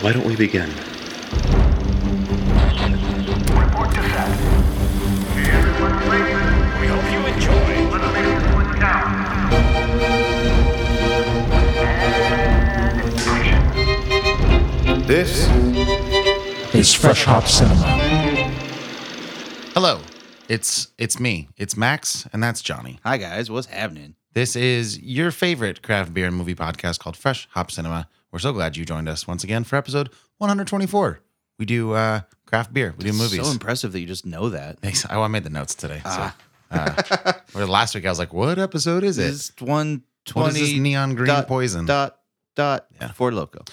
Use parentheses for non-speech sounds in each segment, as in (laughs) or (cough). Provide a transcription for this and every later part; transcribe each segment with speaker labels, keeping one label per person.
Speaker 1: Why don't we begin?
Speaker 2: Report to set. Hey, everyone, please. We hope you enjoy. Let's make this one count. And action.
Speaker 3: This
Speaker 4: It's Fresh Hop Cinema.
Speaker 5: Hello. It's it's me. It's Max and that's Johnny.
Speaker 6: Hi guys, what's happening?
Speaker 5: This is your favorite craft beer and movie podcast called Fresh Hop Cinema. We're so glad you joined us once again for episode 124. We do uh craft beer. We do movies.
Speaker 6: So impressive that you just know that.
Speaker 5: Thanks. Oh, I made the notes today. So, uh, (laughs) or last week I was like, "What episode is it?"
Speaker 6: Ah. This one twenty
Speaker 5: What is this neon green
Speaker 6: dot,
Speaker 5: poison?
Speaker 6: dot dot
Speaker 5: Yeah.
Speaker 6: Ford Loco.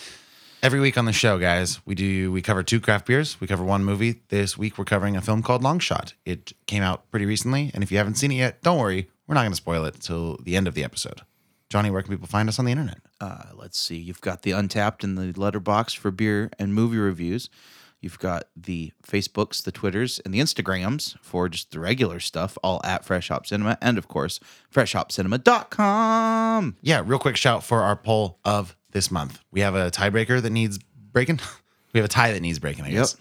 Speaker 5: Every week on the show, guys, we do we cover two craft beers. We cover one movie. This week we're covering a film called Long Shot. It came out pretty recently, and if you haven't seen it yet, don't worry. We're not going to spoil it till the end of the episode. Johnny, where can people find us on the internet?
Speaker 6: Uh, let's see. You've got the Untapped and the Letterbox for beer and movie reviews. You've got the Facebooks, the Twitters, and the Instagrams for just the regular stuff, all at Fresh Hop Cinema, and of course, freshhopcinema.com.
Speaker 5: Yeah, real quick shout for our poll of this month. We have a tiebreaker that needs breaking. (laughs) We have a tie that needs breaking. I guess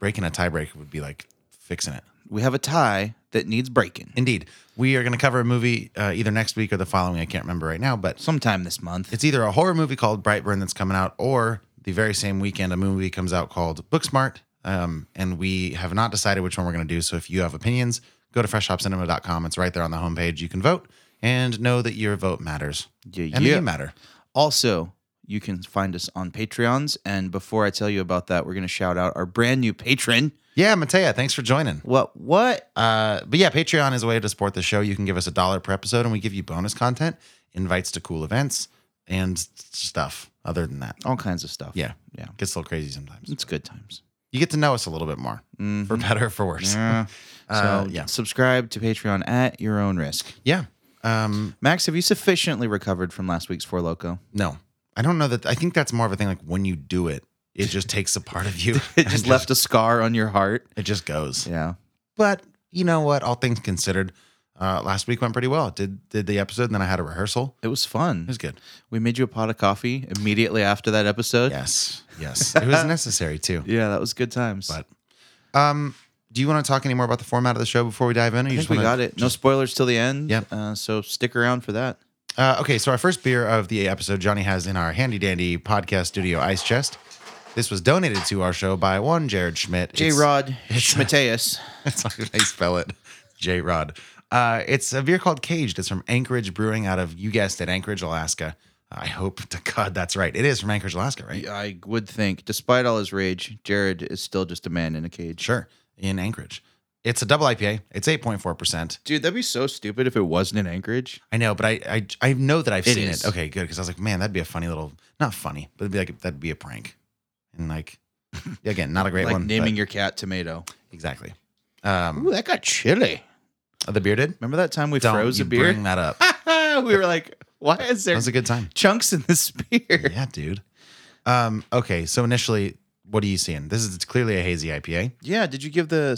Speaker 5: breaking a tiebreaker would be like fixing it.
Speaker 6: We have a tie that needs breaking
Speaker 5: Indeed, we are going to cover a movie uh, either next week or the following. I can't remember right now, but
Speaker 6: sometime this month.
Speaker 5: it's either a horror movie called Brightburn that's coming out, or the very same weekend a movie comes out called Booksmart. Um, and we have not decided which one we're going to do. So if you have opinions, go to freshhopcinema.com. It's right there on the homepage. You can vote and know that your vote matters.
Speaker 6: Yeah,
Speaker 5: and that
Speaker 6: yeah.
Speaker 5: you matter.
Speaker 6: Also, you can find us on Patreons. And before I tell you about that, we're going to shout out our brand new patron.
Speaker 5: Yeah, Matea, thanks for joining.
Speaker 6: What? What?
Speaker 5: Uh, but yeah, Patreon is a way to support the show. You can give us a dollar per episode, and we give you bonus content, invites to cool events, and stuff other than that.
Speaker 6: All kinds of stuff.
Speaker 5: Yeah.
Speaker 6: Yeah.
Speaker 5: Gets a little crazy sometimes.
Speaker 6: It's good times. Mm-hmm.
Speaker 5: You get to know us a little bit more, for better or for worse.
Speaker 6: Yeah. So
Speaker 5: Uh, yeah.
Speaker 6: subscribe to Patreon at your own risk.
Speaker 5: Yeah. Um,
Speaker 6: Max, have you sufficiently recovered from last week's
Speaker 5: (laughs)
Speaker 6: Four Loco?
Speaker 5: no, I don't know that. I think that's more of a thing like when you do it, it just takes a part of you.
Speaker 6: (laughs) It
Speaker 5: and
Speaker 6: just left a scar on your heart.
Speaker 5: It just goes.
Speaker 6: Yeah.
Speaker 5: But you know what? All things considered, uh, last week went pretty well. It Did did the episode, and then I had a rehearsal.
Speaker 6: It was
Speaker 5: It
Speaker 6: fun.
Speaker 5: was good.
Speaker 6: We made you a pot of coffee immediately after that episode.
Speaker 5: Yes, yes, it
Speaker 6: (laughs)
Speaker 5: was necessary too.
Speaker 6: Yeah, that was good times.
Speaker 5: But um, do you want to talk any more about the format of the show before we dive in? Or
Speaker 6: I
Speaker 5: you
Speaker 6: think
Speaker 5: just
Speaker 6: we
Speaker 5: wanna-
Speaker 6: got it. No spoilers till the end.
Speaker 5: Yep.
Speaker 6: Uh, so stick around for that.
Speaker 5: Uh, okay, so our first beer of the episode Johnny has in our handy dandy podcast studio ice chest. This was donated to our show by one Jared Schmidt.
Speaker 6: J
Speaker 5: It's-
Speaker 6: Rod Schmateus.
Speaker 5: (laughs) That's how they spell it. J Rod. Uh, it's a beer called Caged. It's from Anchorage Brewing out of, you guessed it, Anchorage, Alaska. I hope to God that's right. It is from Anchorage, Alaska, right?
Speaker 6: (laughs) I would think, despite all his rage, Jared is still just a man in a cage.
Speaker 5: Sure. In Anchorage. It's a double IPA. It's 8.4%.
Speaker 6: Dude, that'd be so stupid if it wasn't in Anchorage.
Speaker 5: I know, but I I, I know that I've
Speaker 6: It
Speaker 5: seen
Speaker 6: is.
Speaker 5: it. Okay, good. Because I was like, man, that'd be a funny little, not funny, but it'd be like, that'd be a prank. And
Speaker 6: (laughs)
Speaker 5: like, again, not a great
Speaker 6: like
Speaker 5: one.
Speaker 6: naming
Speaker 5: but-
Speaker 6: your cat tomato.
Speaker 5: Exactly. Um,
Speaker 6: Ooh, that got chilly.
Speaker 5: the beer did?
Speaker 6: Remember that time we
Speaker 5: Don't
Speaker 6: froze
Speaker 5: you
Speaker 6: a beer?
Speaker 5: Bring that up.
Speaker 6: (laughs) we were like, why is
Speaker 5: that
Speaker 6: there
Speaker 5: was a good time.
Speaker 6: chunks in this beer?
Speaker 5: Yeah, dude. Um, okay, so initially, what are you seeing? This is clearly a hazy IPA.
Speaker 6: Yeah, did you give the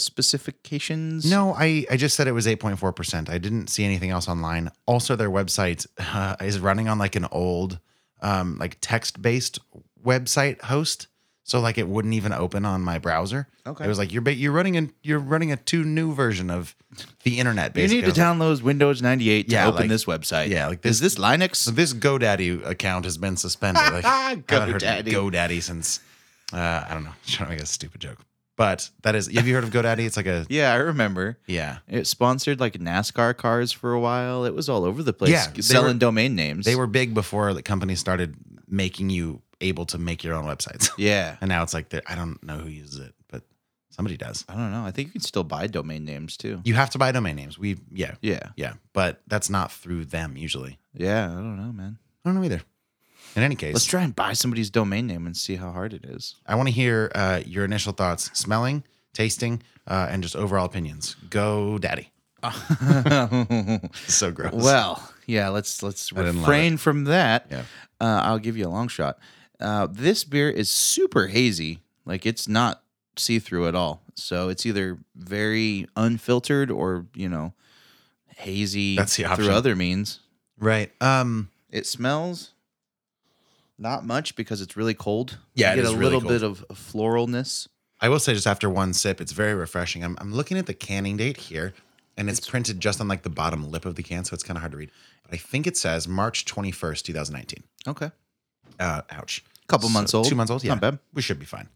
Speaker 6: specifications?
Speaker 5: No, I, I just said it was 8.4%. I didn't see anything else online. Also, their website uh, is running on like an old, um, like text based website host. So like it wouldn't even open on my browser.
Speaker 6: Okay.
Speaker 5: It was like you're ba- you're running a you're running a two new version of the internet.
Speaker 6: You
Speaker 5: Basically,
Speaker 6: need
Speaker 5: I
Speaker 6: to
Speaker 5: was like,
Speaker 6: download Windows 98 to
Speaker 5: Yeah,
Speaker 6: open
Speaker 5: like-
Speaker 6: this website.
Speaker 5: yeah, like
Speaker 6: Is
Speaker 5: this-
Speaker 6: this Linux?
Speaker 5: So this GoDaddy account has been suspended.
Speaker 6: (laughs)
Speaker 5: Like, I haven't heard of
Speaker 6: GoDaddy.
Speaker 5: GoDaddy since uh, I don't know. (laughs) Trying to make a stupid joke, but that is. Have you heard of GoDaddy? It's like a
Speaker 6: yeah, I remember.
Speaker 5: yeah.
Speaker 6: It sponsored like NASCAR cars for a while. It was all over the place
Speaker 5: Yeah, they
Speaker 6: selling
Speaker 5: were-
Speaker 6: domain names.
Speaker 5: They were big before the company started making you able to make your own websites, (laughs)
Speaker 6: yeah.
Speaker 5: and now it's like they're- I don't know who uses it, but somebody does.
Speaker 6: I don't know. I think you can still buy domain names too.
Speaker 5: You have to buy domain names. We yeah
Speaker 6: Yeah.
Speaker 5: yeah, but that's not through them usually.
Speaker 6: Yeah, I don't know, man.
Speaker 5: I don't know either. In any case,
Speaker 6: Let's try and buy somebody's domain name and see how hard
Speaker 5: (laughs)
Speaker 6: it is. (laughs)
Speaker 5: I want to hear uh, your initial thoughts, smelling, tasting, uh, and just overall opinions. Go, daddy. (laughs) So gross.
Speaker 6: well, yeah, let's let's
Speaker 5: didn't love
Speaker 6: refrain from that.
Speaker 5: Yeah.
Speaker 6: Uh, I'll give you a long shot. Uh, this beer is super hazy. Like it's not see-through at all. So it's either very unfiltered or, you know, hazy
Speaker 5: That's the option.
Speaker 6: through other means.
Speaker 5: right. Um,
Speaker 6: It smells Not much because it's really cold.
Speaker 5: Yeah, it
Speaker 6: you get
Speaker 5: is
Speaker 6: a
Speaker 5: really
Speaker 6: little bit of floralness.
Speaker 5: I will say, just after one sip, it's very refreshing. I'm, I'm looking at the canning date here, and it's, printed just on like the bottom lip of the can, so it's kind of hard to read. But I think it says March 21st, 2019.
Speaker 6: Okay.
Speaker 5: Uh, ouch.
Speaker 6: Couple months old.
Speaker 5: Two months old. Yeah.
Speaker 6: Not bad.
Speaker 5: We should be fine.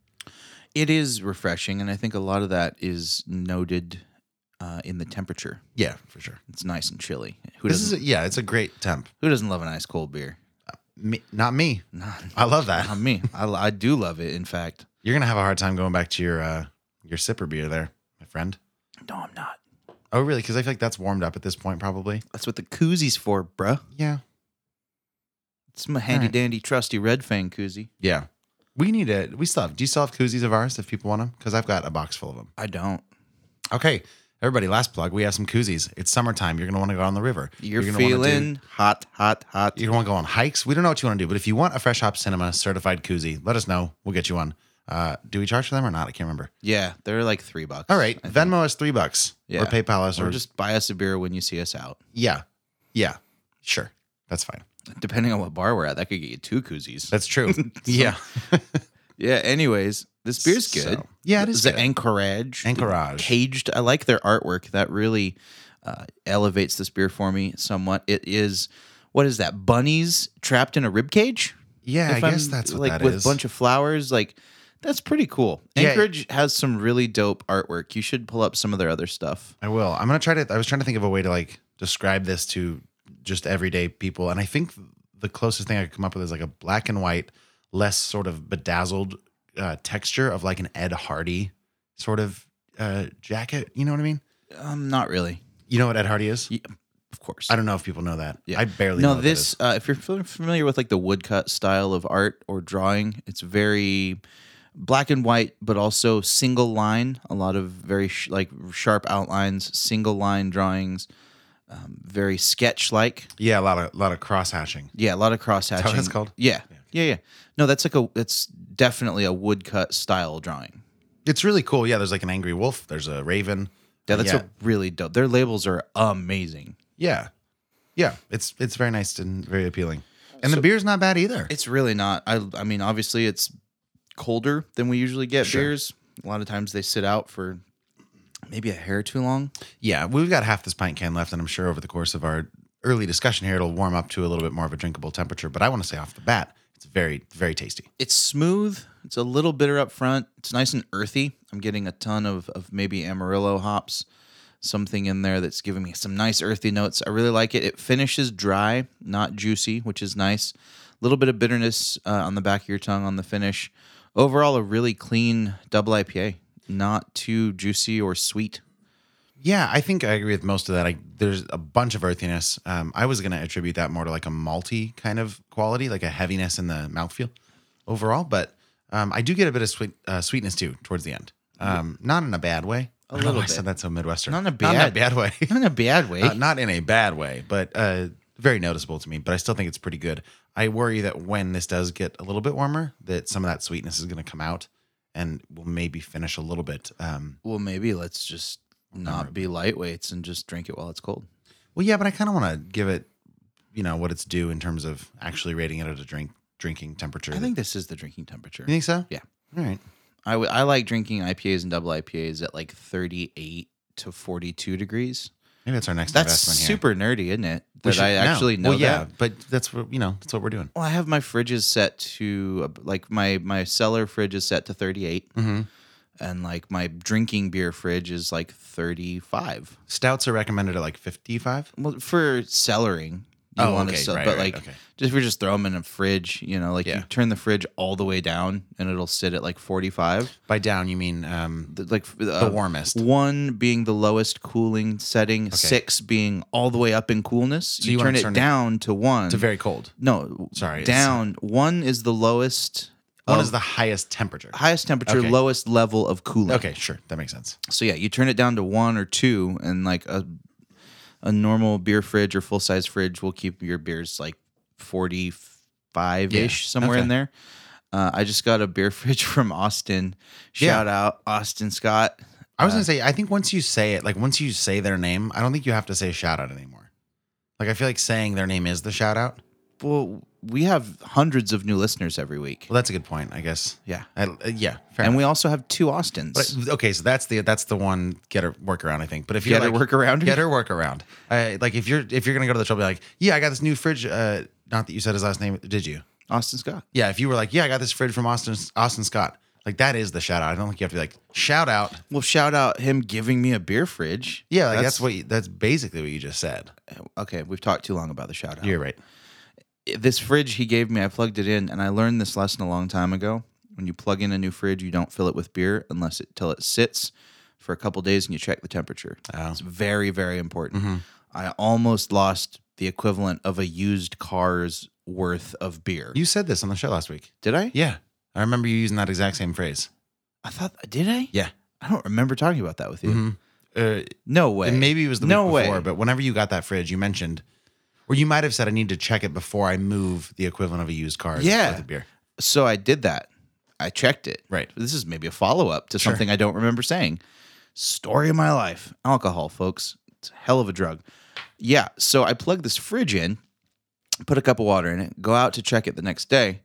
Speaker 6: It is refreshing, and I think a lot of that is noted uh, in the temperature.
Speaker 5: Yeah, for sure.
Speaker 6: It's nice and chilly. Who
Speaker 5: This is
Speaker 6: doesn't
Speaker 5: a, yeah, it's a great temp.
Speaker 6: Who doesn't love an ice cold beer?
Speaker 5: Me, not me. I love
Speaker 6: (laughs)
Speaker 5: that.
Speaker 6: Not me. I, I do love it. In fact,
Speaker 5: You're gonna have a hard time going back to your uh, your sipper beer there, my friend.
Speaker 6: no, I'm not.
Speaker 5: Oh, really? Because I feel like that's warmed up at this point, probably.
Speaker 6: That's what the koozie's for, bruh.
Speaker 5: Yeah.
Speaker 6: It's my handy
Speaker 5: Alright.
Speaker 6: dandy trusty Red Fang koozie.
Speaker 5: Yeah. We need it. We still have. Do you still have koozies of ours if people want them? Because I've got a box full of them.
Speaker 6: I don't.
Speaker 5: Okay, everybody. Last plug. We have some koozies. It's summertime. You're gonna want to go on the river.
Speaker 6: You're,
Speaker 5: gonna wanna do-
Speaker 6: feeling hot, hot, hot.
Speaker 5: you want to go on hikes. We don't know what you want to do, but if you want a Fresh Hop Cinema certified koozie, let us know. We'll get you one. Uh, do we charge for them or not? I can't remember.
Speaker 6: yeah, they're like three bucks.
Speaker 5: All right,
Speaker 6: I think.
Speaker 5: Venmo us three bucks
Speaker 6: Yeah.
Speaker 5: or PayPal us or,
Speaker 6: or
Speaker 5: just
Speaker 6: just buy us a beer when you see us out.
Speaker 5: yeah, yeah, sure, that's fine.
Speaker 6: Depending on what bar we're at, that could get you two koozies.
Speaker 5: That's true.
Speaker 6: (laughs)
Speaker 5: yeah,
Speaker 6: Yeah. Anyways, this beer's
Speaker 5: So-
Speaker 6: good.
Speaker 5: yeah, it is
Speaker 6: The
Speaker 5: good.
Speaker 6: Anchorage.
Speaker 5: Anchorage.
Speaker 6: Caged. I like their artwork. That really uh, elevates this beer for me somewhat. It is. What is that? Bunnies trapped in a rib cage.
Speaker 5: yeah.
Speaker 6: If
Speaker 5: I guess
Speaker 6: I'm,
Speaker 5: that's what
Speaker 6: like
Speaker 5: that
Speaker 6: with
Speaker 5: is.
Speaker 6: a bunch of flowers. Like that's pretty cool.
Speaker 5: Yeah.
Speaker 6: Anchorage has some really dope artwork. You should pull up some of their other stuff.
Speaker 5: I will. I'm gonna try to. I was trying to think of a way to like describe this to just everyday people, and I think the closest thing I could come up with is like a black and white, less sort of bedazzled uh, texture of like an Ed Hardy sort of uh, jacket. You know what I mean?
Speaker 6: Um, not really.
Speaker 5: You know what Ed Hardy is?
Speaker 6: Yeah, of course.
Speaker 5: I don't know if people know that.
Speaker 6: Yeah.
Speaker 5: I barely know
Speaker 6: No,
Speaker 5: what that
Speaker 6: this
Speaker 5: is.
Speaker 6: uh, if you're f- familiar with like the woodcut style of art or drawing, it's very black and white, but also single line. A lot of very sh- like sharp outlines, single line drawings, um, very sketch like.
Speaker 5: Yeah, a lot of lot of cross hatching.
Speaker 6: Yeah, a lot of cross hatching.
Speaker 5: that what it's called?
Speaker 6: Yeah. yeah, yeah, No, that's like a that's definitely a woodcut style drawing.
Speaker 5: It's really cool. Yeah, there's like an angry wolf. There's a raven.
Speaker 6: Yeah, that's
Speaker 5: yeah.
Speaker 6: a really dope. Their labels are amazing.
Speaker 5: yeah, yeah. It's it's very nice and very appealing. And the beer's not bad either.
Speaker 6: It's really not. I I mean, obviously, it's colder than we usually get
Speaker 5: Sure.
Speaker 6: beers. A lot of times they sit out for maybe a hair too long.
Speaker 5: Yeah, we've got half this pint can left, and I'm sure over the course of our early discussion here, it'll warm up to a little bit more of a drinkable temperature. But I want to say off the bat, it's very, very tasty.
Speaker 6: It's smooth. It's a little bitter up front. It's nice and earthy. I'm getting a ton of of maybe Amarillo hops, something in there that's giving me some nice earthy notes. I really like it. It finishes dry, not juicy, which is nice. A little bit of bitterness uh, on the back of your tongue on the finish. Overall, a really clean double IPA. Not too juicy or sweet.
Speaker 5: Yeah, I think I agree with most of that. I, there's a bunch of earthiness. Um, I was going to attribute that more to like a malty kind of quality, like a heaviness in the mouthfeel overall. But um, I do get a bit of sweet uh, sweetness too towards the end. Um, not in a bad way. A
Speaker 6: little
Speaker 5: I said
Speaker 6: bit.
Speaker 5: that so Midwestern.
Speaker 6: Not in a bad-
Speaker 5: bad way. (laughs)
Speaker 6: Not in a bad way.
Speaker 5: Uh, not in a bad way, but uh, very noticeable to me. But I still think it's pretty good. I worry that when this does get a little bit warmer, that some of that sweetness is going to come out, and will maybe finish a little bit. Um,
Speaker 6: well, maybe let's just not be lightweights and just drink it while it's cold.
Speaker 5: well, yeah, but I kind of want to give it, you know, what it's due in terms of actually rating it at a drink drinking temperature.
Speaker 6: I think this is the drinking temperature.
Speaker 5: You think so?
Speaker 6: Yeah.
Speaker 5: All right.
Speaker 6: I, w- I like drinking IPAs and double IPAs at like 38 to 42 degrees.
Speaker 5: Maybe that's our next
Speaker 6: That's
Speaker 5: investment here.
Speaker 6: super nerdy, isn't it?
Speaker 5: We
Speaker 6: That
Speaker 5: should-
Speaker 6: I
Speaker 5: no.
Speaker 6: actually know
Speaker 5: Well, yeah,
Speaker 6: that.
Speaker 5: but that's what you know. That's what we're doing.
Speaker 6: Well, I have my fridges set to uh, like my my cellar fridge is set to 38
Speaker 5: Mm-hmm.
Speaker 6: and like my drinking beer fridge is like 35.
Speaker 5: Stouts are recommended at like fifty-five.
Speaker 6: Well, for cellaring, you
Speaker 5: Oh,
Speaker 6: want
Speaker 5: okay,
Speaker 6: to sell,
Speaker 5: right,
Speaker 6: but
Speaker 5: right,
Speaker 6: like
Speaker 5: okay.
Speaker 6: just if you just throw them in a fridge, you know, like
Speaker 5: Yeah.
Speaker 6: you turn the fridge all the way down and it'll sit at like 45.
Speaker 5: By down, you mean um,
Speaker 6: Th- Like the
Speaker 5: warmest.
Speaker 6: One being the lowest cooling setting, six being all the way up in coolness. you,
Speaker 5: you wanna
Speaker 6: turn it
Speaker 5: turn it
Speaker 6: down to one.
Speaker 5: to very cold.
Speaker 6: no,
Speaker 5: Sorry, it's-
Speaker 6: down. One is the lowest,
Speaker 5: What
Speaker 6: Um,
Speaker 5: is the highest temperature?
Speaker 6: highest temperature,
Speaker 5: Okay.
Speaker 6: lowest level of cooling.
Speaker 5: Okay, sure, that makes sense.
Speaker 6: So yeah, you turn it down to one or two, and like a a normal beer fridge or full size fridge will keep your beers like forty five ish
Speaker 5: Yeah.
Speaker 6: somewhere
Speaker 5: Okay.
Speaker 6: in there. Uh, I just got a beer (laughs) fridge from Austin.
Speaker 5: Yeah.
Speaker 6: Shout out Austin Scott.
Speaker 5: I was gonna say, I think once you say it, like once you say their name, I don't think you have to say shout out anymore. Like I feel like saying their name is the shout out.
Speaker 6: well, we have hundreds of new listeners every week.
Speaker 5: Well, that's a good point, I guess.
Speaker 6: Yeah.
Speaker 5: I, uh, yeah. Fair
Speaker 6: And
Speaker 5: enough.
Speaker 6: we also have two Austins.
Speaker 5: But, okay, so that's the that's the one getter workaround, I think. But if you're
Speaker 6: Getter
Speaker 5: like,
Speaker 6: workaround?
Speaker 5: getter workaround, uh, like if you're if you're gonna go to the trouble, like, yeah, I got this new fridge. Uh, not that you said his last name, did you?
Speaker 6: Austin Scott.
Speaker 5: Yeah, if you were like, yeah, I got this fridge from Austin Austin Scott, like that is the shout out. I don't think you have to be like shout out.
Speaker 6: Well, shout out him giving me a beer fridge.
Speaker 5: Yeah, like that's, what you, that's basically what you just said.
Speaker 6: Okay, we've talked too long about the shout out.
Speaker 5: You're right.
Speaker 6: This fridge he gave me, I plugged it in, and I learned this lesson a long time ago. When you plug in a new fridge, you don't fill it with beer unless it till it sits for a couple days and you check the temperature.
Speaker 5: Um,
Speaker 6: It's very very important.
Speaker 5: Mm-hmm.
Speaker 6: I almost lost the equivalent of a used car's worth of beer.
Speaker 5: You said this on the show last week.
Speaker 6: did I?
Speaker 5: Yeah, I remember you using that exact same phrase.
Speaker 6: I thought did I?
Speaker 5: Yeah.
Speaker 6: I don't remember talking about that with you.
Speaker 5: Uh,
Speaker 6: No way.
Speaker 5: and maybe it was the
Speaker 6: no
Speaker 5: week before,
Speaker 6: way.
Speaker 5: but whenever you got that fridge, you mentioned, or you might have said, I need to check it before I move the equivalent of a used car. as
Speaker 6: Yeah.
Speaker 5: worth of beer.
Speaker 6: so I did that. I checked it.
Speaker 5: Right.
Speaker 6: This is maybe a follow up to something I don't remember saying. Story of my life alcohol, folks. It's a hell of a drug. Yeah. So I plug this fridge in, put a cup of water in it, go out to check it the next day.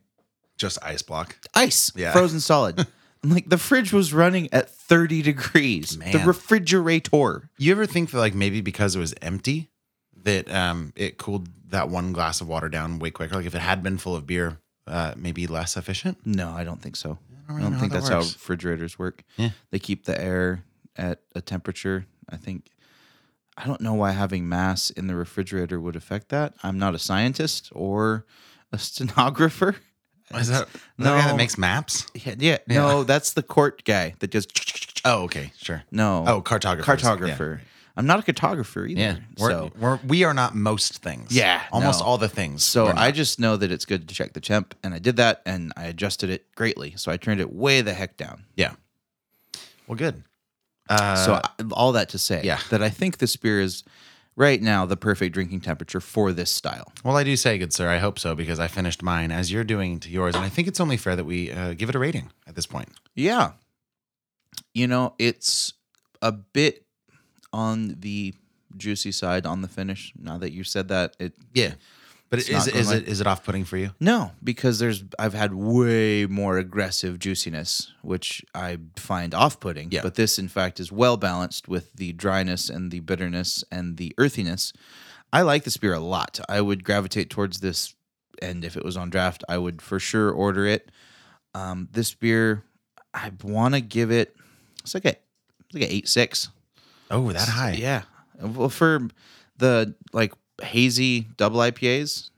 Speaker 5: Just ice block.
Speaker 6: Ice,
Speaker 5: Yeah.
Speaker 6: frozen
Speaker 5: (laughs)
Speaker 6: solid. I'm like, the fridge was running at 30 degrees. The
Speaker 5: Man.
Speaker 6: refrigerator.
Speaker 5: You ever think that like maybe because it was empty that um it cooled that one glass of water down way quicker? Like if it had been full of beer, uh maybe less efficient.
Speaker 6: No, I don't think so. I don't,
Speaker 5: really know how
Speaker 6: think
Speaker 5: that
Speaker 6: that's how
Speaker 5: works.
Speaker 6: refrigerators work.
Speaker 5: Yeah.
Speaker 6: They keep the air at a temperature. I think I don't know why having mass in the refrigerator would affect that. I'm not a scientist or a (laughs) stenographer.
Speaker 5: Is that no. the guy
Speaker 6: No.
Speaker 5: that makes maps?
Speaker 6: Yeah, yeah.
Speaker 5: (laughs)
Speaker 6: No, that's the court guy that just
Speaker 5: Oh, okay, sure.
Speaker 6: no.
Speaker 5: Oh, cartographer.
Speaker 6: cartographer. I'm not a cartographer either.
Speaker 5: Yeah, We're,
Speaker 6: so
Speaker 5: we're, we are not most things.
Speaker 6: Yeah,
Speaker 5: almost
Speaker 6: no.
Speaker 5: all the things.
Speaker 6: So
Speaker 5: we're not.
Speaker 6: I just know that it's good to check the temp, and I did that, and I adjusted it greatly. So I turned it way the heck down.
Speaker 5: yeah. Well, good. Uh,
Speaker 6: So I- all that to say,
Speaker 5: yeah.
Speaker 6: that I think this beer is right now the perfect drinking temperature for this style.
Speaker 5: Well, I do say, good sir, I hope so because I finished mine as you're doing to yours, and I think it's only fair that we uh, give it a rating at this point.
Speaker 6: Yeah, you know, it's a bit on the juicy side on the finish. Now that you said that, it
Speaker 5: Yeah, but
Speaker 6: It's
Speaker 5: is
Speaker 6: not
Speaker 5: is,
Speaker 6: going like-
Speaker 5: it is it off putting for you?
Speaker 6: no because there's I've had way more aggressive juiciness, which I find off-putting.
Speaker 5: Yeah.
Speaker 6: but this in fact is well balanced with the dryness and the bitterness and the earthiness. I like this beer a lot. I would gravitate towards this, and if it was on draft, I would for sure order it. Um, this beer, I want to give it. It's like a, it's like an eight six.
Speaker 5: Oh, that high?
Speaker 6: Yeah. Well, for the like hazy double IPAs,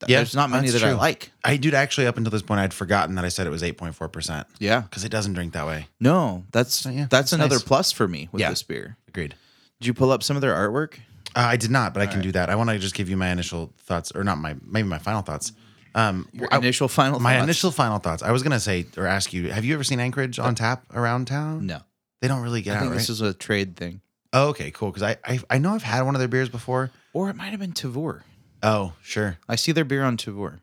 Speaker 6: th-
Speaker 5: Yeah,
Speaker 6: there's not many that
Speaker 5: that's
Speaker 6: I
Speaker 5: true.
Speaker 6: like.
Speaker 5: I dude, actually, up until this point, I'd forgotten that I said it was eight point four percent
Speaker 6: Yeah.
Speaker 5: because it doesn't drink that way.
Speaker 6: No, that's
Speaker 5: yeah,
Speaker 6: that's
Speaker 5: that's
Speaker 6: another
Speaker 5: nice.
Speaker 6: plus for me with
Speaker 5: Yeah.
Speaker 6: this beer.
Speaker 5: Agreed.
Speaker 6: Did you pull up some of their artwork?
Speaker 5: Uh, I did not, but I can do that. I want to just give you my initial thoughts, or not my maybe my final thoughts. Um,
Speaker 6: Your
Speaker 5: I-
Speaker 6: initial final
Speaker 5: my
Speaker 6: thoughts?
Speaker 5: initial final thoughts. I was gonna say or ask you, have you ever seen Anchorage on tap around town?
Speaker 6: No.
Speaker 5: They don't really get
Speaker 6: I
Speaker 5: out,
Speaker 6: think
Speaker 5: right?
Speaker 6: this is a trade thing.
Speaker 5: oh, okay, cool. Because I, I I know I've had one of their beers before.
Speaker 6: Or it might have been Tavor.
Speaker 5: Oh, sure.
Speaker 6: I see their beer on Tavor.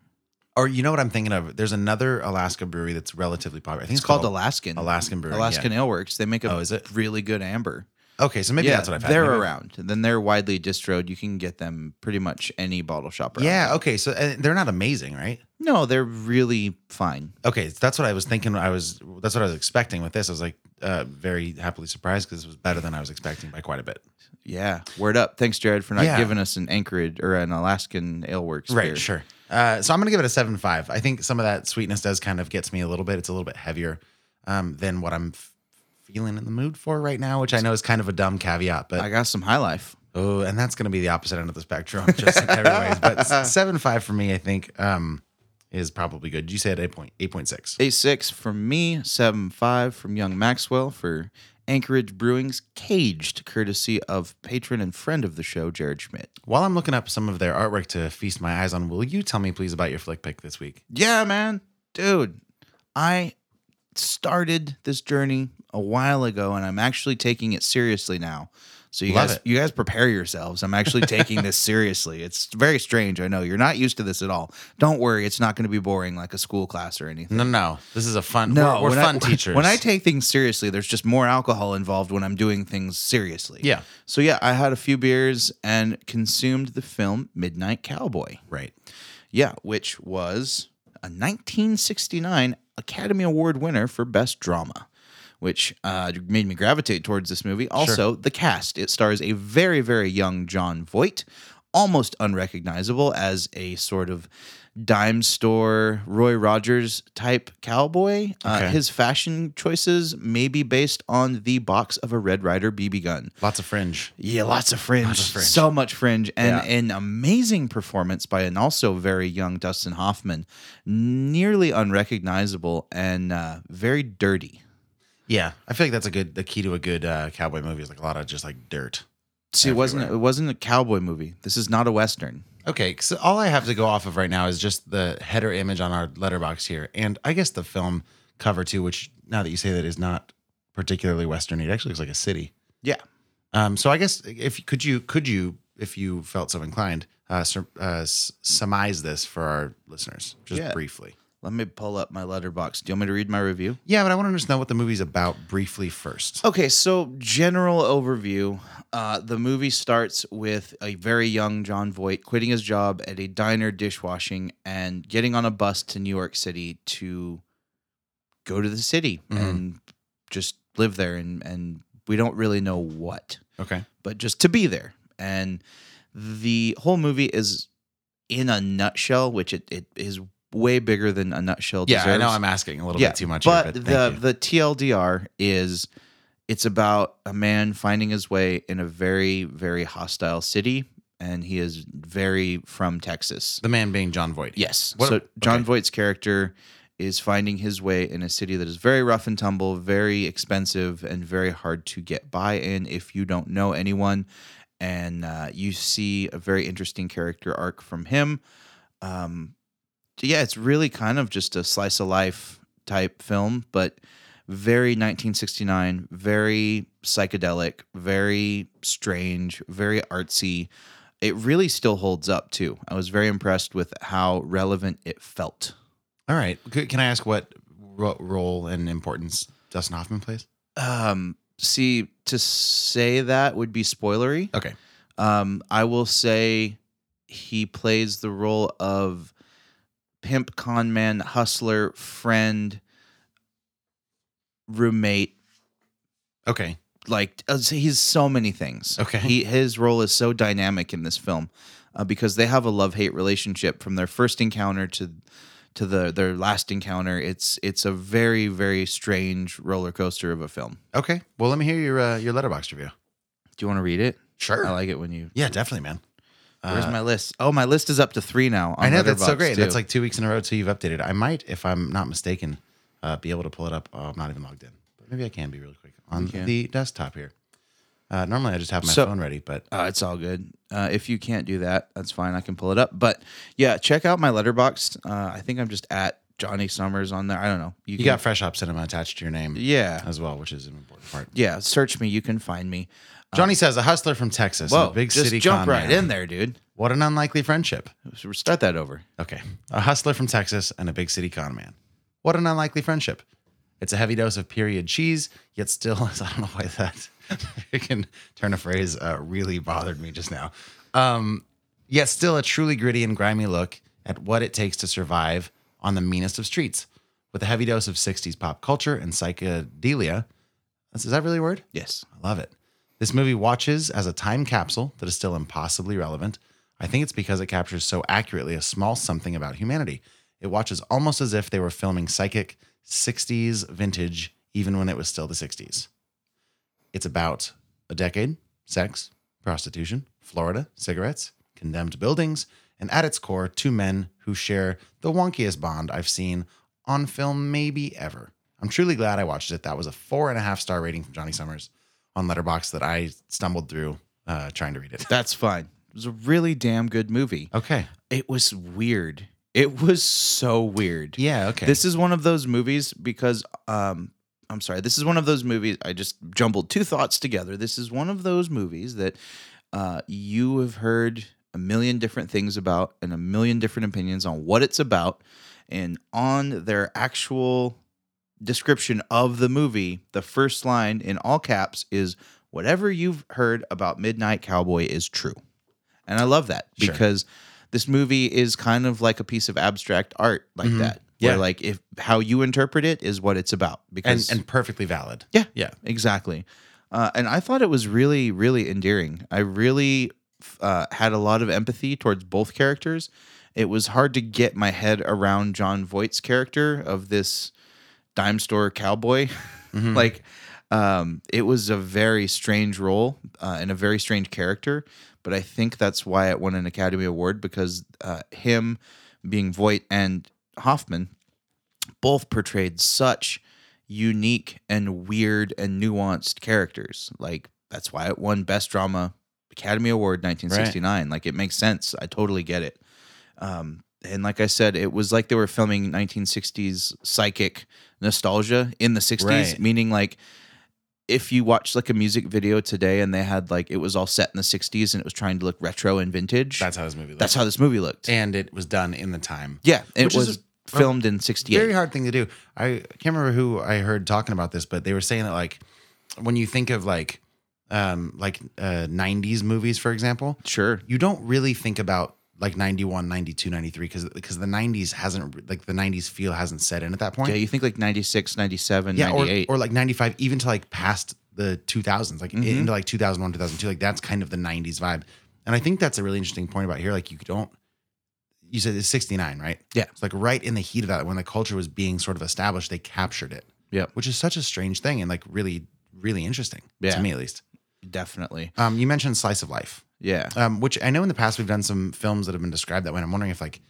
Speaker 5: Or you know what I'm thinking of? There's another Alaska brewery that's relatively popular. I think
Speaker 6: It's,
Speaker 5: it's,
Speaker 6: called Alaskan.
Speaker 5: Alaskan Brewing,
Speaker 6: Alaskan Ale Works. They make a
Speaker 5: Oh, is it?
Speaker 6: really good amber.
Speaker 5: Okay, so maybe that's what I've had.
Speaker 6: They're
Speaker 5: Maybe-
Speaker 6: around. And then they're widely distroed. You can get them pretty much any bottle shop around.
Speaker 5: Yeah. Okay. So uh, they're not amazing, right?
Speaker 6: No, they're really fine.
Speaker 5: Okay, so that's what I was thinking. I was that's what I was expecting with this. I was like uh, very happily surprised because this was better than I was expecting by quite a bit.
Speaker 6: Yeah. Word up. Thanks, Jared, for not
Speaker 5: Yeah.
Speaker 6: giving us an Anchorage or an Alaskan Aleworks. beer.
Speaker 5: sure. Uh, so I'm gonna give it a seven five. I think some of that sweetness does kind of gets me a little bit. It's a little bit heavier um, than what I'm f- feeling in the mood for right now, which I know is kind of a dumb caveat, but
Speaker 6: I got some High Life.
Speaker 5: Oh, and that's going to be the opposite end of the spectrum, just in every ways. But
Speaker 6: (laughs)
Speaker 5: seven five for me, I think, um, is probably good. You said eight point eight point six.
Speaker 6: A six from me, seven five from Young Maxwell for Anchorage Brewing's Caged, courtesy of patron and friend of the show, Jared Schmidt.
Speaker 5: While I'm looking up some of their artwork to feast my eyes on, will you tell me please about your flick pick this week?
Speaker 6: Yeah, man. Dude, I started this journey a while ago and I'm actually taking it seriously now. So you
Speaker 5: Love
Speaker 6: guys
Speaker 5: it.
Speaker 6: you guys prepare yourselves. I'm actually taking (laughs) this seriously. It's very strange. I know you're not used to this at all. Don't worry, it's not going to be boring like a school class or anything.
Speaker 5: No, no, this is a fun.
Speaker 6: No,
Speaker 5: we're, we're
Speaker 6: when I-
Speaker 5: fun teachers.
Speaker 6: (laughs) When I take things seriously, there's just more alcohol involved when I'm doing things seriously.
Speaker 5: Yeah.
Speaker 6: So yeah, I had a few beers and consumed the film Midnight Cowboy.
Speaker 5: right,
Speaker 6: Yeah, which was a 1969 Academy Award winner for Best Drama, which uh, made me gravitate towards this movie. Also, the cast. It stars a very, very young John Voight, almost unrecognizable as a sort of dime store Roy Rogers type cowboy. Uh,
Speaker 5: Okay.
Speaker 6: his fashion choices may be based on the box of a Red Rider BB gun.
Speaker 5: Lots of fringe.
Speaker 6: Yeah, lots of fringe.
Speaker 5: fringe.
Speaker 6: So much fringe. And
Speaker 5: Yeah.
Speaker 6: an amazing performance by an also very young Dustin Hoffman, nearly unrecognizable and uh, very dirty.
Speaker 5: Yeah, I feel like that's a good the key to a good uh, cowboy movie is like a lot of just like dirt.
Speaker 6: See, it wasn't it wasn't a cowboy movie. This is not a western.
Speaker 5: Okay, so all I have to go off of right now is just the header image on our letterbox here, and I guess the film cover too, which now that you say that is not particularly western. It actually looks like a city.
Speaker 6: Yeah.
Speaker 5: Um, so I guess if could you could you if you felt so inclined, uh, sur- uh, s- surmise this for our listeners just
Speaker 6: Yeah.
Speaker 5: briefly.
Speaker 6: Let me pull up my letterbox. Do you want me to read my review?
Speaker 5: Yeah, but I want to understand what the movie's about briefly first.
Speaker 6: Okay, so general overview. Uh, the movie starts with a very young John Voight quitting his job at a diner dishwashing and getting on a bus to New York City to go to the city
Speaker 5: Mm-hmm.
Speaker 6: and just live there. And, and we don't really know what,
Speaker 5: Okay.
Speaker 6: but just to be there. And the whole movie is in a nutshell, which it, it is way bigger than a nutshell
Speaker 5: Yeah, I know
Speaker 6: deserves
Speaker 5: I'm asking a little bit too much.
Speaker 6: but,
Speaker 5: here,
Speaker 6: the
Speaker 5: thank you.
Speaker 6: the TLDR is it's about a man finding his way in a very very hostile city, and he is very from Texas.
Speaker 5: the man being John Voight.
Speaker 6: Yes,
Speaker 5: What-
Speaker 6: so John
Speaker 5: okay.
Speaker 6: Voight's character is finding his way in a city that is very rough and tumble, very expensive, and very hard to get by in if you don't know anyone. And uh, you see a very interesting character arc from him um yeah it's really kind of just a slice of life type film but very 1969 very psychedelic very strange very artsy it really still holds up too i was very impressed with how relevant it felt
Speaker 5: All right. C- Can I ask what ro- role and importance Dustin Hoffman plays?
Speaker 6: um see to say that would be spoilery
Speaker 5: Okay.
Speaker 6: Um, I will say he plays the role of pimp, con man, hustler, friend, roommate.
Speaker 5: Okay.
Speaker 6: Like uh, he's so many things.
Speaker 5: Okay.
Speaker 6: he his role is so dynamic in this film uh, because they have a love hate relationship from their first encounter to to the their last encounter. It's it's a very very strange roller coaster of a film.
Speaker 5: Okay. Well, let me hear your uh, your letterbox review.
Speaker 6: Do you want to read it?
Speaker 5: Sure.
Speaker 6: I like it when you.
Speaker 5: Yeah, definitely, man.
Speaker 6: Where's my list? Oh, my list is up to three now. on
Speaker 5: I know that's so
Speaker 6: Letterboxd,
Speaker 5: great.
Speaker 6: too.
Speaker 5: That's like two weeks in a row till you've updated. I might, if I'm not mistaken, uh, be able to pull it up. Oh, I'm not even logged in, but maybe I can be really quick on the desktop here. Uh, normally, I just have my
Speaker 6: So-
Speaker 5: phone ready, but
Speaker 6: Uh, it's all good. Uh, if you can't do that, that's fine. I can pull it up. But yeah, check out my letterbox. Uh, I think I'm just at Johnny Summers on there. I don't know.
Speaker 5: you got Fresh Hop Cinema attached to your name,
Speaker 6: yeah,
Speaker 5: as well, which is an important part.
Speaker 6: yeah. Search me. You can find me.
Speaker 5: Johnny says a hustler from Texas,
Speaker 6: Whoa,
Speaker 5: a big
Speaker 6: just
Speaker 5: city.
Speaker 6: jump
Speaker 5: con
Speaker 6: right
Speaker 5: man.
Speaker 6: in there, dude.
Speaker 5: What an unlikely friendship.
Speaker 6: Start that over.
Speaker 5: Okay. A hustler from Texas and a big city con man. What an unlikely friendship. It's a heavy dose of period cheese, yet still, (laughs) I don't know why that (laughs) freaking turn of phrase uh, really bothered me just now. Um, yet still, a truly gritty and grimy look at what it takes to survive on the meanest of streets. With a heavy dose of 60s pop culture and psychedelia. Is that really a word?
Speaker 6: Yes.
Speaker 5: I love it. This movie watches as a time capsule that is still impossibly relevant. I think it's because it captures so accurately a small something about humanity. It watches almost as if they were filming psychic 60s vintage, even when it was still the 60s. It's about a decade, sex, prostitution, Florida, cigarettes, condemned buildings, and at its core, two men who share the wonkiest bond I've seen on film maybe ever. I'm truly glad I watched it. That was a four and a half star rating from Johnny Summers on Letterbox that I stumbled through uh, trying to read
Speaker 6: (laughs)
Speaker 5: it.
Speaker 6: That's fine. It was a really damn good movie.
Speaker 5: Okay.
Speaker 6: It was weird. It was so weird.
Speaker 5: Yeah. Okay.
Speaker 6: This is one of those movies because um I'm sorry. This is one of those movies I just jumbled two thoughts together. This is one of those movies that uh you have heard a million different things about and a million different opinions on what it's about and on their actual description of the movie, the first line in all caps is whatever you've heard about Midnight Cowboy is true. And I love that
Speaker 5: Sure.
Speaker 6: because this movie is kind of like a piece of abstract art like that.
Speaker 5: Yeah.
Speaker 6: Where like if how you interpret it is what it's about.
Speaker 5: and
Speaker 6: Because
Speaker 5: and perfectly valid.
Speaker 6: yeah,
Speaker 5: Yeah.
Speaker 6: exactly. Uh, and I thought it was really, really endearing. I really uh, had a lot of empathy towards both characters. It was hard to get my head around John Voight's character of this dime store cowboy. (laughs) like, um, it was a very strange role uh, and a very strange character. But I think that's why it won an Academy Award because uh, him being Voight and Hoffman both portrayed such unique and weird and nuanced characters. Like that's why it won Best Drama Academy Award 1969. Like it makes sense. I totally get it. Um, and like I said, it was like they were filming 1960s psychic nostalgia in the 60s,
Speaker 5: Right.
Speaker 6: meaning like if you watch like a music video today and they had like it was all set in the 60s and it was trying to look retro and vintage.
Speaker 5: That's how this movie looks.
Speaker 6: that's how this movie looked.
Speaker 5: and it was done in the time.
Speaker 6: yeah, and
Speaker 5: Which
Speaker 6: it
Speaker 5: is
Speaker 6: was
Speaker 5: a- uh,
Speaker 6: filmed in 68.
Speaker 5: Very hard thing to do. I can't remember who I heard talking about this, but they were saying that like when you think of like um like uh 90s movies for example,
Speaker 6: Sure.
Speaker 5: you don't really think about like 91, 92, 93 cuz cuz the 90s hasn't like the 90s feel hasn't set in at that point.
Speaker 6: Yeah, you think like 96, 97,
Speaker 5: yeah, or,
Speaker 6: 98.
Speaker 5: or like 95 even to like past the 2000s like
Speaker 6: Mm-hmm.
Speaker 5: into like 2001 2002 like that's kind of the 90s vibe and i think that's a really interesting point about here like you don't you said it's 69 right
Speaker 6: Yeah.
Speaker 5: it's like right in the heat of that when the culture was being sort of established they captured it
Speaker 6: Yep.
Speaker 5: which is such a strange thing and like really really interesting
Speaker 6: Yeah.
Speaker 5: to me at least
Speaker 6: Definitely.
Speaker 5: um, you mentioned slice of life
Speaker 6: Yeah.
Speaker 5: um, which I know in the past we've done some films that have been described that way. and I'm wondering if like,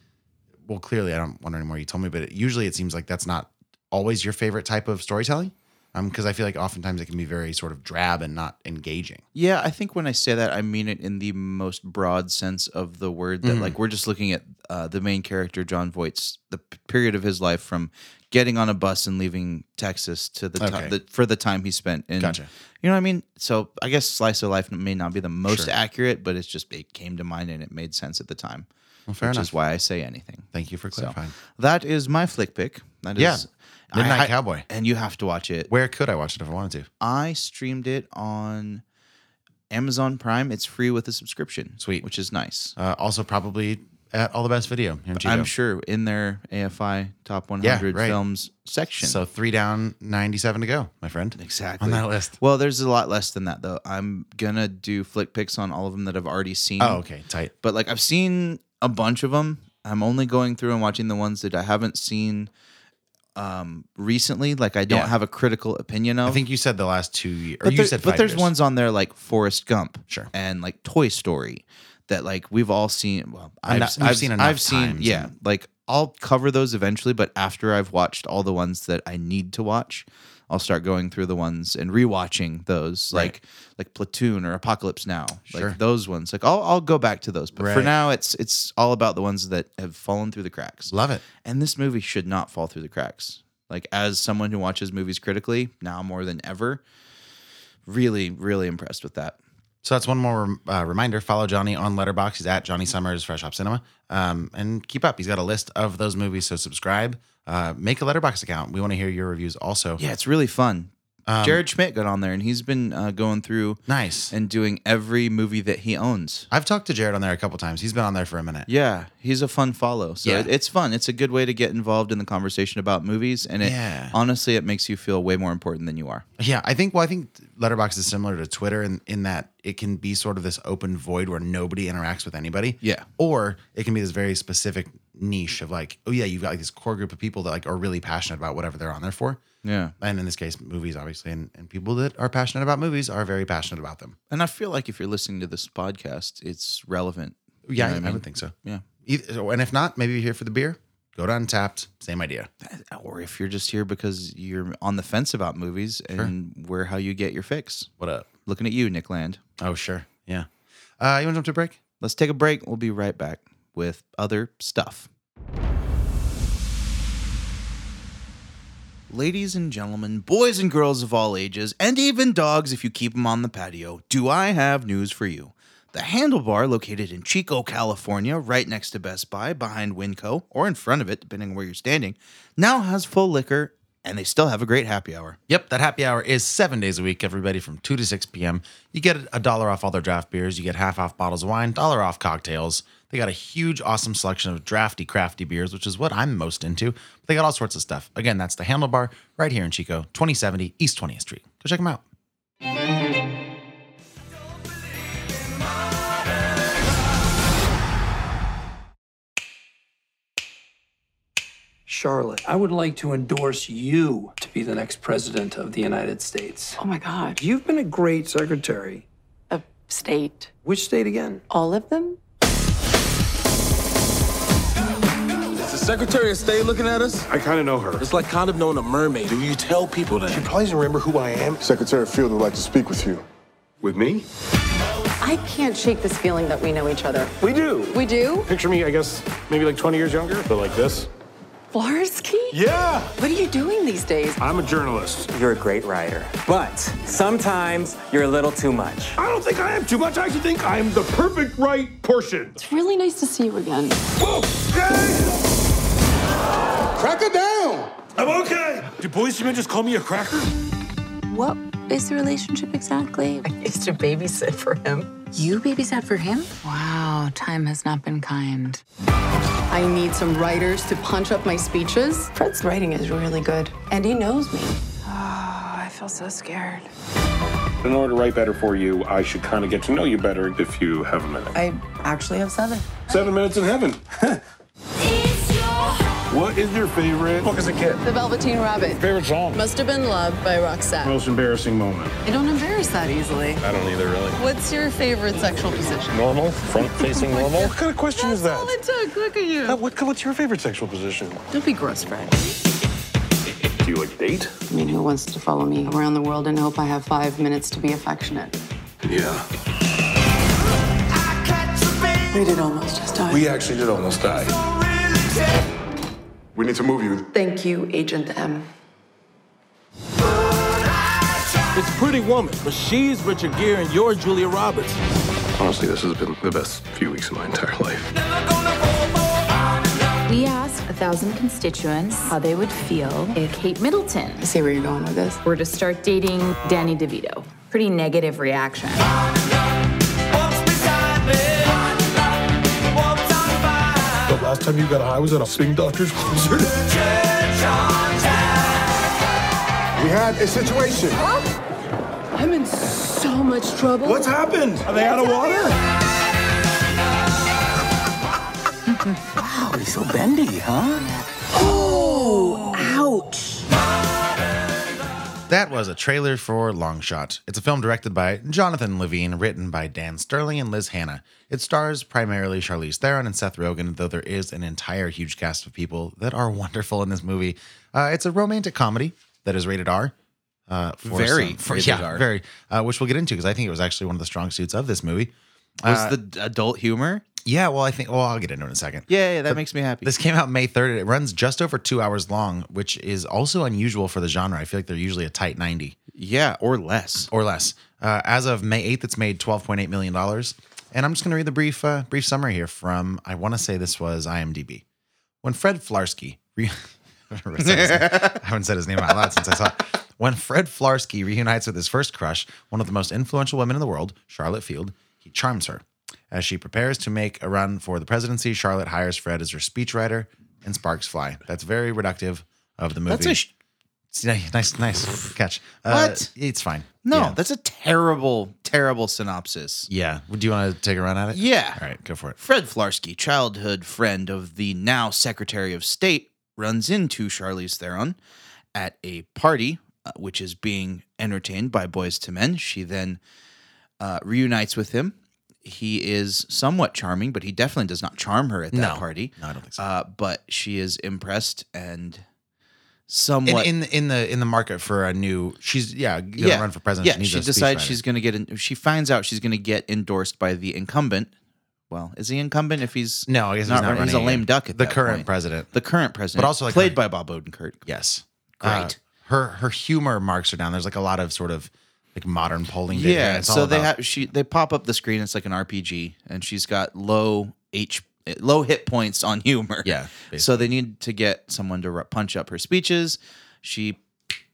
Speaker 5: well, clearly I don't wonder anymore. You told me, but it, usually it seems like that's not always your favorite type of storytelling. Um, because I feel like oftentimes it can be very sort of drab and not engaging.
Speaker 6: Yeah, I think when I say that, I mean it in the most broad sense of the word that,
Speaker 5: Mm.
Speaker 6: like, we're just looking at uh, the main character, John Voight's, the p- period of his life from getting on a bus and leaving Texas to the,
Speaker 5: Okay.
Speaker 6: time the for the time he spent in.
Speaker 5: Gotcha.
Speaker 6: You know what I mean? So I guess slice of life may not be the most
Speaker 5: Sure.
Speaker 6: accurate, but it's just, it came to mind and it made sense at the time.
Speaker 5: Well, fair
Speaker 6: which
Speaker 5: enough.
Speaker 6: is why I say anything.
Speaker 5: Thank you for
Speaker 6: So
Speaker 5: clarifying.
Speaker 6: that is my flick pick. That is
Speaker 5: Yeah.
Speaker 6: I
Speaker 5: Midnight
Speaker 6: hi-
Speaker 5: Cowboy.
Speaker 6: And you have to watch it.
Speaker 5: Where could I watch it if I wanted to?
Speaker 6: I streamed it on Amazon Prime. It's free with a subscription.
Speaker 5: Sweet.
Speaker 6: Which is nice.
Speaker 5: Uh, also probably at all the best video. Here in Chico.
Speaker 6: I'm sure in their AFI top 100
Speaker 5: right.
Speaker 6: films section.
Speaker 5: So three down, ninety-seven to go, my friend.
Speaker 6: exactly.
Speaker 5: on that list.
Speaker 6: Well, there's a lot less than that though. I'm going to do flick picks on all of them that I've already seen.
Speaker 5: Oh, okay, tight.
Speaker 6: But like I've seen a bunch of them. I'm only going through and watching the ones that I haven't seen um recently like I don't
Speaker 5: Yeah.
Speaker 6: have a critical opinion of.
Speaker 5: I think you said the last two years. Or
Speaker 6: But,
Speaker 5: you
Speaker 6: there-
Speaker 5: said
Speaker 6: but
Speaker 5: five
Speaker 6: there's
Speaker 5: years.
Speaker 6: ones on there like Forrest Gump,
Speaker 5: Sure.
Speaker 6: and like Toy Story, that like we've all seen. Well, I've,
Speaker 5: Enough- we've
Speaker 6: I've
Speaker 5: seen
Speaker 6: seen,
Speaker 5: enough
Speaker 6: I've seen,
Speaker 5: times
Speaker 6: yeah.
Speaker 5: and-
Speaker 6: Like I'll cover those eventually, but after I've watched all the ones that I need to watch, I'll start going through the ones and rewatching those, like like Platoon or Apocalypse Now,
Speaker 5: Sure.
Speaker 6: like those ones. Like I'll I'll go back to those, but for
Speaker 5: Right.
Speaker 6: now it's it's all about the ones that have fallen through the cracks.
Speaker 5: Love it.
Speaker 6: And this movie should not fall through the cracks. Like as someone who watches movies critically now more than ever, really, really impressed with that.
Speaker 5: So that's one more uh, reminder. Follow Johnny on Letterbox. He's at Johnny Summers Fresh Hop Cinema. Um, and keep up. He's got a list of those movies. So subscribe. Uh, make a Letterbox account. We want to hear your reviews also.
Speaker 6: Yeah, it's really fun.
Speaker 5: Um,
Speaker 6: Jared Schmidt got on there and he's been uh, going through
Speaker 5: Nice.
Speaker 6: and doing every movie that he owns.
Speaker 5: I've talked to Jared on there a couple times. He's been on there for a minute.
Speaker 6: Yeah, he's a fun follow. So
Speaker 5: Yeah.
Speaker 6: it- it's fun. It's a good way to get involved in the conversation about movies, and it
Speaker 5: Yeah.
Speaker 6: honestly it makes you feel way more important than you are.
Speaker 5: Yeah, I think. Well, I think Letterbox is similar to Twitter in, in that it can be sort of this open void where nobody interacts with anybody.
Speaker 6: Yeah.
Speaker 5: Or it can be this very specific niche of like, oh yeah, you've got like this core group of people that like are really passionate about whatever they're on there for.
Speaker 6: Yeah,
Speaker 5: And in this case, movies, obviously, and, and people that are passionate about movies are very passionate about them.
Speaker 6: and I feel like if you're listening to this podcast, it's relevant. You
Speaker 5: Yeah,
Speaker 6: know
Speaker 5: I,
Speaker 6: what
Speaker 5: I
Speaker 6: mean?
Speaker 5: would think so.
Speaker 6: Yeah.
Speaker 5: Either, so- and if not, maybe you're here for the beer. Go to Untapped. Same idea.
Speaker 6: or if you're just here because you're on the fence about movies and we're how you get your fix.
Speaker 5: What up?
Speaker 6: Looking at you, Nick Land.
Speaker 5: Oh, sure. Yeah. Uh, you want to jump to a break?
Speaker 6: Let's take a break. We'll be right back with other stuff. Ladies and gentlemen, boys and girls of all ages, and even dogs if you keep them on the patio, do I have news for you? The Handlebar, located in Chico, California, right next to Best Buy, behind Winco, or in front of it, depending on where you're standing, now has full liquor and they still have a great happy hour.
Speaker 5: Yep, that happy hour is seven days a week, everybody from 2 to 6 p.m. You get a dollar off all their draft beers, you get half off bottles of wine, dollar off cocktails. They got a huge, awesome selection of drafty, crafty beers, which is what I'm most into. But they got all sorts of stuff. Again, that's the Handlebar right here in Chico, 2070 East 20th Street. Go check them out.
Speaker 1: Charlotte, I would like to endorse you to be the next president of the United States.
Speaker 7: Oh my God.
Speaker 1: You've been a great secretary.
Speaker 7: Of state.
Speaker 1: Which state again?
Speaker 7: All of them?
Speaker 8: Is the Secretary of State looking at us?
Speaker 9: I kind of know her.
Speaker 8: It's like kind of knowing a mermaid.
Speaker 9: Do you tell people that?
Speaker 8: She probably doesn't remember who I am.
Speaker 9: Secretary Field would like to speak with you. With me?
Speaker 7: I can't shake this feeling that we know each other.
Speaker 9: We do.
Speaker 7: We do?
Speaker 9: Picture me, I guess, maybe like 20 years younger, but like this.
Speaker 7: Flarsky?
Speaker 9: Yeah!
Speaker 7: What are you doing these days?
Speaker 9: I'm a journalist.
Speaker 10: You're a great writer, but sometimes you're a little too much.
Speaker 9: I don't think I am too much. I actually think I am the perfect right portion.
Speaker 7: It's really nice to see you again.
Speaker 9: Cracker down! I'm okay! Did Boys to Men just call me a cracker?
Speaker 11: What is the relationship exactly?
Speaker 7: (laughs) I used to babysit for him.
Speaker 11: You babysat for him? Wow, time has not been kind.
Speaker 7: I need some writers to punch up my speeches. Fred's writing is really good, and he knows me.
Speaker 11: Oh, I feel so scared.
Speaker 9: In order to write better for you, I should kind of get to know you better if you have a minute.
Speaker 11: I actually have seven.
Speaker 9: Seven minutes in heaven. (laughs) what is your favorite book as a kid?
Speaker 7: The Velveteen Rabbit.
Speaker 9: Favorite song?
Speaker 7: Must have been Love by Roxette.
Speaker 9: Most embarrassing moment.
Speaker 7: I don't embarrass that easily.
Speaker 9: I don't either, really.
Speaker 7: What's your favorite sexual position?
Speaker 9: Normal? Front facing normal? what kind of question
Speaker 7: That's
Speaker 9: is that?
Speaker 7: all it took. Look at you.
Speaker 9: Uh, what, what's your favorite sexual position?
Speaker 7: Don't be gross, Fred.
Speaker 9: Do you like date?
Speaker 7: I mean, who wants to follow me around the world and hope I have five minutes to be affectionate?
Speaker 9: Yeah.
Speaker 7: We did almost just die.
Speaker 9: We actually did almost die. We need to move you.
Speaker 7: Thank you, Agent M.
Speaker 8: It's Pretty Woman, but she's Richard Gere and you're Julia Roberts.
Speaker 9: Honestly, this has been the best few weeks of my entire life.
Speaker 12: We asked a thousand constituents how they would feel if Kate Middleton
Speaker 7: I see where you're going with this.
Speaker 12: were to start dating Danny DeVito. Pretty negative reaction.
Speaker 8: The last time you got high was at a swing doctor's concert.
Speaker 9: We had a situation.
Speaker 7: I'm in so much trouble.
Speaker 9: What's happened? Are they out of water?
Speaker 8: Oh, he's so bendy, huh?
Speaker 5: That was a trailer for Long Shot. It's a film directed by Jonathan Levine, written by Dan Sterling and Liz Hanna. It stars primarily Charlize Theron and Seth Rogen, though there is an entire huge cast of people that are (laughs) wonderful in this movie. Uh, it's a romantic comedy that is rated R. Uh, for
Speaker 6: Very
Speaker 5: some- for,
Speaker 6: rated
Speaker 5: yeah,
Speaker 6: R.
Speaker 5: very, uh, which we'll get into because I think it was actually one of the strong suits of this movie.
Speaker 6: Was the d- adult humor?
Speaker 5: Yeah, well, I think, well, I'll get into it in a second.
Speaker 6: Yeah, yeah, that makes me happy.
Speaker 5: This came out May 3rd. It runs just over two hours long, which is also unusual for the genre. I feel like they're usually a tight 90.
Speaker 6: yeah, or less.
Speaker 5: or less. Uh, as of May 8th, it's made $12.8 million. And I'm just going to read the brief, uh, brief summary here from, I want to say this was IMDb. When Fred Flarsky, re- (laughs) I haven't said his name- I haven't said his name out loud since I saw it. When Fred Flarsky reunites with his first crush, one of the most influential women in the world, Charlotte Field, he charms her. As she prepares to make a run for the presidency, Charlotte hires Fred as her speechwriter and sparks fly. That's very reductive of the movie.
Speaker 6: That's a sh-
Speaker 5: It's- nice, nice catch. Uh,
Speaker 6: What?
Speaker 5: It's fine.
Speaker 6: no.
Speaker 5: Yeah.
Speaker 6: That's a terrible, terrible synopsis.
Speaker 5: Yeah. Do you want to take a run at it?
Speaker 6: Yeah.
Speaker 5: All right, go for it.
Speaker 6: Fred Flarsky, childhood friend of the now Secretary of State, runs into Charlize Theron at a party, uh, which is being entertained by boys to men. She then uh, reunites with him. He is somewhat charming, but he definitely does not charm her at that
Speaker 5: No.
Speaker 6: party.
Speaker 5: No, I don't think so.
Speaker 6: Uh, but she is impressed and
Speaker 5: In,
Speaker 6: somewhat
Speaker 5: in the- in the in the market for a new, she's yeah, gonna run for president.
Speaker 6: Yeah,
Speaker 5: needs
Speaker 6: she
Speaker 5: a
Speaker 6: decides
Speaker 5: speechwriter.
Speaker 6: she's going to get. In, she finds out she's going to get endorsed by the incumbent. Well, is he incumbent if he's
Speaker 5: no, I guess he's not
Speaker 6: running?
Speaker 5: running.
Speaker 6: He's a lame
Speaker 5: again.
Speaker 6: duck at
Speaker 5: the
Speaker 6: that
Speaker 5: current
Speaker 6: point.
Speaker 5: president.
Speaker 6: The current president,
Speaker 5: But also, like,
Speaker 6: played
Speaker 5: her-
Speaker 6: by Bob Odenkirk.
Speaker 5: yes,
Speaker 6: Great.
Speaker 5: Uh, her her humor marks are down. There's like a lot of sort of like modern polling. Data
Speaker 6: yeah.
Speaker 5: It's
Speaker 6: So
Speaker 5: all
Speaker 6: they
Speaker 5: about-
Speaker 6: have she they pop up the screen. It's like an RPG, and she's got low H low hit points on humor.
Speaker 5: Yeah, basically.
Speaker 6: So they need to get someone to ru- punch up her speeches. she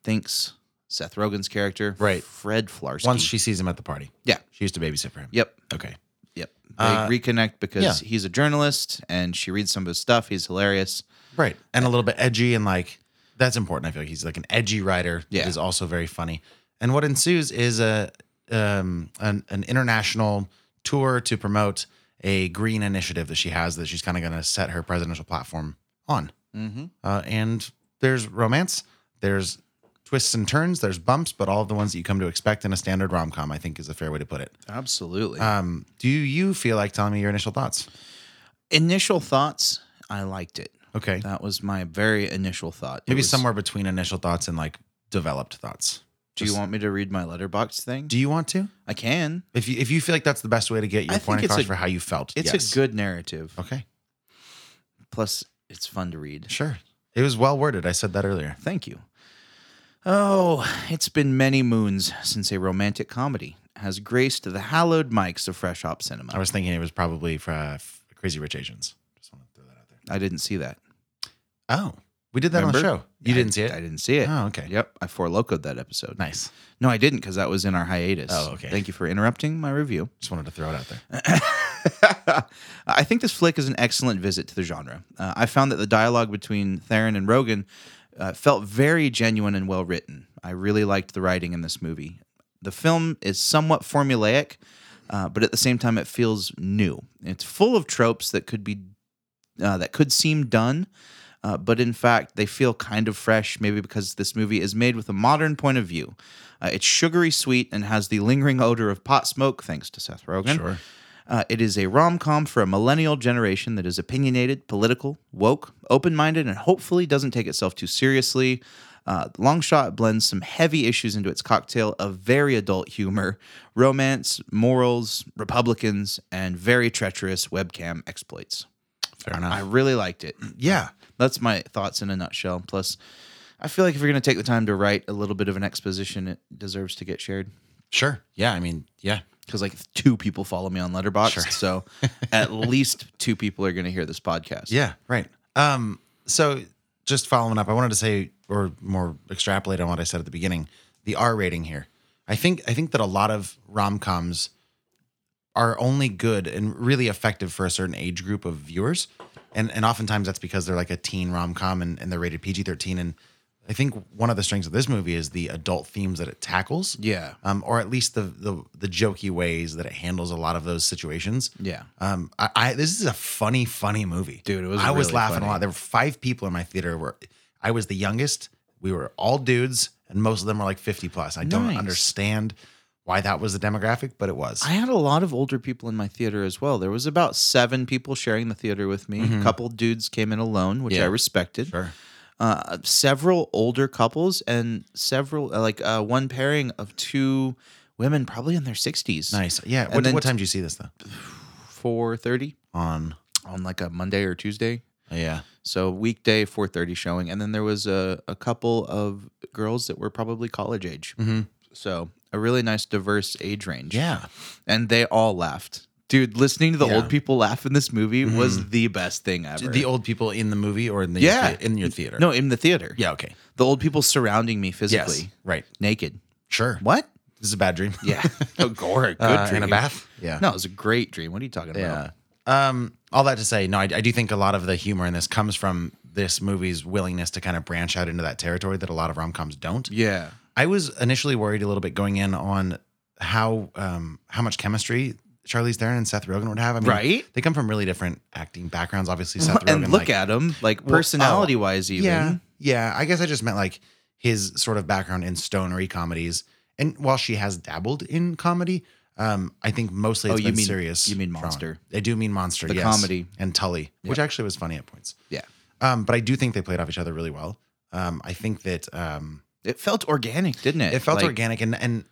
Speaker 6: thinks Seth Rogen's character,
Speaker 5: Right.
Speaker 6: Fred Flarsky.
Speaker 5: Once she sees him at the party.
Speaker 6: Yeah.
Speaker 5: She used to babysit for him.
Speaker 6: Yep.
Speaker 5: Okay.
Speaker 6: Yep. They
Speaker 5: Uh,
Speaker 6: reconnect because
Speaker 5: yeah.
Speaker 6: he's a journalist and she reads some of his stuff. He's hilarious.
Speaker 5: Right. And a little bit edgy and like that's important. I feel like he's like an edgy writer
Speaker 6: Yeah.
Speaker 5: that is also very funny. And what ensues is a um an, an international tour to promote a green initiative that she has that she's kind of going to set her presidential platform on.
Speaker 6: Mm-hmm.
Speaker 5: Uh, and there's romance, there's twists and turns, there's bumps, but all of the ones that you come to expect in a standard rom com, I think is a fair way to put it.
Speaker 6: Absolutely.
Speaker 5: Um, do you feel like telling me your initial thoughts?
Speaker 6: initial thoughts, I liked it.
Speaker 5: Okay.
Speaker 6: That was my very initial thought. It
Speaker 5: Maybe
Speaker 6: was-
Speaker 5: somewhere between initial thoughts and like developed thoughts.
Speaker 6: Do you want me to read my letterbox thing?
Speaker 5: Do you want to?
Speaker 6: I can.
Speaker 5: If you if you feel like that's the best way to get your
Speaker 6: I
Speaker 5: point
Speaker 6: think it's
Speaker 5: across
Speaker 6: a-
Speaker 5: for how you felt,
Speaker 6: It's
Speaker 5: yes.
Speaker 6: a good narrative.
Speaker 5: Okay,
Speaker 6: Plus, it's fun to read.
Speaker 5: sure. It was well worded. I said that earlier.
Speaker 6: Thank you. Oh, it's been many moons since a romantic comedy has graced the hallowed mics of Fresh Hop Cinema.
Speaker 5: I was thinking it was probably for uh, f- Crazy Rich Asians. Just want to throw that out there.
Speaker 6: I didn't see that.
Speaker 5: Oh, we did that on the
Speaker 6: Remember?
Speaker 5: show. You
Speaker 6: I-
Speaker 5: didn't see it.
Speaker 6: I didn't see it.
Speaker 5: Oh, okay.
Speaker 6: Yep. I forlocoed that episode.
Speaker 5: Nice.
Speaker 6: No, I didn't because that was in our hiatus.
Speaker 5: Oh, okay.
Speaker 6: Thank you for interrupting my review. (laughs)
Speaker 5: Just wanted to throw it out
Speaker 6: Uh,
Speaker 5: there.
Speaker 6: I think this flick is an excellent visit to the genre. Uh, I found that the dialogue between Theron and Rogan uh, felt very genuine and well written. I really liked the writing in this movie. The film is somewhat formulaic, uh, but at the same time, it feels new. It's full of tropes that could be uh, that could seem done, uh, but in fact, they feel kind of fresh, maybe because this movie is made with a modern point of view. Uh, it's sugary sweet and has the lingering odor of pot smoke, thanks to Seth Rogen.
Speaker 5: Sure.
Speaker 6: Uh, it is a rom com for a millennial generation that is opinionated, political, woke, open minded, and hopefully doesn't take itself too seriously. Uh, Longshot blends some heavy issues into its cocktail of very adult humor, romance, morals, Republicans, and very treacherous webcam exploits.
Speaker 5: Fair enough.
Speaker 6: I really liked it.
Speaker 5: Mm, yeah.
Speaker 6: That's my thoughts in a nutshell. Plus, I feel like if you're going to take the time to write a little bit of an exposition, it deserves to get shared.
Speaker 5: Sure. Yeah. I mean, yeah.
Speaker 6: Because like two people follow me on Letterboxd,
Speaker 5: Sure. (laughs)
Speaker 6: so at least two people are going to hear this podcast.
Speaker 5: Yeah, right. Um, so just following up, I wanted to say, or more extrapolate on what I said at the beginning, the R rating here. I think I think that a lot of rom coms are only good and really effective for a certain age group of viewers. And and oftentimes that's because they're like a teen rom com and, and they're rated PG thirteen. And I think one of the strengths of this movie is the adult themes that it tackles.
Speaker 6: Yeah.
Speaker 5: Um, or at least the the the jokey ways that it handles a lot of those situations.
Speaker 6: Yeah.
Speaker 5: Um, I, I this is a funny, funny movie,
Speaker 6: Dude, it was
Speaker 5: I was
Speaker 6: really
Speaker 5: laughing
Speaker 6: funny.
Speaker 5: a lot. There were five people in my theater. Where I was the youngest. We were all dudes, and most of them were like fifty plus. I don't
Speaker 6: Nice.
Speaker 5: understand why that was the demographic, but it was.
Speaker 6: I had a lot of older people in my theater as well. There was about seven people sharing the theater with me. A couple dudes came in alone, which
Speaker 5: Mm-hmm. Yeah.
Speaker 6: I respected.
Speaker 5: sure.
Speaker 6: uh, several older couples and several uh, like uh, one pairing of two women probably in their 60s
Speaker 5: Nice. Yeah.
Speaker 6: And
Speaker 5: What,
Speaker 6: then
Speaker 5: what
Speaker 6: t-
Speaker 5: time did you see this though?
Speaker 6: 4.30
Speaker 5: On.
Speaker 6: on like a monday or tuesday
Speaker 5: Yeah.
Speaker 6: so weekday 4.30 showing and then there was a, a couple of girls that were probably college age so a really nice diverse age range
Speaker 5: Mm-hmm. Yeah.
Speaker 6: and they all laughed dude listening to the
Speaker 5: Yeah. Mm-hmm.
Speaker 6: old people laugh in this movie was the best thing ever
Speaker 5: The old people in the movie or in the
Speaker 6: Yeah.
Speaker 5: in your theater.
Speaker 6: no in the theater
Speaker 5: Yeah. Okay.
Speaker 6: the old people surrounding me physically
Speaker 5: Right.
Speaker 6: naked
Speaker 5: Sure.
Speaker 6: what
Speaker 5: This is a bad dream. (laughs)
Speaker 6: Yeah. Oh, gore. Good
Speaker 5: Uh,
Speaker 6: dream.
Speaker 5: and a bath. Yeah.
Speaker 6: No, it was a great dream. What are you talking about?
Speaker 5: Yeah. Um, all that to say, no, I, I do think a lot of the humor in this comes from this movie's willingness to kind of branch out into that territory that a lot of rom coms don't.
Speaker 6: Yeah.
Speaker 5: I was initially worried a little bit going in on how um, how much chemistry Charlize Theron and Seth Rogen would have. I mean,
Speaker 6: Right?
Speaker 5: They come from really different acting backgrounds. Obviously, Seth Rogen.
Speaker 6: (laughs) and look
Speaker 5: like-
Speaker 6: at him, like
Speaker 5: Well, oh,
Speaker 6: personality wise, even.
Speaker 5: yeah, yeah. I guess I just meant like his sort of background in stonery comedies. And while she has dabbled in comedy, um, I think mostly
Speaker 6: Oh,
Speaker 5: it's
Speaker 6: you
Speaker 5: been
Speaker 6: mean-
Speaker 5: serious.
Speaker 6: you mean
Speaker 5: drama.
Speaker 6: Monster.
Speaker 5: I do mean monster.
Speaker 6: The
Speaker 5: yes.
Speaker 6: comedy.
Speaker 5: and Tully, which actually was funny at points.
Speaker 6: Yeah.
Speaker 5: Um, but I do think they played off each other really well. Um, I think that um,
Speaker 6: It felt organic, didn't it?
Speaker 5: it felt
Speaker 6: Like,
Speaker 5: organic and and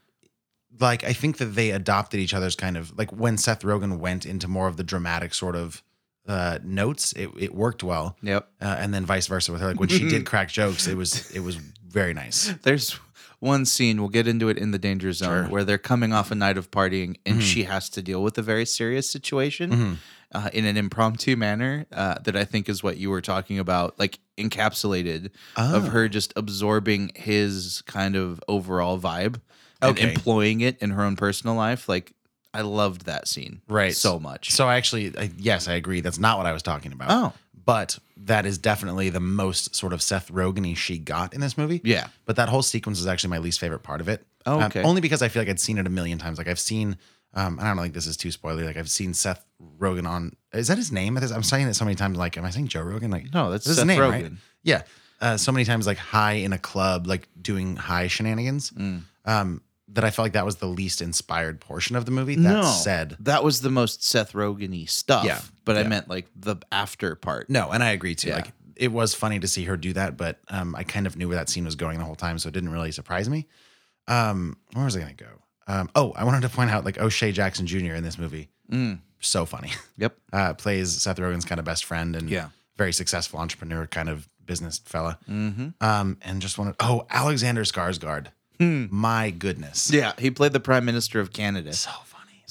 Speaker 5: like I think that they adopted each other's kind of like when Seth Rogen went into more of the dramatic sort of uh, notes, it, it worked well.
Speaker 6: Yep.
Speaker 5: Uh, and then vice versa with her. Like when she
Speaker 6: (laughs)
Speaker 5: did crack jokes, it was it was very nice.
Speaker 6: There's one scene, we'll get into it in the danger
Speaker 5: Mm-hmm.
Speaker 6: zone, where they're coming off a night of partying and she has to deal with a very serious situation. uh, in an impromptu manner uh, that I think is what you were talking about, like encapsulated of
Speaker 5: Oh.
Speaker 6: her just absorbing his kind of overall vibe
Speaker 5: Okay.
Speaker 6: and employing it in her own personal life. Like I loved that scene,
Speaker 5: right
Speaker 6: So much.
Speaker 5: So I actually, I, yes, I agree. That's not what I was talking about.
Speaker 6: Oh.
Speaker 5: but that is definitely the most sort of Seth Rogen she got in this movie.
Speaker 6: Yeah.
Speaker 5: but that whole sequence is actually my least favorite part of it.
Speaker 6: Oh,
Speaker 5: Um,
Speaker 6: okay.
Speaker 5: only because I feel like I'd seen it a million times. Like I've seen, um, I don't think this is too spoilery. Like I've seen Seth Rogen on. Is that his name? I'm saying it so many times. Like, am I saying Joe Rogan? Like,
Speaker 6: No, that's
Speaker 5: this is
Speaker 6: Seth
Speaker 5: his name,
Speaker 6: Rogen.
Speaker 5: right? Yeah. Uh, so many times, like high in a club, like doing high shenanigans,
Speaker 6: Mm.
Speaker 5: um, that I felt like that was the least inspired portion of the movie. That said,
Speaker 6: that was the most Seth Rogen-y stuff.
Speaker 5: Yeah.
Speaker 6: but I
Speaker 5: Yeah.
Speaker 6: meant like the after part.
Speaker 5: No, and I agree too.
Speaker 6: Yeah.
Speaker 5: Like it was funny to see her do that, but um, I kind of knew where that scene was going the whole time, so it didn't really surprise me. Um, where was I going to go? Um, oh, I wanted to point out like O'Shea Jackson Jr. in this movie,
Speaker 6: Mm.
Speaker 5: so funny. (laughs)
Speaker 6: Yep.
Speaker 5: Uh, plays Seth Rogen's kind of best friend and
Speaker 6: Yeah.
Speaker 5: very successful entrepreneur kind of business fella.
Speaker 6: Mm-hmm.
Speaker 5: Um, and just wanted oh Alexander Skarsgård, my goodness,
Speaker 6: Hmm. Yeah, he played the Prime Minister of Canada.
Speaker 5: so funny.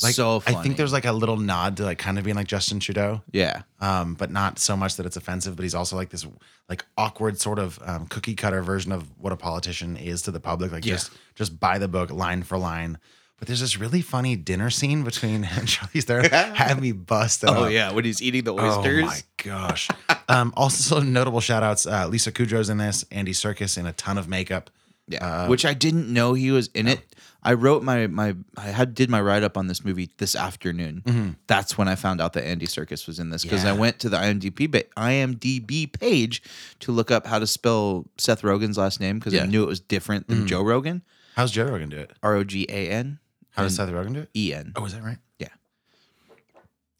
Speaker 5: Like
Speaker 6: so funny.
Speaker 5: I think there's like a little nod to like kind of being like Justin Trudeau
Speaker 6: yeah.
Speaker 5: um, but not so much that it's offensive. But he's also like this like awkward sort of um, cookie cutter version of what a politician is to the public, like
Speaker 6: Yeah.
Speaker 5: just just by the book, line for line. But there's this really funny dinner scene between him and (laughs) Charlize
Speaker 6: (laughs)
Speaker 5: Theron. Had me busted.
Speaker 6: Oh
Speaker 5: up.
Speaker 6: yeah, when he's eating the oysters.
Speaker 5: Uh, Oh my gosh. um, also, some notable shout outs uh, Lisa Kudrow's in this, Andy Circus in a ton of makeup.
Speaker 6: Yeah, which I didn't know he was in it. I wrote my my I had did my write up on this movie this afternoon. That's when I found out that Andy Circus was in this because I
Speaker 5: Mm-hmm. Yeah.
Speaker 6: went to the IMDb ba- IMDb page to look up how to spell Seth Rogen's last name because
Speaker 5: Yeah. Mm-hmm.
Speaker 6: I knew it was different than Joe Rogan.
Speaker 5: How's Joe Rogan do it?
Speaker 6: R O G A N
Speaker 5: How does Seth Rogen do it?
Speaker 6: E N.
Speaker 5: Oh, is that right?
Speaker 6: Yeah.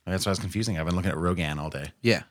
Speaker 5: That's why I was confusing. I've been looking at Rogan all day.
Speaker 6: Yeah.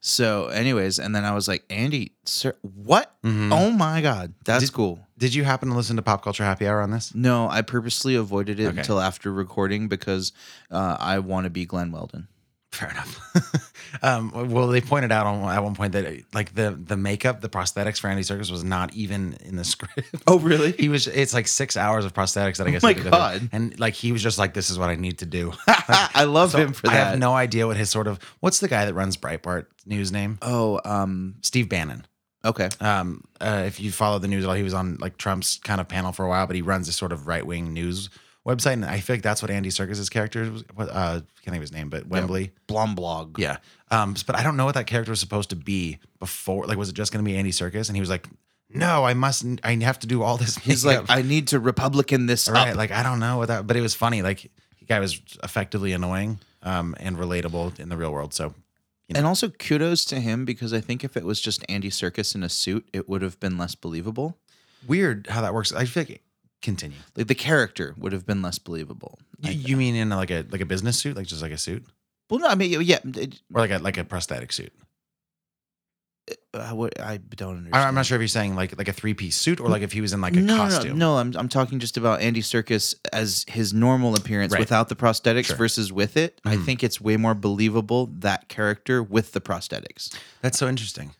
Speaker 6: So, anyways, and then I was like, Andy, sir, what? Oh my God, that's cool.
Speaker 5: Mm-hmm. Did you happen to listen to Pop Culture Happy Hour on this?
Speaker 6: No, I purposely avoided it
Speaker 5: Okay.
Speaker 6: until after recording because uh, I want to be Glenn Weldon.
Speaker 5: Fair enough. (laughs) um, well, they pointed out on, at one point that uh, like the the makeup, the prosthetics for Andy Circus was not even in the (laughs) script.
Speaker 6: Oh, really? (laughs)
Speaker 5: he was. It's like six hours of prosthetics that I guess.
Speaker 6: my
Speaker 5: they did over.
Speaker 6: God.
Speaker 5: And like he was just like, this is what I need to do.
Speaker 6: (laughs) I love
Speaker 5: So
Speaker 6: him for
Speaker 5: I
Speaker 6: that.
Speaker 5: have no idea what his sort of what's the guy that runs Breitbart News name?
Speaker 6: Oh, um,
Speaker 5: Steve Bannon.
Speaker 6: okay.
Speaker 5: Um, uh, if you follow the news at all, he was on like Trump's kind of panel for a while, but he runs this sort of right wing news website, and I feel like that's what Andy Circus's character was. what, Uh, can't think of his name, but Wembley.
Speaker 6: Blomblog.
Speaker 5: Yeah. Um, but I don't know what that character was supposed to be before. Like, was it just going to be Andy Circus? And he was like, "No, I mustn't. I have to do all (laughs) this."
Speaker 6: He's like, I need to Republican this
Speaker 5: right?
Speaker 6: up.
Speaker 5: Like, I don't know what that. But it was funny. Like, the guy was effectively annoying um, and relatable in the real world. So,
Speaker 6: and also kudos to him because I think if it was just Andy Circus in a suit, it would have been less believable.
Speaker 5: weird how that works. I feel like continue.
Speaker 6: Like the character would have been less believable.
Speaker 5: You, you mean in like a like a business suit, like just like a suit,
Speaker 6: Well, no, I mean, yeah, it,
Speaker 5: or like a like a prosthetic suit?
Speaker 6: I, would, uh, I don't understand.
Speaker 5: I, I'm not sure if you're saying like like a three piece suit or like if he was in like a
Speaker 6: no, no, no,
Speaker 5: costume.
Speaker 6: No, I'm I'm talking just about Andy Circus as his normal appearance
Speaker 5: Right.
Speaker 6: without the prosthetics
Speaker 5: Sure.
Speaker 6: versus with it. I
Speaker 5: Mhm.
Speaker 6: think it's way more believable that character with the prosthetics.
Speaker 5: That's so interesting.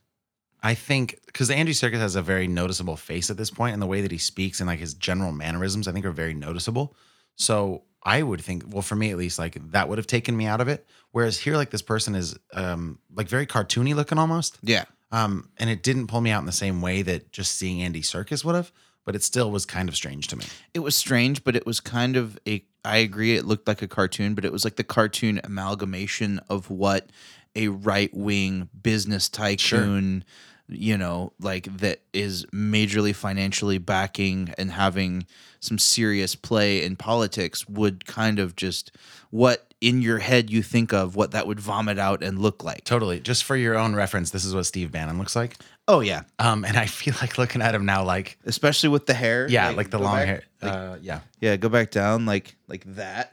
Speaker 5: I think because Andrew Serkis has a very noticeable face at this point, and the way that he speaks and like his general mannerisms, I think, are very noticeable. So I would think, well, for me at least, like that would have taken me out of it. Whereas here, like this person is um like very cartoony looking almost,
Speaker 6: Yeah.
Speaker 5: um, and it didn't pull me out in the same way that just seeing Andy Serkis would have. But it still was kind of strange to me.
Speaker 6: It was strange, but it was kind of a. I agree, it looked like a cartoon, but it was like the cartoon amalgamation of what a right wing business tycoon, you know, like that is majorly financially backing and having some serious play in politics would kind of just what in your head you think of what that would vomit out and look like.
Speaker 5: Totally. Just for your own reference, this is what Steve Bannon looks like.
Speaker 6: Oh, yeah.
Speaker 5: Um, and I feel like looking at him now, like
Speaker 6: Especially with the hair.
Speaker 5: yeah, like, the
Speaker 6: go
Speaker 5: long
Speaker 6: back-
Speaker 5: hair.
Speaker 6: like,
Speaker 5: uh, yeah.
Speaker 6: Yeah, go back down like like that.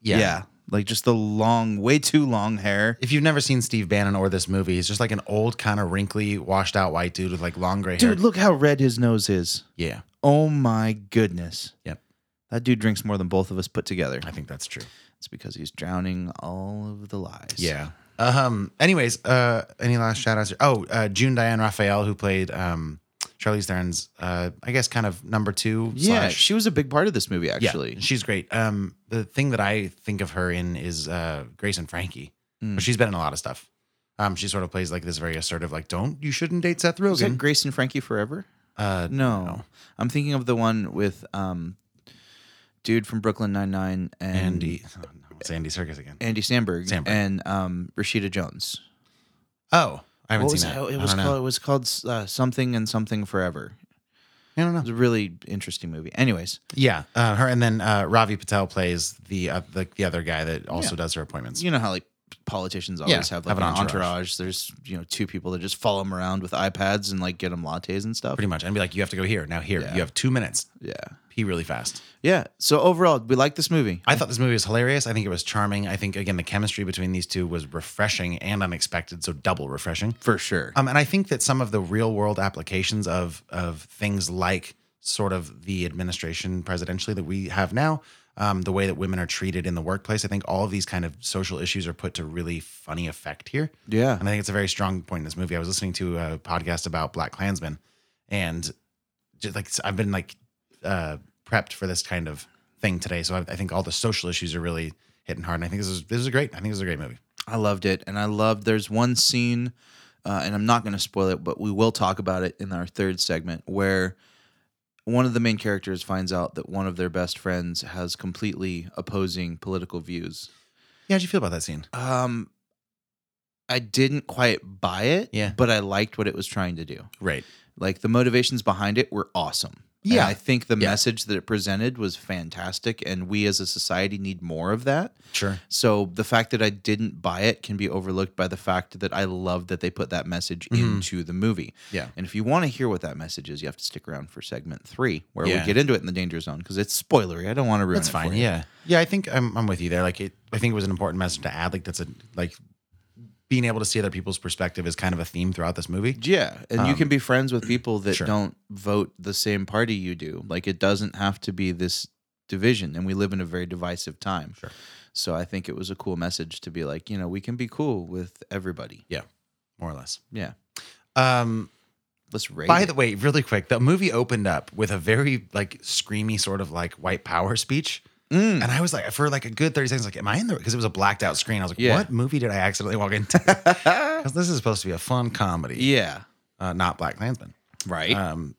Speaker 6: Yeah. Like just the long, way too long hair.
Speaker 5: if you've never seen Steve Bannon or this movie, he's just like an old, kind of wrinkly, washed out white dude with like long gray hair.
Speaker 6: Dude, look how red his nose is.
Speaker 5: Yeah.
Speaker 6: Oh my goodness.
Speaker 5: Yep.
Speaker 6: That dude drinks more than both of us put together.
Speaker 5: I think that's true.
Speaker 6: It's because he's drowning all of the lies.
Speaker 5: Yeah. Um, anyways, uh, any last shout outs? Oh, uh, June Diane Raphael, who played, um, Charlize Theron's, uh, I guess kind of number two.
Speaker 6: Yeah.
Speaker 5: slash-
Speaker 6: She was a big part of this movie,
Speaker 5: Yeah,
Speaker 6: actually.
Speaker 5: she's great. Um, the thing that I think of her in is, uh, Grace and Frankie.
Speaker 6: Hmm.
Speaker 5: But she's been in a lot of stuff. Um, she sort of plays like this very assertive, like, don't, you shouldn't date Seth Rogen.
Speaker 6: Is that Grace and Frankie Forever?
Speaker 5: Uh,
Speaker 6: no. I'm thinking of the one with um, dude from Brooklyn Nine Nine and
Speaker 5: Andy. Oh, no, it's Andy Circus again.
Speaker 6: Andy Samberg,
Speaker 5: Samberg.
Speaker 6: and um, Rashida Jones.
Speaker 5: Oh, I haven't
Speaker 6: What was
Speaker 5: seen that.
Speaker 6: It,
Speaker 5: I
Speaker 6: it was
Speaker 5: don't know.
Speaker 6: called. It was called uh, something and something forever.
Speaker 5: I don't know.
Speaker 6: It was a really interesting movie. Anyways,
Speaker 5: Yeah, uh, her and then uh, Ravi Patel plays the uh, the, the other guy that also does her appointments.
Speaker 6: you know how like politicians
Speaker 5: Yeah,
Speaker 6: always have like
Speaker 5: have an
Speaker 6: an entourage.
Speaker 5: entourage.
Speaker 6: There's you know two people that just follow them around with iPads and like get them lattes and stuff.
Speaker 5: pretty much, and be like, you have to go here now. Here,
Speaker 6: Yeah.
Speaker 5: you have two minutes.
Speaker 6: Yeah,
Speaker 5: Pee really fast.
Speaker 6: yeah. So overall, we like this movie.
Speaker 5: I thought this movie was hilarious. I think it was charming. I think again the chemistry between these two was refreshing and unexpected, so double refreshing.
Speaker 6: for sure.
Speaker 5: Um, and I think that some of the real world applications of of things like sort of the administration presidentially that we have now, um, the way that women are treated in the workplace, I think all of these kind of social issues are put to really funny effect here.
Speaker 6: yeah,
Speaker 5: And I think it's a very strong point in this movie. I was listening to a podcast about Black Klansmen, and just like I've been like uh, prepped for this kind of thing today, so I, I think all the social issues are really hitting hard. And I think this is this is great. I think this is a great movie.
Speaker 6: I loved it, and I loved. There's one scene, uh, and I'm not going to spoil it, but we will talk about it in our third segment where one of the main characters finds out that one of their best friends has completely opposing political views.
Speaker 5: Yeah, how'd you feel about that scene?
Speaker 6: Um, I didn't quite buy it,
Speaker 5: Yeah.
Speaker 6: but I liked what it was trying to do.
Speaker 5: Right.
Speaker 6: Like the motivations behind it were awesome. And
Speaker 5: Yeah.
Speaker 6: I think the
Speaker 5: Yeah.
Speaker 6: message that it presented was fantastic, and we as a society need more of that.
Speaker 5: Sure.
Speaker 6: So the fact that I didn't buy it can be overlooked by the fact that I love that they put that message into the movie.
Speaker 5: Mm-hmm. Yeah.
Speaker 6: And if you want to hear what that message is, you have to stick around for segment three, where
Speaker 5: Yeah.
Speaker 6: we get into it in the danger zone because it's spoilery. I don't want to ruin
Speaker 5: That's
Speaker 6: it
Speaker 5: fine.
Speaker 6: for you.
Speaker 5: Yeah. Yeah, I think I'm I'm with you there. Like it I think it was an important message to add. Like that's a like being able to see other people's perspective is kind of a theme throughout this movie.
Speaker 6: Yeah, and you can be friends with people that
Speaker 5: Um, sure.
Speaker 6: don't vote the same party you do. Like it doesn't have to be this division, and we live in a very divisive time. Sure. So I think it was a cool message to be like, you know, we can be cool with everybody.
Speaker 5: Yeah. More or less.
Speaker 6: Yeah.
Speaker 5: Um
Speaker 6: Let's rate.
Speaker 5: by
Speaker 6: it.
Speaker 5: the way, really quick, the movie opened up with a very like screamy sort of like white power speech. And I was like, for like a good 30 seconds, like, am I in the because it was a blacked out screen. I was like,
Speaker 6: Yeah.
Speaker 5: what movie did I accidentally walk (laughs) into? Because this is supposed to be a fun comedy.
Speaker 6: yeah.
Speaker 5: Uh, not Black Klansman.
Speaker 6: Right.
Speaker 5: Um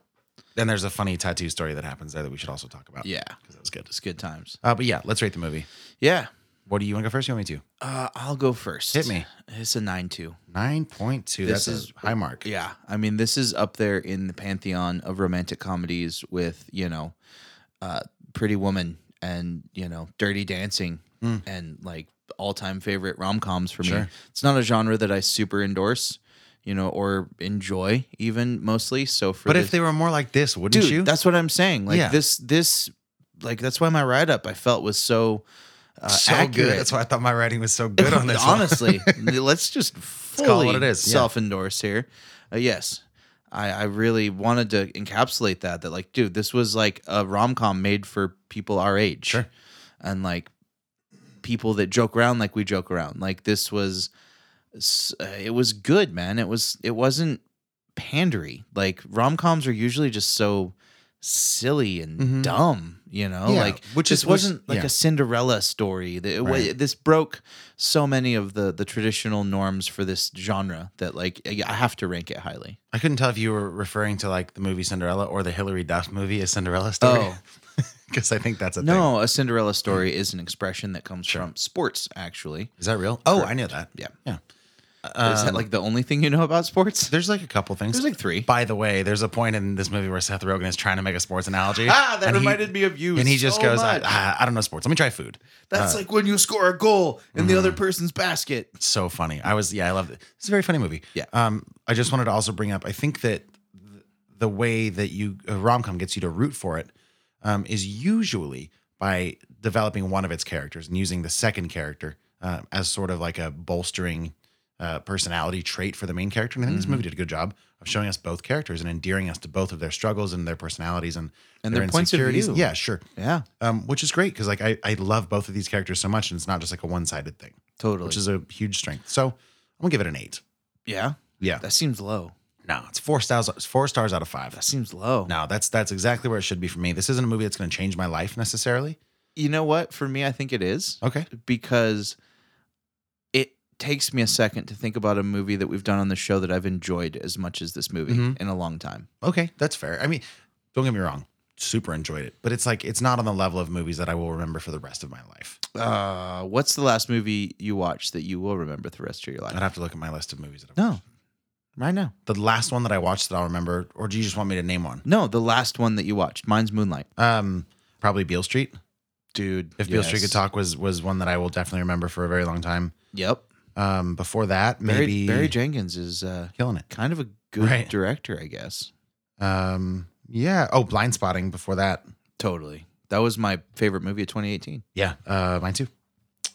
Speaker 5: then there's a funny tattoo story that happens there that we should also talk about.
Speaker 6: yeah.
Speaker 5: Because it was good.
Speaker 6: It's good times.
Speaker 5: Uh, but yeah, let's rate the movie.
Speaker 6: Yeah.
Speaker 5: What do you want to go first? You want me to?
Speaker 6: Uh, I'll go first.
Speaker 5: Hit me.
Speaker 6: It's a nine two.
Speaker 5: Nine point two.
Speaker 6: This
Speaker 5: That's
Speaker 6: is-
Speaker 5: a high mark.
Speaker 6: Yeah, I mean, this is up there in the pantheon of romantic comedies with you know, uh, Pretty Woman and you know, Dirty Dancing and like all-time favorite rom-coms for me.
Speaker 5: Hmm. Sure.
Speaker 6: It's not a genre that I super endorse, you know, or enjoy even mostly. So for
Speaker 5: But
Speaker 6: this,
Speaker 5: if they were more like this, wouldn't
Speaker 6: dude,
Speaker 5: you?
Speaker 6: that's what I'm saying. Like
Speaker 5: Yeah.
Speaker 6: this, this, like that's why my write-up I felt was so uh,
Speaker 5: so
Speaker 6: accurate.
Speaker 5: good. That's why I thought my writing was so (laughs) good
Speaker 6: (laughs)
Speaker 5: on this. one.
Speaker 6: Honestly, let's
Speaker 5: (laughs)
Speaker 6: just fully
Speaker 5: call it what it is, yeah.
Speaker 6: self-endorse here. Uh, yes, I, I really wanted to encapsulate that. That like, dude, this was like a rom-com made for people our age,
Speaker 5: Sure.
Speaker 6: and like people that joke around like we joke around. Like this was, s- uh, it was good, man. It was, it wasn't pandery. Like rom-coms are usually just so silly and dumb, you know.
Speaker 5: Mm-hmm. Yeah,
Speaker 6: like
Speaker 5: which
Speaker 6: this
Speaker 5: is- which-
Speaker 6: wasn't like
Speaker 5: yeah.
Speaker 6: a Cinderella story. That it wa-
Speaker 5: Right.
Speaker 6: this broke so many of the the traditional norms for this genre that like I I have to rank it highly.
Speaker 5: I couldn't tell if you were referring to like the movie Cinderella or the Hillary Duff movie, a Cinderella story. (laughs)
Speaker 6: Oh.
Speaker 5: Because I think that's a thing.
Speaker 6: No, a Cinderella story is an expression that comes from sports. Actually, Uh,
Speaker 5: Is that real? Oh, I knew that.
Speaker 6: Yeah.
Speaker 5: Yeah.
Speaker 6: is that like the only thing you know about sports?
Speaker 5: There's like a couple things.
Speaker 6: There's like three.
Speaker 5: By the way, there's a point in this movie where Seth Rogen is trying to make a sports analogy.
Speaker 6: Ah, that
Speaker 5: and he-
Speaker 6: reminded me of you
Speaker 5: And he just
Speaker 6: so
Speaker 5: goes,
Speaker 6: much.
Speaker 5: I, I don't know sports. Let me try food. Uh,
Speaker 6: That's like when you score a goal in the other person's basket.
Speaker 5: so funny. I was yeah, I loved it. It's a very funny movie.
Speaker 6: Yeah.
Speaker 5: Um, I just wanted to also bring up. I think that th- the way that you a rom com gets you to root for it um, is usually by developing one of its characters and using the second character uh, as sort of like a bolstering uh, personality trait for the main character. And I think this
Speaker 6: Mm-hmm.
Speaker 5: movie did a good job of showing us both characters and endearing us to both of their struggles and their personalities and
Speaker 6: And their points of
Speaker 5: insecurities.
Speaker 6: view.
Speaker 5: Yeah, sure.
Speaker 6: Yeah,
Speaker 5: Um, which is great because like I, I love both of these characters so much and it's not just like a one sided thing
Speaker 6: totally.
Speaker 5: which is a huge strength. So I'm gonna give it an eight.
Speaker 6: yeah,
Speaker 5: Yeah.
Speaker 6: that seems low.
Speaker 5: No, it's four stars. It's four stars out of five.
Speaker 6: That seems low.
Speaker 5: No, that's that's exactly where it should be for me. This isn't a movie that's gonna change my life necessarily.
Speaker 6: You know what? For me, I think it is.
Speaker 5: Okay.
Speaker 6: because it takes me a second to think about a movie that we've done on the show that I've enjoyed as much as this movie
Speaker 5: Mhm.
Speaker 6: in a long time.
Speaker 5: Okay, that's fair. I mean, don't get me wrong, super enjoyed it, but it's like it's not on the level of movies that I will remember for the rest of my life.
Speaker 6: Uh, what's the last movie you watched that you will remember the rest of your life?
Speaker 5: I'd have to look at my list of movies that I've
Speaker 6: No, right now.
Speaker 5: The last one that I watched that I'll remember, or do you just want me to name one?
Speaker 6: No, the last one that you watched. Mine's Moonlight. Uh,
Speaker 5: Um, probably Beale Street.
Speaker 6: Dude,
Speaker 5: If Beale Street could talk was was one that I will definitely remember for a very long time.
Speaker 6: Yep.
Speaker 5: Um, before that,
Speaker 6: Barry,
Speaker 5: maybe
Speaker 6: Barry Jenkins is uh,
Speaker 5: killing it.
Speaker 6: kind of a good
Speaker 5: Right.
Speaker 6: director, I guess.
Speaker 5: Um, yeah. Oh, Blind Spotting. Before that,
Speaker 6: Totally. That was my favorite movie of 2018.
Speaker 5: yeah. Uh, mine too.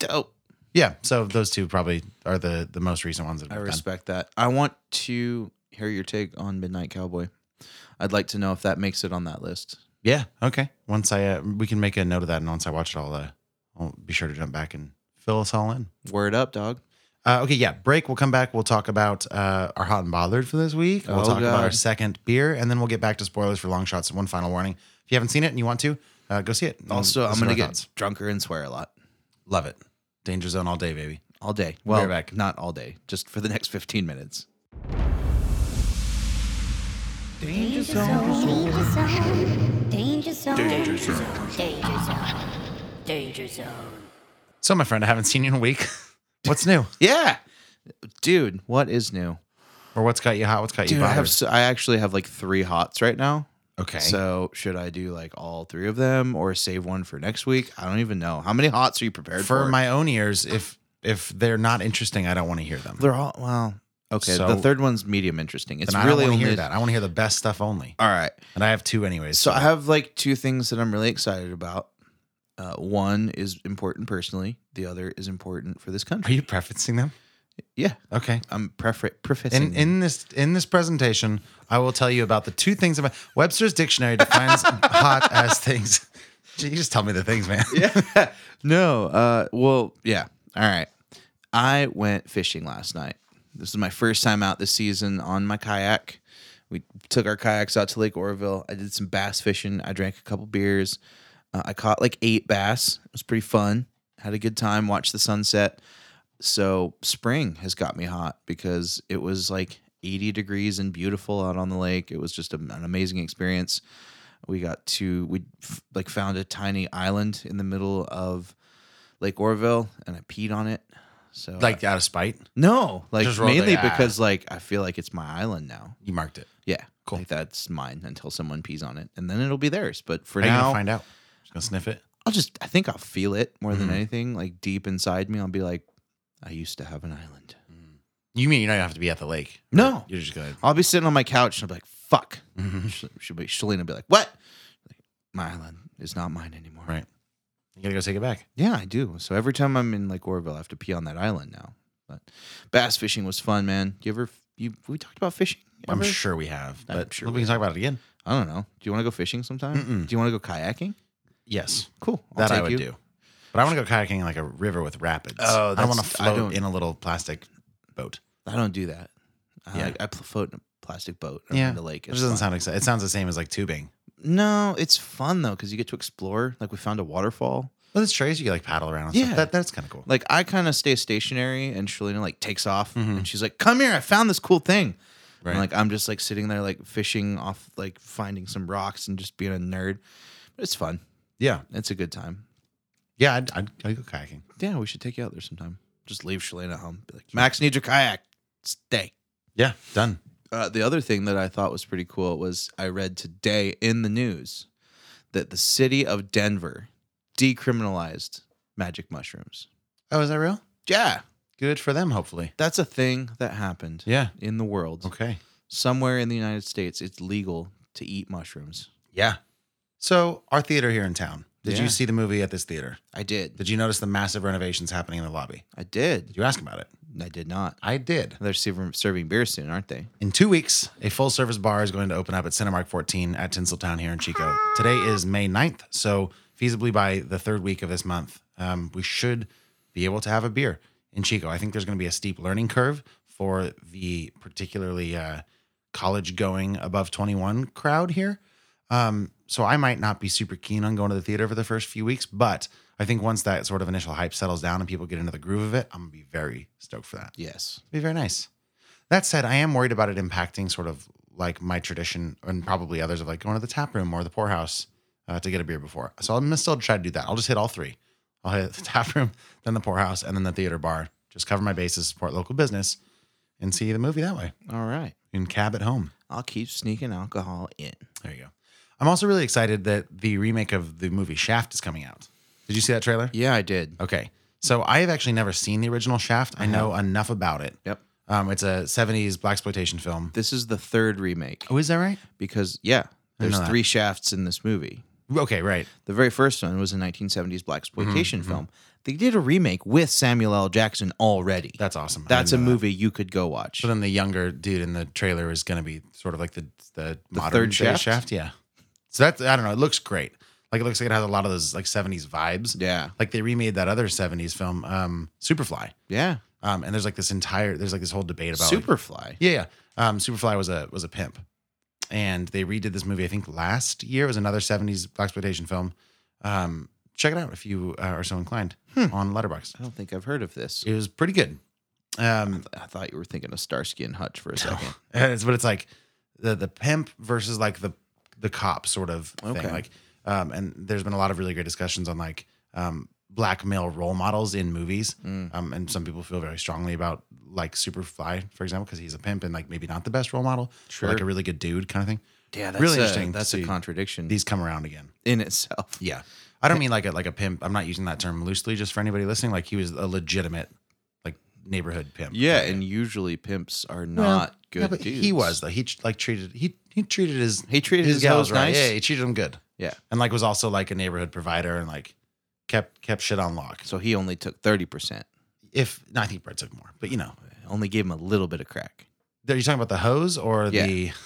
Speaker 6: Dope.
Speaker 5: Yeah. So those two probably are the the most recent ones that
Speaker 6: I
Speaker 5: I've done.
Speaker 6: respect that. I want to hear your take on Midnight Cowboy. I'd like to know if that makes it on that list.
Speaker 5: Yeah. Okay. Once I uh, we can make a note of that, and once I watch it, I'll uh, I'll be sure to jump back and fill us all in.
Speaker 6: Word up, dog.
Speaker 5: Uh, okay. Yeah. Break. We'll come back. We'll talk about uh, our hot and bothered for this week. We'll
Speaker 6: Oh,
Speaker 5: talk about
Speaker 6: God.
Speaker 5: our second beer, and then we'll get back to spoilers for long shots. One final warning: if you haven't seen it and you want to, uh, go see it. and
Speaker 6: Also, I'm
Speaker 5: listen
Speaker 6: going to
Speaker 5: our
Speaker 6: get
Speaker 5: thoughts.
Speaker 6: drunker and swear a lot
Speaker 5: love it. Danger zone all day, baby.
Speaker 6: all day.
Speaker 5: right
Speaker 6: Well,
Speaker 5: back.
Speaker 6: not all day, just for the next 15 minutes.
Speaker 13: Danger zone. Danger zone. Danger zone. Danger zone. Danger zone.
Speaker 5: So, my friend, I haven't seen you in a week. (laughs) What's new?
Speaker 6: Yeah. Dude, what is new?
Speaker 5: Or what's got you hot? What's got
Speaker 6: Dude,
Speaker 5: you
Speaker 6: I
Speaker 5: bothered?
Speaker 6: have s- I actually have like 3 hots right now.
Speaker 5: okay.
Speaker 6: So, should I do like all 3 of them or save one for next week? I don't even know. How many hots are you prepared for?
Speaker 5: for my own ears, if if they're not interesting, I don't want to hear them.
Speaker 6: They're all well, okay.
Speaker 5: So-
Speaker 6: the third one's medium interesting. It's
Speaker 5: And I
Speaker 6: really
Speaker 5: don't want
Speaker 6: only
Speaker 5: to hear that. I want to hear the best stuff only.
Speaker 6: All right.
Speaker 5: And I have two anyways.
Speaker 6: So I have like two things that I'm really excited about. Uh, one is important personally. The other is important for this
Speaker 5: Are
Speaker 6: country.
Speaker 5: you prefacing them?
Speaker 6: yeah,
Speaker 5: Okay.
Speaker 6: I'm prefer- prefacing.
Speaker 5: In in this in this presentation, I will tell you about the two things about Webster's dictionary
Speaker 6: (laughs)
Speaker 5: defines hot as things. Gee, You just tell me the things, man.
Speaker 6: yeah. no. Uh, well, yeah. All right. I went fishing last night. This is my first time out this season on my kayak. We took our kayaks out to Lake Oroville. I did some bass fishing. I drank a couple beers. Uh, I caught like eight bass. It was pretty fun. Had a good time. Watched the sunset. So spring has got me hot because it was like 80 degrees and beautiful out on the lake. It was just a- an amazing experience we got to we f- like found a tiny island in the middle of Lake Orville and I peed on it. So
Speaker 5: Like out of spite,
Speaker 6: no, like
Speaker 5: Just rolled
Speaker 6: mainly
Speaker 5: the- ah.
Speaker 6: because like I feel like it's my island now.
Speaker 5: you marked it.
Speaker 6: Yeah,
Speaker 5: Cool.
Speaker 6: Like that's mine until someone pees on it, and then it'll be theirs. But for
Speaker 5: How you
Speaker 6: now,
Speaker 5: gonna find out? Just gonna sniff it.
Speaker 6: I'll just I think I'll feel it more
Speaker 5: Mm-hmm.
Speaker 6: than anything. Like deep inside me, I'll be like, I used to have an island.
Speaker 5: You mean you don't have to be at the lake?
Speaker 6: No.
Speaker 5: You're just gonna
Speaker 6: I'll be sitting on my couch and I'll be like, fuck.
Speaker 5: Mm-hmm.
Speaker 6: Sh- She'll be Shalina will be like, what? Like, my island is not mine anymore.
Speaker 5: Right. you gotta go take it back.
Speaker 6: Yeah, I do. So every time I'm in Lake Orville, I have to pee on that island now. But bass fishing was fun, man. You ever you we talked about fishing?
Speaker 5: I'm
Speaker 6: ever?
Speaker 5: sure we have,
Speaker 6: I'm
Speaker 5: but
Speaker 6: sure
Speaker 5: we
Speaker 6: we
Speaker 5: can talk about it again.
Speaker 6: I don't know. Do you want to go fishing sometime?
Speaker 5: Mm-mm.
Speaker 6: Do you want to go kayaking?
Speaker 5: Yes.
Speaker 6: Cool. I'll
Speaker 5: that I
Speaker 6: take
Speaker 5: would
Speaker 6: you.
Speaker 5: do. But I want to go kayaking in like a river with rapids.
Speaker 6: Oh,
Speaker 5: I don't
Speaker 6: that's-
Speaker 5: want to
Speaker 6: I
Speaker 5: float
Speaker 6: don't-
Speaker 5: in a little plastic boat.
Speaker 6: I don't do that.
Speaker 5: Yeah.
Speaker 6: I, I pl- float in a plastic boat around
Speaker 5: Yeah,
Speaker 6: the lake.
Speaker 5: It
Speaker 6: It's
Speaker 5: doesn't
Speaker 6: fun.
Speaker 5: sound exciting. It sounds the same as like tubing.
Speaker 6: No, it's fun though because you get to explore. Like we found a waterfall.
Speaker 5: Well, it's trays you can like paddle around. And
Speaker 6: Yeah.
Speaker 5: stuff. That, that's kind of cool.
Speaker 6: Like I kind of stay stationary, and Shalina like takes off, and she's like, "Come here! I found this cool thing."
Speaker 5: Right.
Speaker 6: And, like I'm just like sitting there like fishing off, like finding some rocks and just being a nerd. But it's fun.
Speaker 5: yeah,
Speaker 6: It's a good time.
Speaker 5: yeah. I'd, I'd, I'd go kayaking.
Speaker 6: Yeah, we should take you out there sometime. Just leave Shalina home. Be like, Max needs your kayak. Stay.
Speaker 5: Yeah, done.
Speaker 6: Uh, the other thing that I thought was pretty cool was I read today in the news that the city of Denver decriminalized magic mushrooms.
Speaker 5: Oh, is that real?
Speaker 6: Yeah,
Speaker 5: Good for them. Hopefully.
Speaker 6: that's a thing that happened.
Speaker 5: Yeah.
Speaker 6: in the world,
Speaker 5: Okay.
Speaker 6: somewhere in the United States, it's legal to eat mushrooms.
Speaker 5: Yeah. So our theater here in town. Did
Speaker 6: Yeah.
Speaker 5: you see the movie at this theater?
Speaker 6: I did.
Speaker 5: Did you notice the massive renovations happening in the lobby?
Speaker 6: I did.
Speaker 5: Did you ask about it?
Speaker 6: I did not.
Speaker 5: I did.
Speaker 6: They're serving, serving beer soon, aren't they?
Speaker 5: In two weeks, a full service bar is going to open up at Cinemark 14 at Tinseltown here in Chico. Today is May 9th, so feasibly by the third week of this month, um, we should be able to have a beer in Chico. I think there's going to be a steep learning curve for the particularly uh, college going above 21 crowd here. Um, so I might not be super keen on going to the theater for the first few weeks, but I think once that sort of initial hype settles down and people get into the groove of it, I'm gonna be very stoked for that.
Speaker 6: Yes.
Speaker 5: It'll be very nice. That said, I am worried about it impacting sort of like my tradition and probably others of like going to the tap room or the poorhouse uh, to get a beer before. So I'm gonna still try to do that. I'll just hit all three. I'll hit the (laughs) tap room, then the poorhouse, and then the theater bar. Just cover my bases, support local business, and see the movie that way.
Speaker 6: All right.
Speaker 5: In cab at home.
Speaker 6: I'll keep sneaking alcohol in.
Speaker 5: There you go. I'm also really excited that the remake of the movie Shaft is coming out. Did you see that trailer?
Speaker 6: Yeah, I did.
Speaker 5: Okay. So I have actually never seen the original Shaft. I know enough about it.
Speaker 6: Yep.
Speaker 5: Um, it's a 70s black exploitation film.
Speaker 6: This is the third remake.
Speaker 5: Oh, is that right?
Speaker 6: Because yeah,
Speaker 5: didn't
Speaker 6: there's
Speaker 5: know that.
Speaker 6: three shafts in this movie.
Speaker 5: Okay, right.
Speaker 6: The very first one was a 1970s black
Speaker 5: Mm-hmm,
Speaker 6: exploitation film. They did a remake with Samuel L. Jackson already.
Speaker 5: That's awesome. I
Speaker 6: That's a
Speaker 5: didn't know that.
Speaker 6: movie you could go watch.
Speaker 5: So then the younger dude in the trailer is going to be sort of like the the, modern
Speaker 6: third
Speaker 5: day
Speaker 6: Shaft?
Speaker 5: Yeah. So that's I don't know. It looks great. Like it looks like it has a lot of those like 70s vibes.
Speaker 6: Yeah.
Speaker 5: Like they remade that other 70s film, um, Superfly.
Speaker 6: Yeah.
Speaker 5: Um, and there's like this entire there's like this whole debate about like,
Speaker 6: Superfly.
Speaker 5: Yeah, yeah. Um, Superfly was a was a pimp, and they redid this movie. I think last year it was another '70s exploitation film. Um, check it out if you uh, are so inclined on Letterboxd.
Speaker 6: I don't think I've heard of this.
Speaker 5: It was pretty good. Um,
Speaker 6: I thought you were thinking of Starsky and
Speaker 5: (laughs)
Speaker 6: Hutch
Speaker 5: Oh,
Speaker 6: for a second.
Speaker 5: and it's but it's like the the pimp versus like the the cop sort of thing.
Speaker 6: Okay.
Speaker 5: Like, um, and there's been a lot of really great discussions on like um, black male role models in movies.
Speaker 6: Mm.
Speaker 5: Um, and some people feel very strongly about like Superfly, for example, because he's a pimp and like maybe not the best role model, but,
Speaker 6: Sure.
Speaker 5: like a really good dude kind of thing.
Speaker 6: yeah, that's
Speaker 5: really
Speaker 6: a,
Speaker 5: interesting. to
Speaker 6: That's a
Speaker 5: see
Speaker 6: contradiction
Speaker 5: These come around again.
Speaker 6: in itself.
Speaker 5: Yeah. I don't mean like a like a pimp. I'm not using that term loosely just for anybody listening. Like he was a legitimate like neighborhood pimp.
Speaker 6: Yeah, and usually pimps are not
Speaker 5: Well,
Speaker 6: good
Speaker 5: yeah, but
Speaker 6: dudes.
Speaker 5: he was though. He tr- like treated he he treated his
Speaker 6: He treated his hoes nice?
Speaker 5: Yeah, he treated them good.
Speaker 6: Yeah.
Speaker 5: And like was also like a neighborhood provider and like kept kept shit on lock.
Speaker 6: So he only took 30%.
Speaker 5: If no, I think Brett took more, but you know,
Speaker 6: Only gave him a little bit of crack.
Speaker 5: are you talking about the hose or
Speaker 6: Yeah.
Speaker 5: the? (laughs)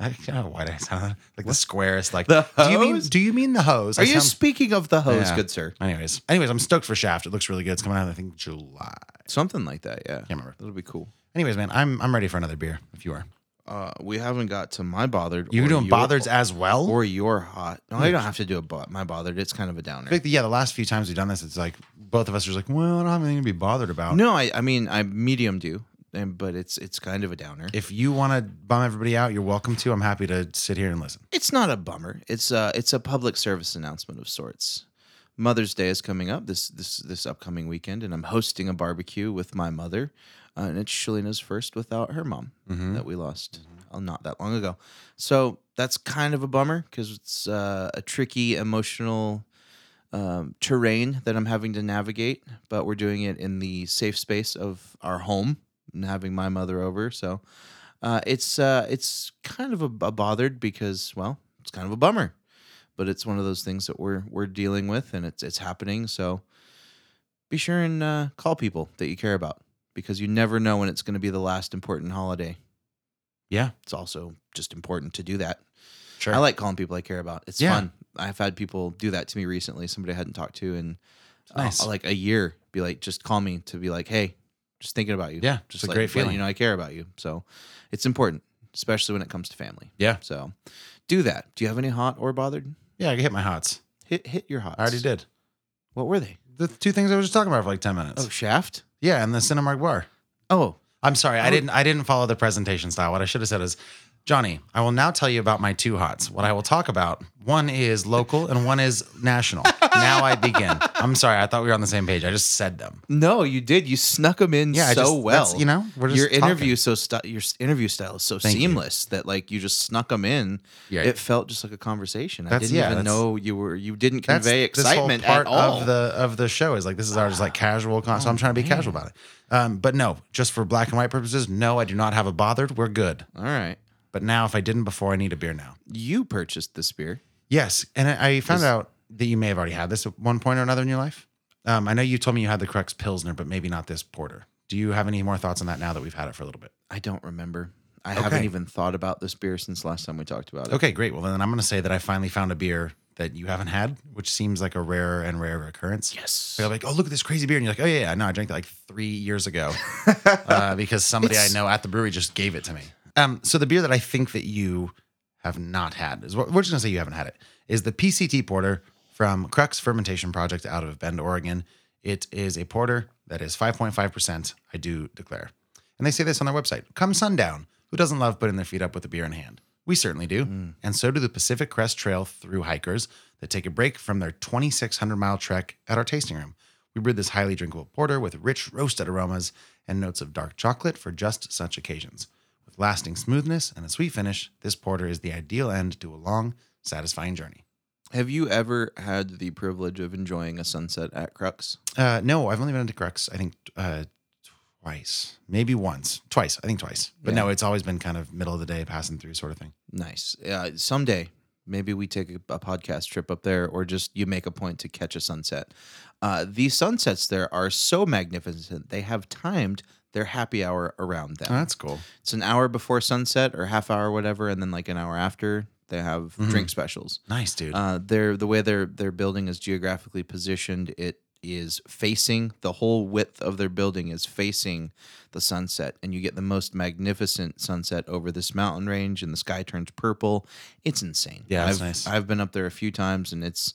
Speaker 5: I don't know why I sound like the squarest. Like
Speaker 6: The
Speaker 5: Do you mean
Speaker 6: hose?
Speaker 5: do you mean the hose? I
Speaker 6: Are you
Speaker 5: sound-
Speaker 6: speaking of the hose,
Speaker 5: Yeah.
Speaker 6: good sir?
Speaker 5: Anyways, anyways, I'm stoked for Shaft. It looks really good. It's coming out I think July.
Speaker 6: Something like that, yeah. Can't
Speaker 5: remember.
Speaker 6: That'll be cool.
Speaker 5: Anyways, man, I'm I'm ready for another beer if you are.
Speaker 6: Uh, we haven't got to my bothered.
Speaker 5: You're
Speaker 6: or
Speaker 5: doing
Speaker 6: your-
Speaker 5: bothers as well.
Speaker 6: or your hot. No, I don't have to do a bo- my bothered. It's kind of a
Speaker 5: I
Speaker 6: downer.
Speaker 5: think, yeah, the last few times we've done this, it's like both of us are just like, well, I don't have anything to be bothered about.
Speaker 6: No, I, I mean I medium do, and but it's it's kind of a downer.
Speaker 5: If you want to bum everybody out, you're welcome to. I'm happy to sit here and listen.
Speaker 6: it's not a bummer. It's uh it's a public service announcement of sorts. Mother's Day is coming up this this this upcoming weekend, and I'm hosting a barbecue with my mother, uh, and it's Shalina's first without her mom that we lost uh, not that long ago. So that's kind of a bummer because it's uh, a tricky emotional um, terrain that I'm having to navigate, but we're doing it in the safe space of our home and having my mother over. So uh, it's uh, it's kind of a, a bothered because well, it's kind of a bummer, but it's one of those things that we're we're dealing with and it's it's happening. So be sure and uh, call people that you care about because you never know when it's going to be the last important holiday.
Speaker 5: Yeah,
Speaker 6: It's also just important to do that.
Speaker 5: sure.
Speaker 6: I like calling people I care about. It's
Speaker 5: Yeah.
Speaker 6: fun. I've had people do that to me recently. Somebody I hadn't talked to in uh,
Speaker 5: nice.
Speaker 6: like a year. Be like, just call me to be like, hey, just thinking about you.
Speaker 5: Yeah, it's
Speaker 6: just
Speaker 5: a
Speaker 6: like,
Speaker 5: great
Speaker 6: letting
Speaker 5: feeling.
Speaker 6: You know, I care about you. So it's important, especially when it comes to family.
Speaker 5: Yeah.
Speaker 6: So do that. Do you have any hot or bothered?
Speaker 5: Yeah, I hit my hots.
Speaker 6: Hit hit your hots.
Speaker 5: I already did
Speaker 6: What were they?
Speaker 5: the two things I was just talking about for like ten minutes.
Speaker 6: Oh, Shaft.
Speaker 5: yeah, and the Cinemark bar.
Speaker 6: Oh,
Speaker 5: I'm sorry, I didn't I didn't follow the presentation style. What I should have said is, Johnny, I will now tell you about my two hots. What I will talk about, one is local and one is
Speaker 6: (laughs)
Speaker 5: national. now I begin. I'm sorry, I thought we were on the same page. I just said them.
Speaker 6: no, you did. You snuck them in
Speaker 5: Yeah, I
Speaker 6: so
Speaker 5: just-
Speaker 6: well.
Speaker 5: that's- you know, we're just
Speaker 6: your
Speaker 5: talking.
Speaker 6: interview so sti- your s- interview style is so
Speaker 5: Thank you.
Speaker 6: seamless that like you just snuck them in.
Speaker 5: Yeah.
Speaker 6: It felt just like a conversation. I
Speaker 5: That's-
Speaker 6: didn't
Speaker 5: yeah,
Speaker 6: even
Speaker 5: that's-
Speaker 6: know you were. You didn't
Speaker 5: That's
Speaker 6: convey
Speaker 5: this whole
Speaker 6: excitement
Speaker 5: part
Speaker 6: at all.
Speaker 5: of the of the show is like this is our just like casual con- so I'm trying to be casual about it. Um, but no, just for black and white purposes, no, I do not have a bothered. We're good.
Speaker 6: all right.
Speaker 5: But now if I didn't before, I need a beer now.
Speaker 6: You purchased this beer.
Speaker 5: Yes, and I, I found out that you may have already had this at one point or another in your life. Um, I know you told me you had the Crux Pilsner, but maybe not this porter. Do you have any more thoughts on that now that we've had it for a little bit?
Speaker 6: I don't remember. I
Speaker 5: Okay.
Speaker 6: haven't even thought about this beer since last time we talked about it.
Speaker 5: Okay, great. Well, then I'm going to say that I finally found a beer that you haven't had, which seems like a rarer and rarer occurrence.
Speaker 6: Yes.
Speaker 5: They're like, oh, look at this crazy beer. And you're like, oh, yeah, yeah. No, I drank that like three years (laughs) ago uh, because somebody I know at the brewery just gave it to me. Um, so the beer that I think that you have not had is what we're just going to say you haven't had it is the PCT Porter from Crux Fermentation Project out of Bend, Oregon. It is a porter that is 5.5%, I do declare. And they say this on their website Come sundown, who doesn't love putting their feet up with a beer in hand? We certainly do. And so do the Pacific Crest Trail through hikers that take a break from their 2,600 mile trek at our tasting room. We brewed this highly drinkable porter with rich roasted aromas and notes of dark chocolate for just such occasions. With lasting smoothness and a sweet finish, this porter is the ideal end to a long, satisfying journey.
Speaker 6: Have you ever had the privilege of enjoying a sunset at Crux?
Speaker 5: Uh, no, I've only been to Crux, I think, uh, twice, maybe once, twice, I think twice. But no,
Speaker 6: Yeah.
Speaker 5: it's always been kind of middle of the day, passing through sort of thing.
Speaker 6: Nice. Uh, someday, maybe we take a, a podcast trip up there, or just you make a point to catch a sunset. Uh, the sunsets there are so magnificent. They have timed their happy hour around them.
Speaker 5: Oh, that's cool.
Speaker 6: It's an hour before sunset, or half hour, whatever, and then like an hour after. They have drink specials.
Speaker 5: Mm-hmm. Nice, dude.
Speaker 6: Uh, they're the way their their building is geographically positioned. It is facing the whole width of their building is facing the sunset, and you get the most magnificent sunset over this mountain range, and the sky turns purple. It's insane.
Speaker 5: Yeah,
Speaker 6: I've,
Speaker 5: that's nice.
Speaker 6: I've been up there a few times, and it's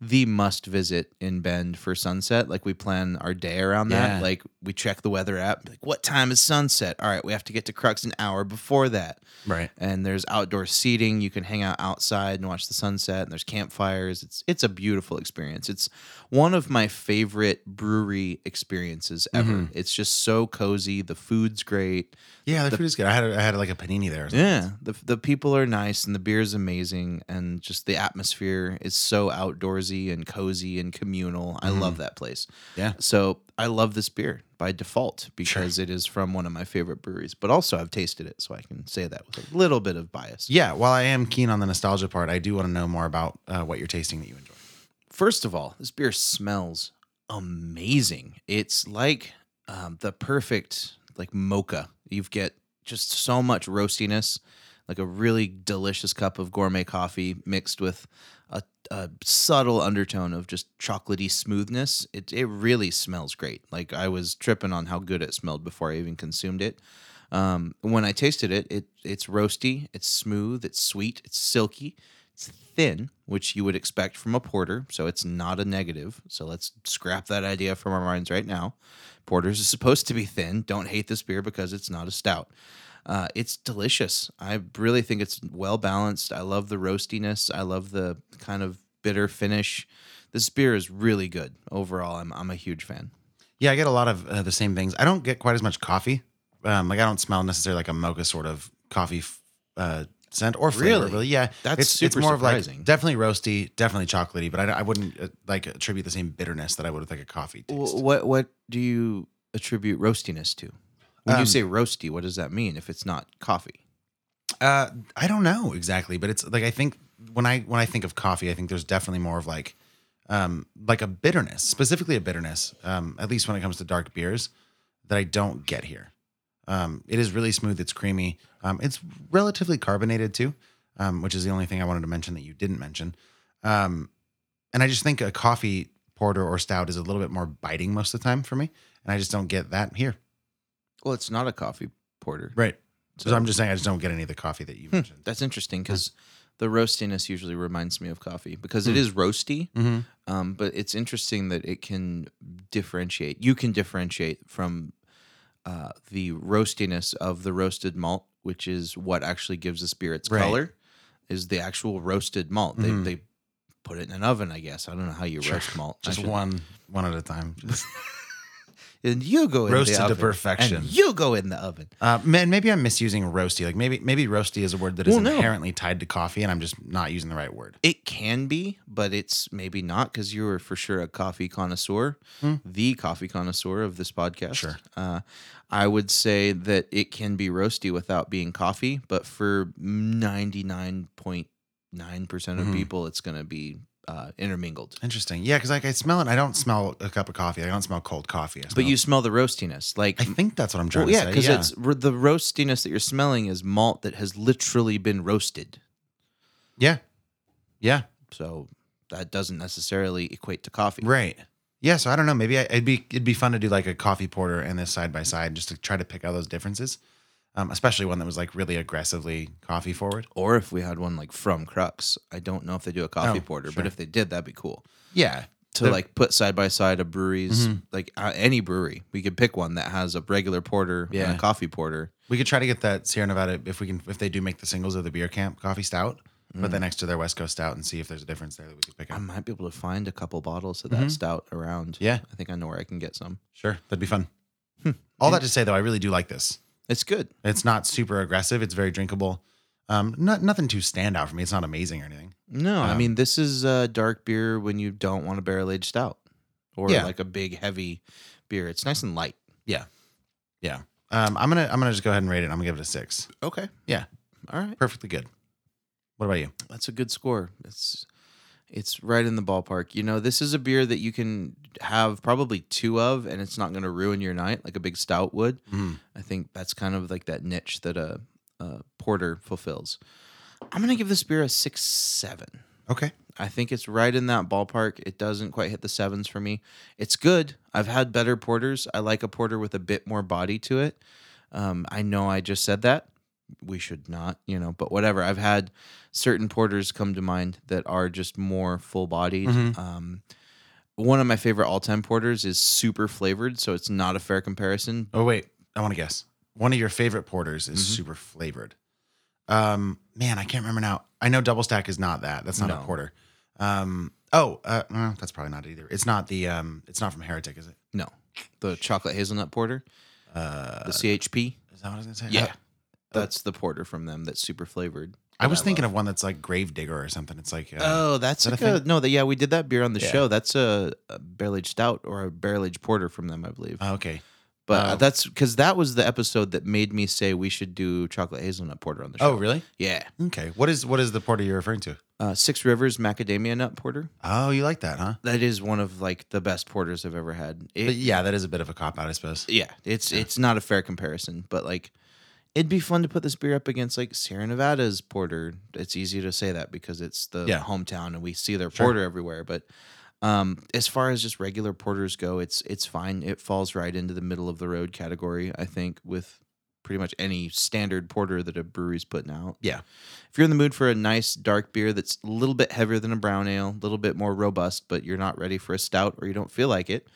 Speaker 6: the must visit in Bend for sunset. Like we plan our day around
Speaker 5: Yeah.
Speaker 6: that. Like we check the weather app. Like what time is sunset? All right, we have to get to Crux an hour before that
Speaker 5: Right.
Speaker 6: and there's outdoor seating. You can hang out outside and watch the sunset. And there's campfires. It's it's a beautiful experience. It's one of my favorite brewery experiences ever.
Speaker 5: Mhm.
Speaker 6: It's just so cozy. The food's great.
Speaker 5: Yeah, the,
Speaker 6: The-
Speaker 5: food is good. I had a, I had like a panini there. or something.
Speaker 6: Yeah, the the people are nice and the beer is amazing and just the atmosphere is so outdoorsy and cozy and communal. I love that place.
Speaker 5: Yeah.
Speaker 6: So I love this beer by default because it is from one of my favorite breweries. But also I've tasted it, so I can say that with a little bit of bias.
Speaker 5: Yeah, while I am keen on the nostalgia part, I do want to know more about uh, what you're tasting that you enjoy.
Speaker 6: first of all, this beer smells amazing. It's like um, the perfect like mocha. You get just so much roastiness, like a really delicious cup of gourmet coffee mixed with a, a subtle undertone of just chocolatey smoothness. It it really smells great. Like I was tripping on how good it smelled before I even consumed it. Um, when I tasted it, it it's roasty, it's smooth, it's sweet, it's silky, it's thin, which you would expect from a porter. So it's not a negative. So let's scrap that idea from our minds right now. Porters are supposed to be thin. Don't hate this beer because it's not a stout. Uh, it's delicious. I really think it's well balanced. I love the roastiness. I love the kind of bitter finish. This beer is really good overall. I'm I'm a huge fan.
Speaker 5: Yeah, I get a lot of uh, the same things. I don't get quite as much coffee. Um, like I don't smell necessarily like a mocha sort of coffee f- uh, scent or flavor.
Speaker 6: Really?
Speaker 5: Really? Yeah,
Speaker 6: That's
Speaker 5: it's, it's
Speaker 6: super
Speaker 5: more of
Speaker 6: surprising.
Speaker 5: like definitely roasty, definitely chocolatey, but I, I wouldn't uh, like attribute the same bitterness that I would with like a coffee taste.
Speaker 6: Wh- What what do you attribute roastiness to? When you
Speaker 5: Um,
Speaker 6: say roasty, what does that mean if it's not coffee?
Speaker 5: Uh, I don't know exactly, but it's like I think when I when I think of coffee, I think there's definitely more of like um like a bitterness, specifically a bitterness. Um, at least when it comes to dark beers, that I don't get here. Um, it is really smooth. It's creamy. Um, it's relatively carbonated too, um, which is the only thing I wanted to mention that you didn't mention. Um, and I just think a coffee porter or stout is a little bit more biting most of the time for me, and I just don't get that here.
Speaker 6: Well, it's not a coffee porter.
Speaker 5: Right. So,
Speaker 6: So-
Speaker 5: I'm just saying I just don't get any of the coffee that you mentioned.
Speaker 6: That's interesting because the roastiness usually reminds me of coffee because it is roasty.
Speaker 5: Mhm.
Speaker 6: Um, but it's interesting that it can differentiate. You can differentiate from uh, the roastiness of the roasted malt, which is what actually gives this beer its
Speaker 5: Right.
Speaker 6: color, is the actual roasted malt.
Speaker 5: Mhm.
Speaker 6: They, they put it in an oven, I guess. I don't know how you roast malt. I
Speaker 5: Just
Speaker 6: should-
Speaker 5: one one at a time. Just-
Speaker 6: And you go in
Speaker 5: Roasted
Speaker 6: the
Speaker 5: to
Speaker 6: oven, and
Speaker 5: perfection.
Speaker 6: you go in the oven.
Speaker 5: Uh, man, maybe I'm misusing roasty. Like maybe maybe roasty is a word that is
Speaker 6: Well, no.
Speaker 5: inherently tied to coffee, and I'm just not using the right word.
Speaker 6: It can be, but it's maybe not because you are for sure a coffee connoisseur, the coffee connoisseur of this podcast.
Speaker 5: Hmm. Sure.
Speaker 6: Uh, I would say that it can be roasty without being coffee, but for 99.9% of
Speaker 5: Mhm.
Speaker 6: people, it's going to be uh, intermingled.
Speaker 5: Interesting. Yeah, because like I smell it, I don't smell a cup of coffee. I don't smell cold coffee. I
Speaker 6: But
Speaker 5: smell-
Speaker 6: you smell the roastiness. Like,
Speaker 5: I think that's what I'm trying
Speaker 6: Well, yeah,
Speaker 5: to say.
Speaker 6: because it's r- the roastiness that you're smelling is malt that has literally been roasted.
Speaker 5: yeah, yeah,
Speaker 6: So that doesn't necessarily equate to coffee.
Speaker 5: right. Yeah, so I don't know. Maybe I, it'd be it'd be fun to do like a coffee porter and this side by side, just to try to pick out those differences. um, especially one that was like really aggressively coffee forward.
Speaker 6: Or if we had one like from Crux, I don't know if they do a
Speaker 5: Oh,
Speaker 6: coffee porter,
Speaker 5: sure.
Speaker 6: but if they did, that'd be cool.
Speaker 5: Yeah.
Speaker 6: to
Speaker 5: The-
Speaker 6: like put side by side a brewery's
Speaker 5: Mhm.
Speaker 6: like uh, any brewery, we could pick one that has a regular porter
Speaker 5: Yeah.
Speaker 6: and a coffee porter.
Speaker 5: We could try to get that Sierra Nevada if we can if they do make the singles of the beer camp coffee stout, put
Speaker 6: Mm.
Speaker 5: that next to their West Coast stout and see if there's a difference there that we could pick
Speaker 6: I
Speaker 5: up.
Speaker 6: might be able to find a couple bottles of that
Speaker 5: Mhm.
Speaker 6: stout around.
Speaker 5: Yeah.
Speaker 6: I think I know where I can get some.
Speaker 5: Sure. That'd be fun.
Speaker 6: Hmm.
Speaker 5: All that to say though, I really do like this.
Speaker 6: It's good.
Speaker 5: It's not super aggressive. It's very drinkable. Um, not nothing too standout for me. It's not amazing or anything.
Speaker 6: No, I
Speaker 5: Um,
Speaker 6: mean this is a dark beer when you don't want a barrel aged stout or
Speaker 5: Yeah.
Speaker 6: like a big heavy beer. It's nice and light.
Speaker 5: Yeah. Yeah. Um, I'm gonna I'm gonna just go ahead and rate it. I'm gonna give it a six.
Speaker 6: Okay,
Speaker 5: Yeah.
Speaker 6: all right,
Speaker 5: Perfectly good. What about you?
Speaker 6: that's a good score. It's it's right in the ballpark. You know, this is a beer that you can have probably two of, and it's not going to ruin your night like a big stout would.
Speaker 5: Mm.
Speaker 6: I think that's kind of like that niche that a, a porter fulfills. I'm going to give this beer a six seven.
Speaker 5: Okay.
Speaker 6: I think it's right in that ballpark. It doesn't quite hit the sevens for me. It's good. I've had better porters. I like a porter with a bit more body to it. Um, I know I just said that. We should not, you know, but whatever. I've had certain porters come to mind that are just more full bodied.
Speaker 5: Mhm.
Speaker 6: Um, one of my favorite all time porters is super flavored, so it's not a fair comparison.
Speaker 5: Oh wait, I want to guess. One of your favorite porters
Speaker 6: Mm-hmm.
Speaker 5: is super flavored. Um, man, I can't remember now. I know double stack is not that. That's not
Speaker 6: No.
Speaker 5: a porter. Um, oh, uh, no, that's probably not it either. It's not the. Um, it's not from Heretic, is it?
Speaker 6: No, the chocolate hazelnut porter,
Speaker 5: Uh,
Speaker 6: the CHP.
Speaker 5: is that what I was gonna say?
Speaker 6: Yeah. That's the porter from them that's super flavored.
Speaker 5: I was
Speaker 6: that
Speaker 5: thinking of one that's like Gravedigger or something. It's like. Uh,
Speaker 6: Oh, that's
Speaker 5: that
Speaker 6: like
Speaker 5: a thing?
Speaker 6: a, no. That yeah, we did that beer on the
Speaker 5: Yeah.
Speaker 6: show. That's a, a barrel aged stout or a barrel aged porter from them, I believe.
Speaker 5: Oh, okay.
Speaker 6: but uh,
Speaker 5: oh.
Speaker 6: that's because that was the episode that made me say we should do chocolate hazelnut porter on the show.
Speaker 5: Oh, really?
Speaker 6: yeah,
Speaker 5: Okay. What is what is the porter you're referring to?
Speaker 6: uh, Six Rivers macadamia nut porter.
Speaker 5: Oh, you like that, huh?
Speaker 6: That is one of like the best porters I've ever had. It-
Speaker 5: But yeah, that is a bit of a cop out, I suppose.
Speaker 6: yeah, it's it's not a fair comparison, but like. It'd be fun to put this beer up against like Sierra Nevada's porter. It's easy to say that because it's the
Speaker 5: Yeah.
Speaker 6: hometown and we see their
Speaker 5: Sure.
Speaker 6: porter everywhere. But Um, as far as just regular porters go, it's it's fine. It falls right into the middle of the road category, I think, with pretty much any standard porter that a brewery's putting out.
Speaker 5: Yeah.
Speaker 6: If you're in the mood for a nice dark beer that's a little bit heavier than a brown ale, a little bit more robust, but you're not ready for a stout or you don't feel like it,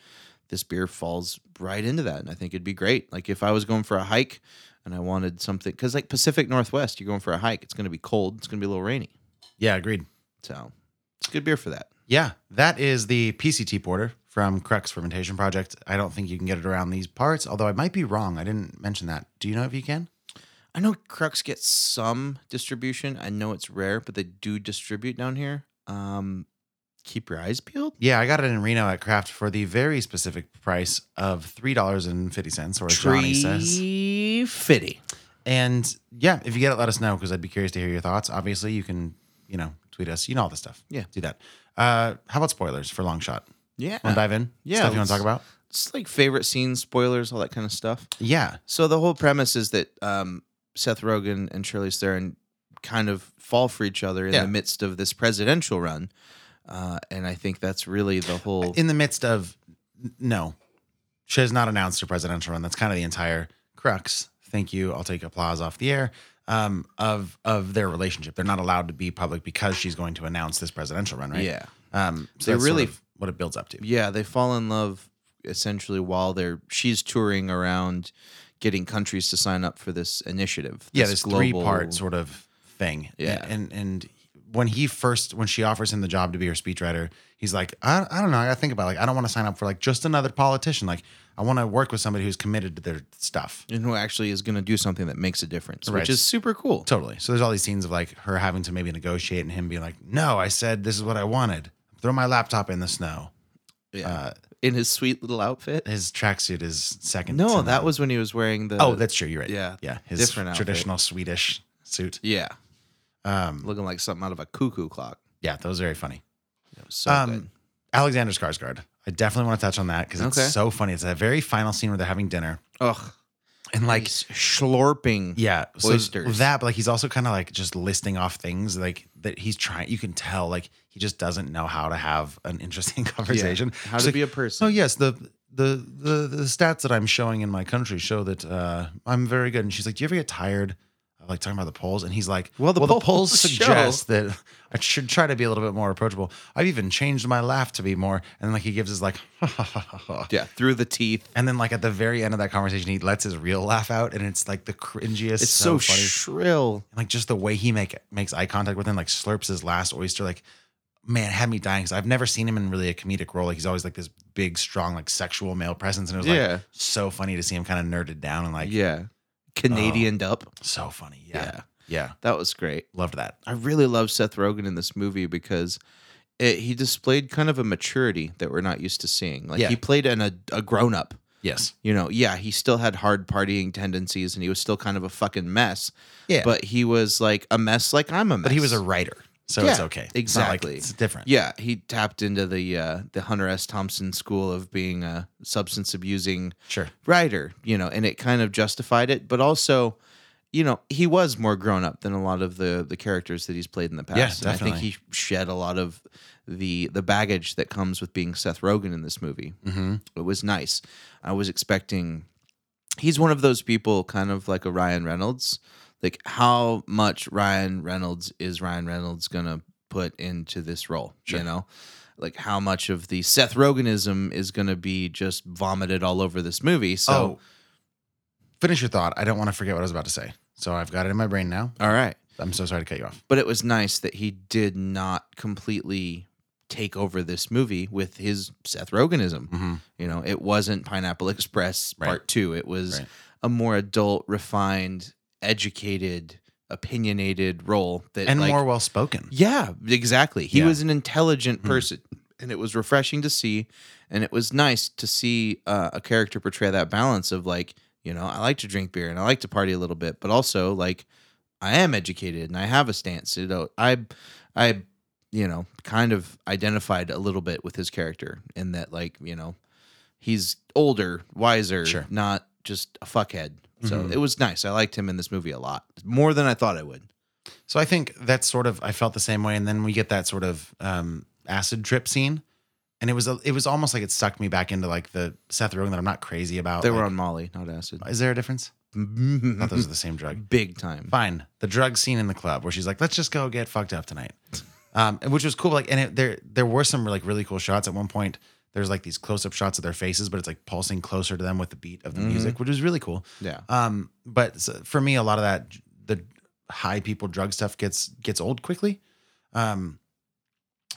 Speaker 6: this beer falls right into that. And I think it'd be great. Like if I was going for a hike and I wanted something, because like Pacific Northwest, you're going for a hike, it's going to be cold, it's going to be a little rainy.
Speaker 5: Yeah, agreed.
Speaker 6: So it's a good beer for that.
Speaker 5: Yeah, that is the PCT Porter from Crux Fermentation Project. I don't think you can get it around these parts, although I might be wrong. I didn't mention that. Do you know if you can?
Speaker 6: I know Crux gets some distribution. I know it's rare, but they do distribute down here. Um, keep your eyes peeled.
Speaker 5: Yeah, I got it in Reno at Craft for the very specific price of three dollars and fifty cents, or as Johnny says.
Speaker 6: Tree fitty.
Speaker 5: And yeah, if you get it, let us know because I'd be curious to hear your thoughts. Obviously, you can, you know, tweet us. You know all this stuff.
Speaker 6: Yeah.
Speaker 5: do that. Uh, how about spoilers for Long Shot?
Speaker 6: Yeah.
Speaker 5: Want to dive in?
Speaker 6: Uh, Yeah,
Speaker 5: stuff you want
Speaker 6: let's-
Speaker 5: to talk about?
Speaker 6: It's like favorite scenes, spoilers, all that kind of stuff.
Speaker 5: Yeah,
Speaker 6: So the whole premise is that um, Seth Rogen and Shirley Theron kind of fall for each other in
Speaker 5: Yeah.
Speaker 6: the midst of this presidential run. Uh, and I think that's really the whole.
Speaker 5: in the midst of n- no, she has not announced her presidential run. That's kind of the entire crux. Thank you. I'll take applause off the air. Um, of of their relationship, they're not allowed to be public because she's going to announce this presidential run, right?
Speaker 6: Yeah.
Speaker 5: Um, so
Speaker 6: They
Speaker 5: that's sort
Speaker 6: really-
Speaker 5: of what it builds up to.
Speaker 6: Yeah, they fall in love essentially while they're she's touring around getting countries to sign up for this initiative.
Speaker 5: yeah, this three part sort of thing.
Speaker 6: Yeah.
Speaker 5: and and when he first when she offers him the job to be her speechwriter, he's like, I, I don't know. I gotta think about it. like I don't want to sign up for like just another politician. Like I want to work with somebody who's committed to their stuff.
Speaker 6: and who actually is going to do something that makes a difference,
Speaker 5: Right.
Speaker 6: which is super cool.
Speaker 5: Totally. So there's all these scenes of like her having to maybe negotiate and him being like, "No, I said this is what I wanted. Throw my laptop in the snow."
Speaker 6: Yeah.
Speaker 5: Uh,
Speaker 6: in his sweet little outfit.
Speaker 5: his tracksuit is second. to
Speaker 6: No,
Speaker 5: none.
Speaker 6: that was when he was wearing the
Speaker 5: Oh, that's true. You're right.
Speaker 6: Yeah,
Speaker 5: yeah. His
Speaker 6: different outfit.
Speaker 5: traditional Swedish suit.
Speaker 6: yeah,
Speaker 5: Um,
Speaker 6: looking like something out of a cuckoo clock.
Speaker 5: yeah, that was very funny.
Speaker 6: It was so
Speaker 5: Um,
Speaker 6: good.
Speaker 5: Alexander Skarsgård. I definitely want to touch on that because
Speaker 6: Okay.
Speaker 5: it's so funny. It's that very final scene where they're having dinner
Speaker 6: Ugh,
Speaker 5: and like
Speaker 6: he's slurping.
Speaker 5: Yeah, so
Speaker 6: Mm-hmm. Oysters.
Speaker 5: that, but like he's also kind of like just listing off things like that he's trying. You can tell like he just doesn't know how to have an interesting (laughs) conversation.
Speaker 6: How
Speaker 5: He's
Speaker 6: to
Speaker 5: like,
Speaker 6: be a person.
Speaker 5: Oh yes, the the, the the stats that I'm showing in my country show that uh, I'm very good. And she's like, do you ever get tired of like talking about the polls? And he's like, well, the, polls,
Speaker 6: (laughs) polls
Speaker 5: suggest that I should try to be a little bit more approachable. I've even changed my laugh to be more. And like he gives his like, (laughs)
Speaker 6: yeah, through the teeth.
Speaker 5: And then like at the very end of that conversation, he lets his real laugh out, and it's like the cringiest.
Speaker 6: It's so shrill.
Speaker 5: And like just the way he make makes eye contact with him, like slurps his last oyster, like man, had me dying. Cause I've never seen him in really a comedic role. Like he's always like this big, strong, like sexual male presence, and it was
Speaker 6: Yeah.
Speaker 5: like so funny to see him kind of nerded down and like
Speaker 6: yeah, Canadianed
Speaker 5: Oh.
Speaker 6: up.
Speaker 5: So funny.
Speaker 6: Yeah.
Speaker 5: Yeah.
Speaker 6: That was great.
Speaker 5: Loved that.
Speaker 6: I really love Seth Rogen in this movie because it, he displayed kind of a maturity that we're not used to seeing. Like
Speaker 5: Yeah.
Speaker 6: he played an, a, a grown up.
Speaker 5: Yes.
Speaker 6: You know, yeah, he still had hard partying tendencies and he was still kind of a fucking mess.
Speaker 5: Yeah.
Speaker 6: But he was like a mess like I'm a mess.
Speaker 5: But he was a writer, so it's
Speaker 6: Yeah,
Speaker 5: okay. It's not like-
Speaker 6: Exactly.
Speaker 5: it's different.
Speaker 6: Yeah, he tapped into the uh, the Hunter S. Thompson school of being a substance abusing
Speaker 5: Sure.
Speaker 6: writer, you know, and it kind of justified it, but also, you know, he was more grown up than a lot of the the characters that he's played in the past.
Speaker 5: Yeah,
Speaker 6: And I think
Speaker 5: definitely.
Speaker 6: he shed a lot of the the baggage that comes with being Seth Rogen in this movie.
Speaker 5: Mhm.
Speaker 6: It was nice. I was expecting he's one of those people kind of like a Ryan Reynolds. Like how much Ryan Reynolds is Ryan Reynolds going to put into this role, you know? Like how much of the Seth Rogenism is going to be just vomited all over this movie. So
Speaker 5: oh, finish your thought. I don't want to forget what I was about to say. So I've got it in my brain now.
Speaker 6: All right.
Speaker 5: I'm so sorry to cut you off.
Speaker 6: But it was nice that he did not completely take over this movie with his Seth Rogenism. You know, it wasn't Pineapple Express
Speaker 5: Mm-hmm. Right.
Speaker 6: Part Two. It was
Speaker 5: Right.
Speaker 6: a more adult, refined, educated, opinionated role that
Speaker 5: and
Speaker 6: like-
Speaker 5: more well spoken.
Speaker 6: Yeah, exactly. He
Speaker 5: Yeah. Hmm.
Speaker 6: was an intelligent person, and it was refreshing to see, and it was nice to see uh, a character portray that balance of like, you know, I like to drink beer and I like to party a little bit, but also like, I am educated and I have a stance. You know, I, I, you know, kind of identified a little bit with his character in that like, you know, he's older, wiser,
Speaker 5: Sure.
Speaker 6: not just a fuckhead. So
Speaker 5: Mhm.
Speaker 6: it was nice. I liked him in this movie a lot more than I thought I would.
Speaker 5: So I think that's sort of I felt the same way, and then we get that sort of um, acid trip scene, and it was a, it was almost like it sucked me back into like the Seth Rogen that I'm not crazy about.
Speaker 6: They were
Speaker 5: Like,
Speaker 6: on Molly, not acid.
Speaker 5: Is there a
Speaker 6: (laughs)
Speaker 5: difference? I thought those are the same drug.
Speaker 6: Big time.
Speaker 5: Fine, the drug scene in the club where she's like, "Let's just go get fucked up
Speaker 6: (laughs)
Speaker 5: tonight," um, which was cool. Like, and it, there there were some like really cool shots. At one point, there's like these close up shots of their faces, but it's like pulsing closer to them with the beat of the
Speaker 6: Mhm.
Speaker 5: music, which was really cool.
Speaker 6: Yeah.
Speaker 5: Um, but s- for me, a lot of that the high people drug stuff gets gets old quickly. Um,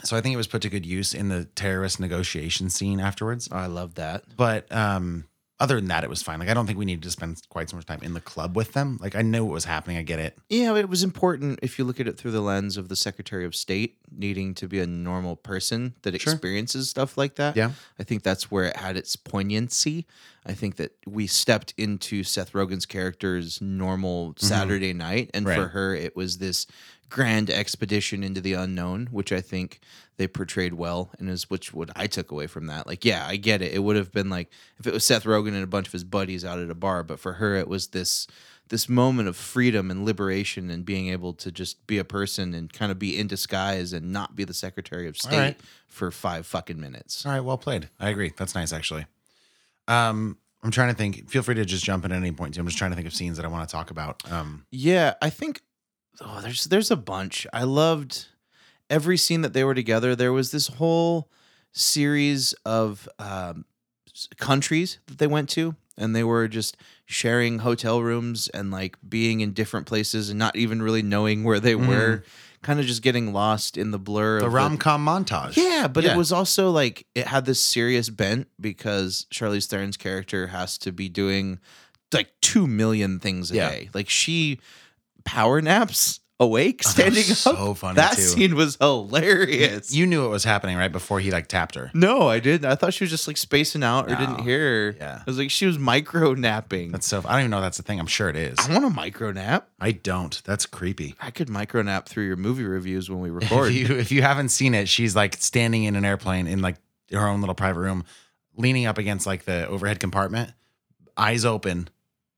Speaker 5: so I think it was put to good use in the terrorist negotiation scene afterwards.
Speaker 6: I love that.
Speaker 5: But um, other than that, it was fine. Like I don't think we needed to spend quite so much time in the club with them. Like I knew what was happening. I get it.
Speaker 6: Yeah, but it was important if you look at it through the lens of the Secretary of State needing to be a normal person that
Speaker 5: Sure.
Speaker 6: experiences stuff like that.
Speaker 5: Yeah.
Speaker 6: I think that's where it had its poignancy. I think that we stepped into Seth Rogen's character's normal Saturday night. And for
Speaker 5: Mm-hmm. Right.
Speaker 6: her, it was this grand expedition into the unknown, which I think they portrayed well and is which what I took away from that. Like, yeah, I get it. It would have been like if it was Seth Rogen and a bunch of his buddies out at a bar, but for her it was this this moment of freedom and liberation and being able to just be a person and kind of be in disguise and not be the Secretary of State
Speaker 5: right.
Speaker 6: for five fucking minutes.
Speaker 5: All right, well played. I agree. That's nice actually. Um, I'm trying to think. Feel free to just jump in at any point. Too. I'm just trying to think of scenes that I want to talk about. Um,
Speaker 6: Yeah, I think oh, there's there's a bunch. I loved every scene that they were together. There was this whole series of um, s- countries that they went to, and they were just sharing hotel rooms and like being in different places and not even really knowing where they were. Kind of just getting lost in the blur.
Speaker 5: the
Speaker 6: of
Speaker 5: rom com montage.
Speaker 6: yeah, but
Speaker 5: Yeah.
Speaker 6: it was also like it had this serious bent because Charlize Theron's character has to be doing like two million things a
Speaker 5: Yeah.
Speaker 6: day. Like she power naps (laughs) awake, standing
Speaker 5: so
Speaker 6: up.
Speaker 5: funny,
Speaker 6: that
Speaker 5: too.
Speaker 6: scene was hilarious.
Speaker 5: You knew what was happening right before he like tapped her.
Speaker 6: no, I didn't. I thought she was just like spacing out or
Speaker 5: No.
Speaker 6: didn't hear. Her.
Speaker 5: Yeah.
Speaker 6: I was like she was micro napping.
Speaker 5: That's so. I don't even know if that's the thing. I'm sure it is.
Speaker 6: I want a micro nap.
Speaker 5: I don't. That's
Speaker 6: (laughs)
Speaker 5: creepy.
Speaker 6: I could micro nap through your movie reviews (laughs) when we record.
Speaker 5: If you, if you haven't seen it, she's like standing in an airplane in like her own little private room, leaning up against like the overhead compartment, eyes open,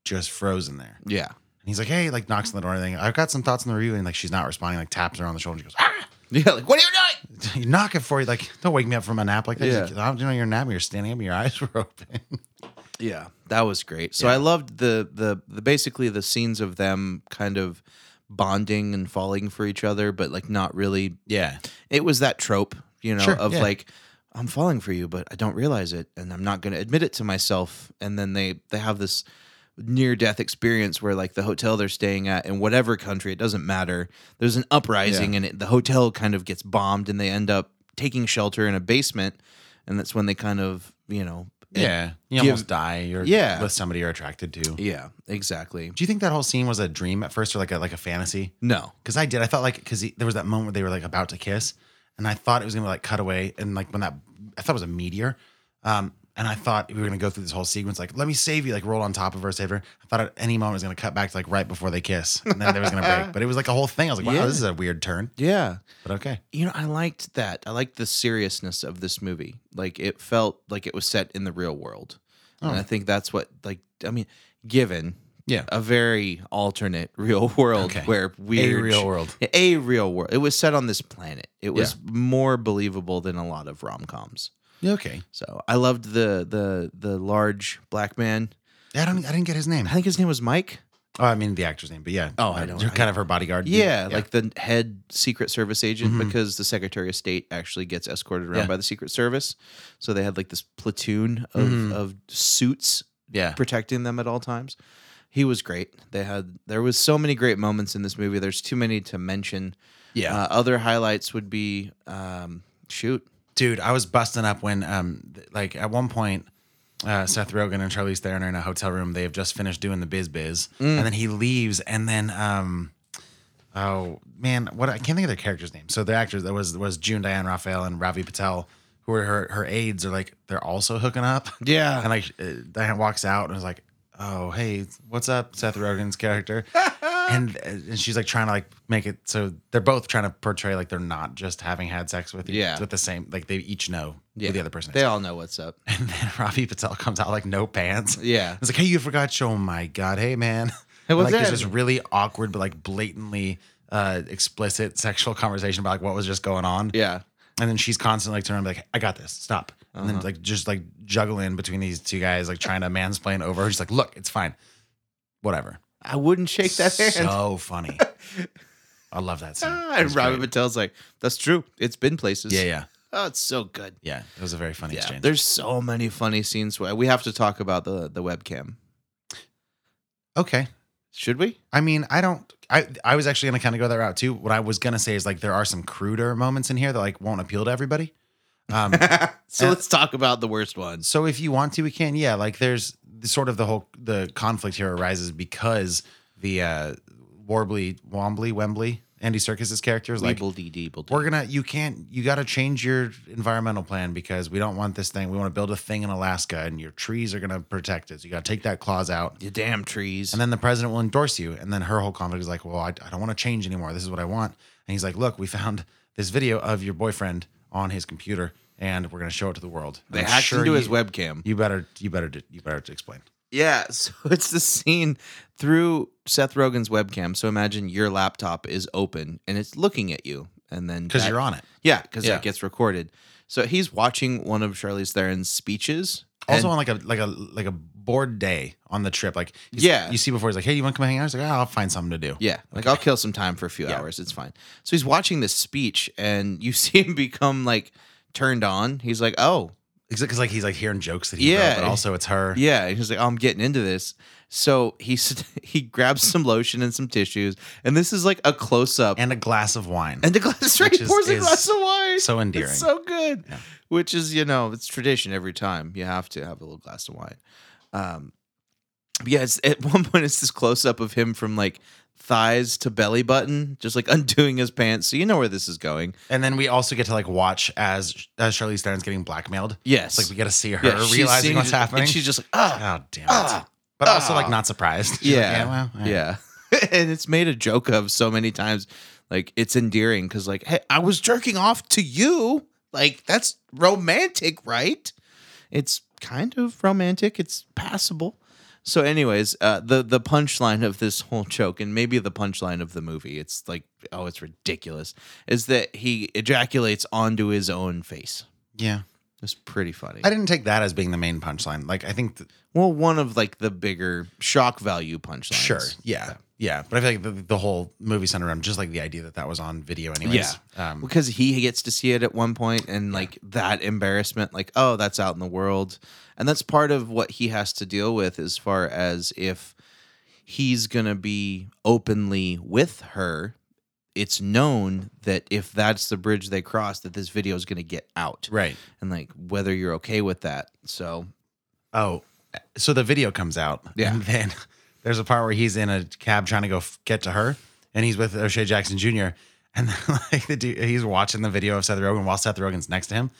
Speaker 5: just frozen there.
Speaker 6: yeah. (laughs)
Speaker 5: And he's like, hey, like knocks on the door and everything. I've got some thoughts on the review. And like she's not responding, like taps her on the shoulder. And she goes, ah!
Speaker 6: Yeah, like what are you doing?
Speaker 5: You (laughs) knock it for you. Like, don't wake me up from a nap like that.
Speaker 6: Yeah.
Speaker 5: Like, I'm doing your nap. You're standing up. Your (laughs) eyes were open.
Speaker 6: Yeah, that was great. So I loved the, the the basically the scenes of them kind of bonding and falling for each other, but like not really.
Speaker 5: Yeah,
Speaker 6: it was that trope, you know,
Speaker 5: Sure,
Speaker 6: of
Speaker 5: yeah.
Speaker 6: like I'm falling for you, but I don't realize it, and I'm not going to admit it to myself. And then they they have this near death experience where like the hotel they're staying at in whatever country it doesn't matter there's an uprising and it, the hotel kind of gets bombed and they end up taking shelter in a basement and that's when they kind of you know it
Speaker 5: Yeah, you
Speaker 6: give-
Speaker 5: almost die. Or
Speaker 6: Yeah.
Speaker 5: with somebody you're attracted to.
Speaker 6: yeah, exactly.
Speaker 5: Do you think that whole scene was a dream at first, or like a like a fantasy?
Speaker 6: No.
Speaker 5: Because I did. I thought like because there was that moment where they were like about to kiss, and I thought it was gonna like cut away, and like when that I thought it was a meteor, um, and I thought we were gonna go through this whole sequence like let me save you, like roll on top of her, save her. I thought at any moment it was gonna cut back to like right before they kiss, and then there was gonna
Speaker 6: (laughs)
Speaker 5: break. But it was like a whole thing. I was like, wow,
Speaker 6: Yeah.
Speaker 5: this is a weird turn.
Speaker 6: Yeah.
Speaker 5: But okay,
Speaker 6: You know, I liked that. I liked the seriousness of this movie. Like it felt like it was set in the real world.
Speaker 5: Oh.
Speaker 6: And I think that's what like I mean, given
Speaker 5: Yeah.
Speaker 6: a very alternate (laughs) real world
Speaker 5: Okay.
Speaker 6: where weird
Speaker 5: real world.
Speaker 6: A real world. It was set on this planet. It was
Speaker 5: Yeah.
Speaker 6: more believable than a lot of rom-coms.
Speaker 5: yeah, okay.
Speaker 6: So, I loved the the the large black man.
Speaker 5: I don't. I didn't get his name.
Speaker 6: I think his name was Mike.
Speaker 5: Oh, I mean the actor's name, but yeah.
Speaker 6: Oh, I
Speaker 5: Uh,
Speaker 6: don't-
Speaker 5: You're kind of her bodyguard.
Speaker 6: Yeah, Mm-hmm. like the head Secret Service agent because the Secretary of State actually gets escorted around
Speaker 5: Yeah.
Speaker 6: by the Secret Service. So they had like this platoon of,
Speaker 5: Mhm.
Speaker 6: of suits
Speaker 5: yeah.
Speaker 6: protecting them at all times. He was great. They had there was so many great moments in this movie. There's too many to mention.
Speaker 5: Yeah.
Speaker 6: Uh, other highlights would be um, shoot.
Speaker 5: dude, I was busting up when, um, th- like at one point, uh, Seth Rogen and Charlize Theron are in a hotel room. They have just finished doing the biz biz, and then he leaves, and then, um, oh man, what I can't think of their characters' names. So the actors that was was June Diane Raphael and Ravi Patel, who are her her aides, are like they're also hooking up.
Speaker 6: Yeah.
Speaker 5: and like uh, Diane walks out and is like, oh hey, what's up, Seth Rogen's
Speaker 6: (laughs)
Speaker 5: character. And, uh, and she's like trying to like make it so they're both trying to portray like they're not just having had sex with
Speaker 6: Yeah.
Speaker 5: with the same like they each know
Speaker 6: Yeah.
Speaker 5: who the other person
Speaker 6: They
Speaker 5: is.
Speaker 6: all know what's up.
Speaker 5: (laughs) And then Ravi Patel comes out like no pants.
Speaker 6: Yeah.
Speaker 5: It's like, hey, you forgot your oh my god, hey man.
Speaker 6: (laughs) Hey,
Speaker 5: like
Speaker 6: what's
Speaker 5: there's this
Speaker 6: that?
Speaker 5: really awkward but like blatantly uh explicit sexual conversation about like what was just going on.
Speaker 6: (laughs) Yeah.
Speaker 5: And then she's constantly like turning around and be like, I got this, stop. And then like just like juggling between these two guys, like trying to mansplain over her. She's like, look, it's fine. Whatever.
Speaker 6: I wouldn't shake that hand. (laughs)
Speaker 5: So funny. I love that scene. It
Speaker 6: and
Speaker 5: was
Speaker 6: Robin
Speaker 5: great.
Speaker 6: Patel's like, that's true. It's been places.
Speaker 5: Yeah, yeah.
Speaker 6: Oh, it's so good.
Speaker 5: Yeah. It was a very funny exchange.
Speaker 6: There's so many funny scenes. Where we have to talk about the the webcam.
Speaker 5: Okay.
Speaker 6: Should we?
Speaker 5: I mean, I don't. I I was actually gonna kind of go that route too. What I was gonna say is like there are some cruder moments in here that like won't appeal to everybody. Um,
Speaker 6: So
Speaker 5: Uh,
Speaker 6: let's talk about the worst ones.
Speaker 5: so if you want to, we can. Yeah, like there's the, sort of the whole the conflict here arises because the uh, Warbly Wombly Wembley Andy Circus's character is like
Speaker 6: Weeble-dee, deeble-dee.
Speaker 5: we're gonna you can't you gotta change your environmental plan because we don't want this thing. We want to build a thing in Alaska and your trees are gonna protect it. So you gotta take that clause out.
Speaker 6: you damn trees.
Speaker 5: And then the president will endorse you. And then her whole conflict is like, well, I, I don't want to change anymore. This is what I want. And he's like, look, we found this video of your boyfriend on his computer, and we're going to show it to the world.
Speaker 6: they
Speaker 5: I'm
Speaker 6: hacked
Speaker 5: sure
Speaker 6: into
Speaker 5: you-
Speaker 6: his webcam.
Speaker 5: You better, you better, do- you better explain.
Speaker 6: Yeah, (laughs) so it's the scene through Seth Rogen's webcam. So imagine your laptop is open and it's looking at you, and then
Speaker 5: Because
Speaker 6: that-
Speaker 5: you're on it.
Speaker 6: Yeah, because
Speaker 5: Yeah.
Speaker 6: that gets recorded. So he's watching one of Charlize Theron's speeches.
Speaker 5: Also
Speaker 6: and-
Speaker 5: on like a like a like a bored day on the trip. Like he's-
Speaker 6: Yeah.
Speaker 5: you see before he's like, hey, you want to come hang out? He's like, "Ah, I'll find something to do.
Speaker 6: Yeah, like I'll kill some time for a few hours. It's fine. So he's watching this speech, and you (laughs) see him become like turned on. He's like, "Oh,
Speaker 5: because like he's like hearing jokes that he
Speaker 6: Yeah.
Speaker 5: yeah, but also it's her.
Speaker 6: Yeah, and he's like, oh, I'm getting into this. So he (laughs) s- he grabs some lotion and some tissues, and this is like a close up. And,
Speaker 5: and a glass of wine.
Speaker 6: the glass straight
Speaker 5: is-
Speaker 6: pours a
Speaker 5: is
Speaker 6: glass of wine.
Speaker 5: so endearing.
Speaker 6: It's so good. Which is, you know, it's tradition every time. You have to have a little glass of wine. Um, but yeah, it's, at (laughs) one point, it's this close up of him from like thighs to belly button, just like (laughs) undoing his pants. So you know where this is going.
Speaker 5: And then we also get to like watch as as Charlize Theron's getting blackmailed.
Speaker 6: Yes.
Speaker 5: It's like we get to see her
Speaker 6: Yeah, she's
Speaker 5: realizing
Speaker 6: seeing-
Speaker 5: what's happening.
Speaker 6: And she's just like, ah,
Speaker 5: oh damn it! but also like not surprised. (laughs) She's like,
Speaker 6: yeah.
Speaker 5: well, all right.
Speaker 6: yeah. (laughs) and it's made a joke of so many times. Like it's endearing because like, hey, I was jerking off to you. Like that's romantic, right? It's kind of romantic. It's passable. So, anyways, uh, the the punchline of this whole joke, and maybe the punchline of the movie, it's like, oh, it's ridiculous, is that he ejaculates onto his own face.
Speaker 5: Yeah,
Speaker 6: it's pretty funny.
Speaker 5: I didn't take that as being the main punchline. Like, I think, th-
Speaker 6: well, one of like the bigger shock value punchlines.
Speaker 5: sure, yeah, yeah, but I feel like the, the whole movie centered around just like the idea that that was on video, anyways.
Speaker 6: Yeah,
Speaker 5: Um,
Speaker 6: because he gets to see it at one point, and like that embarrassment, like oh, that's out in the world, and that's part of what he has to deal with as far as if he's gonna be openly with her. It's known that if that's the bridge they cross, that this video is gonna get out,
Speaker 5: right.
Speaker 6: and like whether you're okay with that. So
Speaker 5: Oh, so the video comes out.
Speaker 6: Yeah.
Speaker 5: And then (laughs) there's a part where he's in a cab trying to go f- get to her, and he's with O'Shea Jackson Jr. (laughs) And then, like the dude, he's watching the video of Seth Rogen while Seth Rogen's next to him,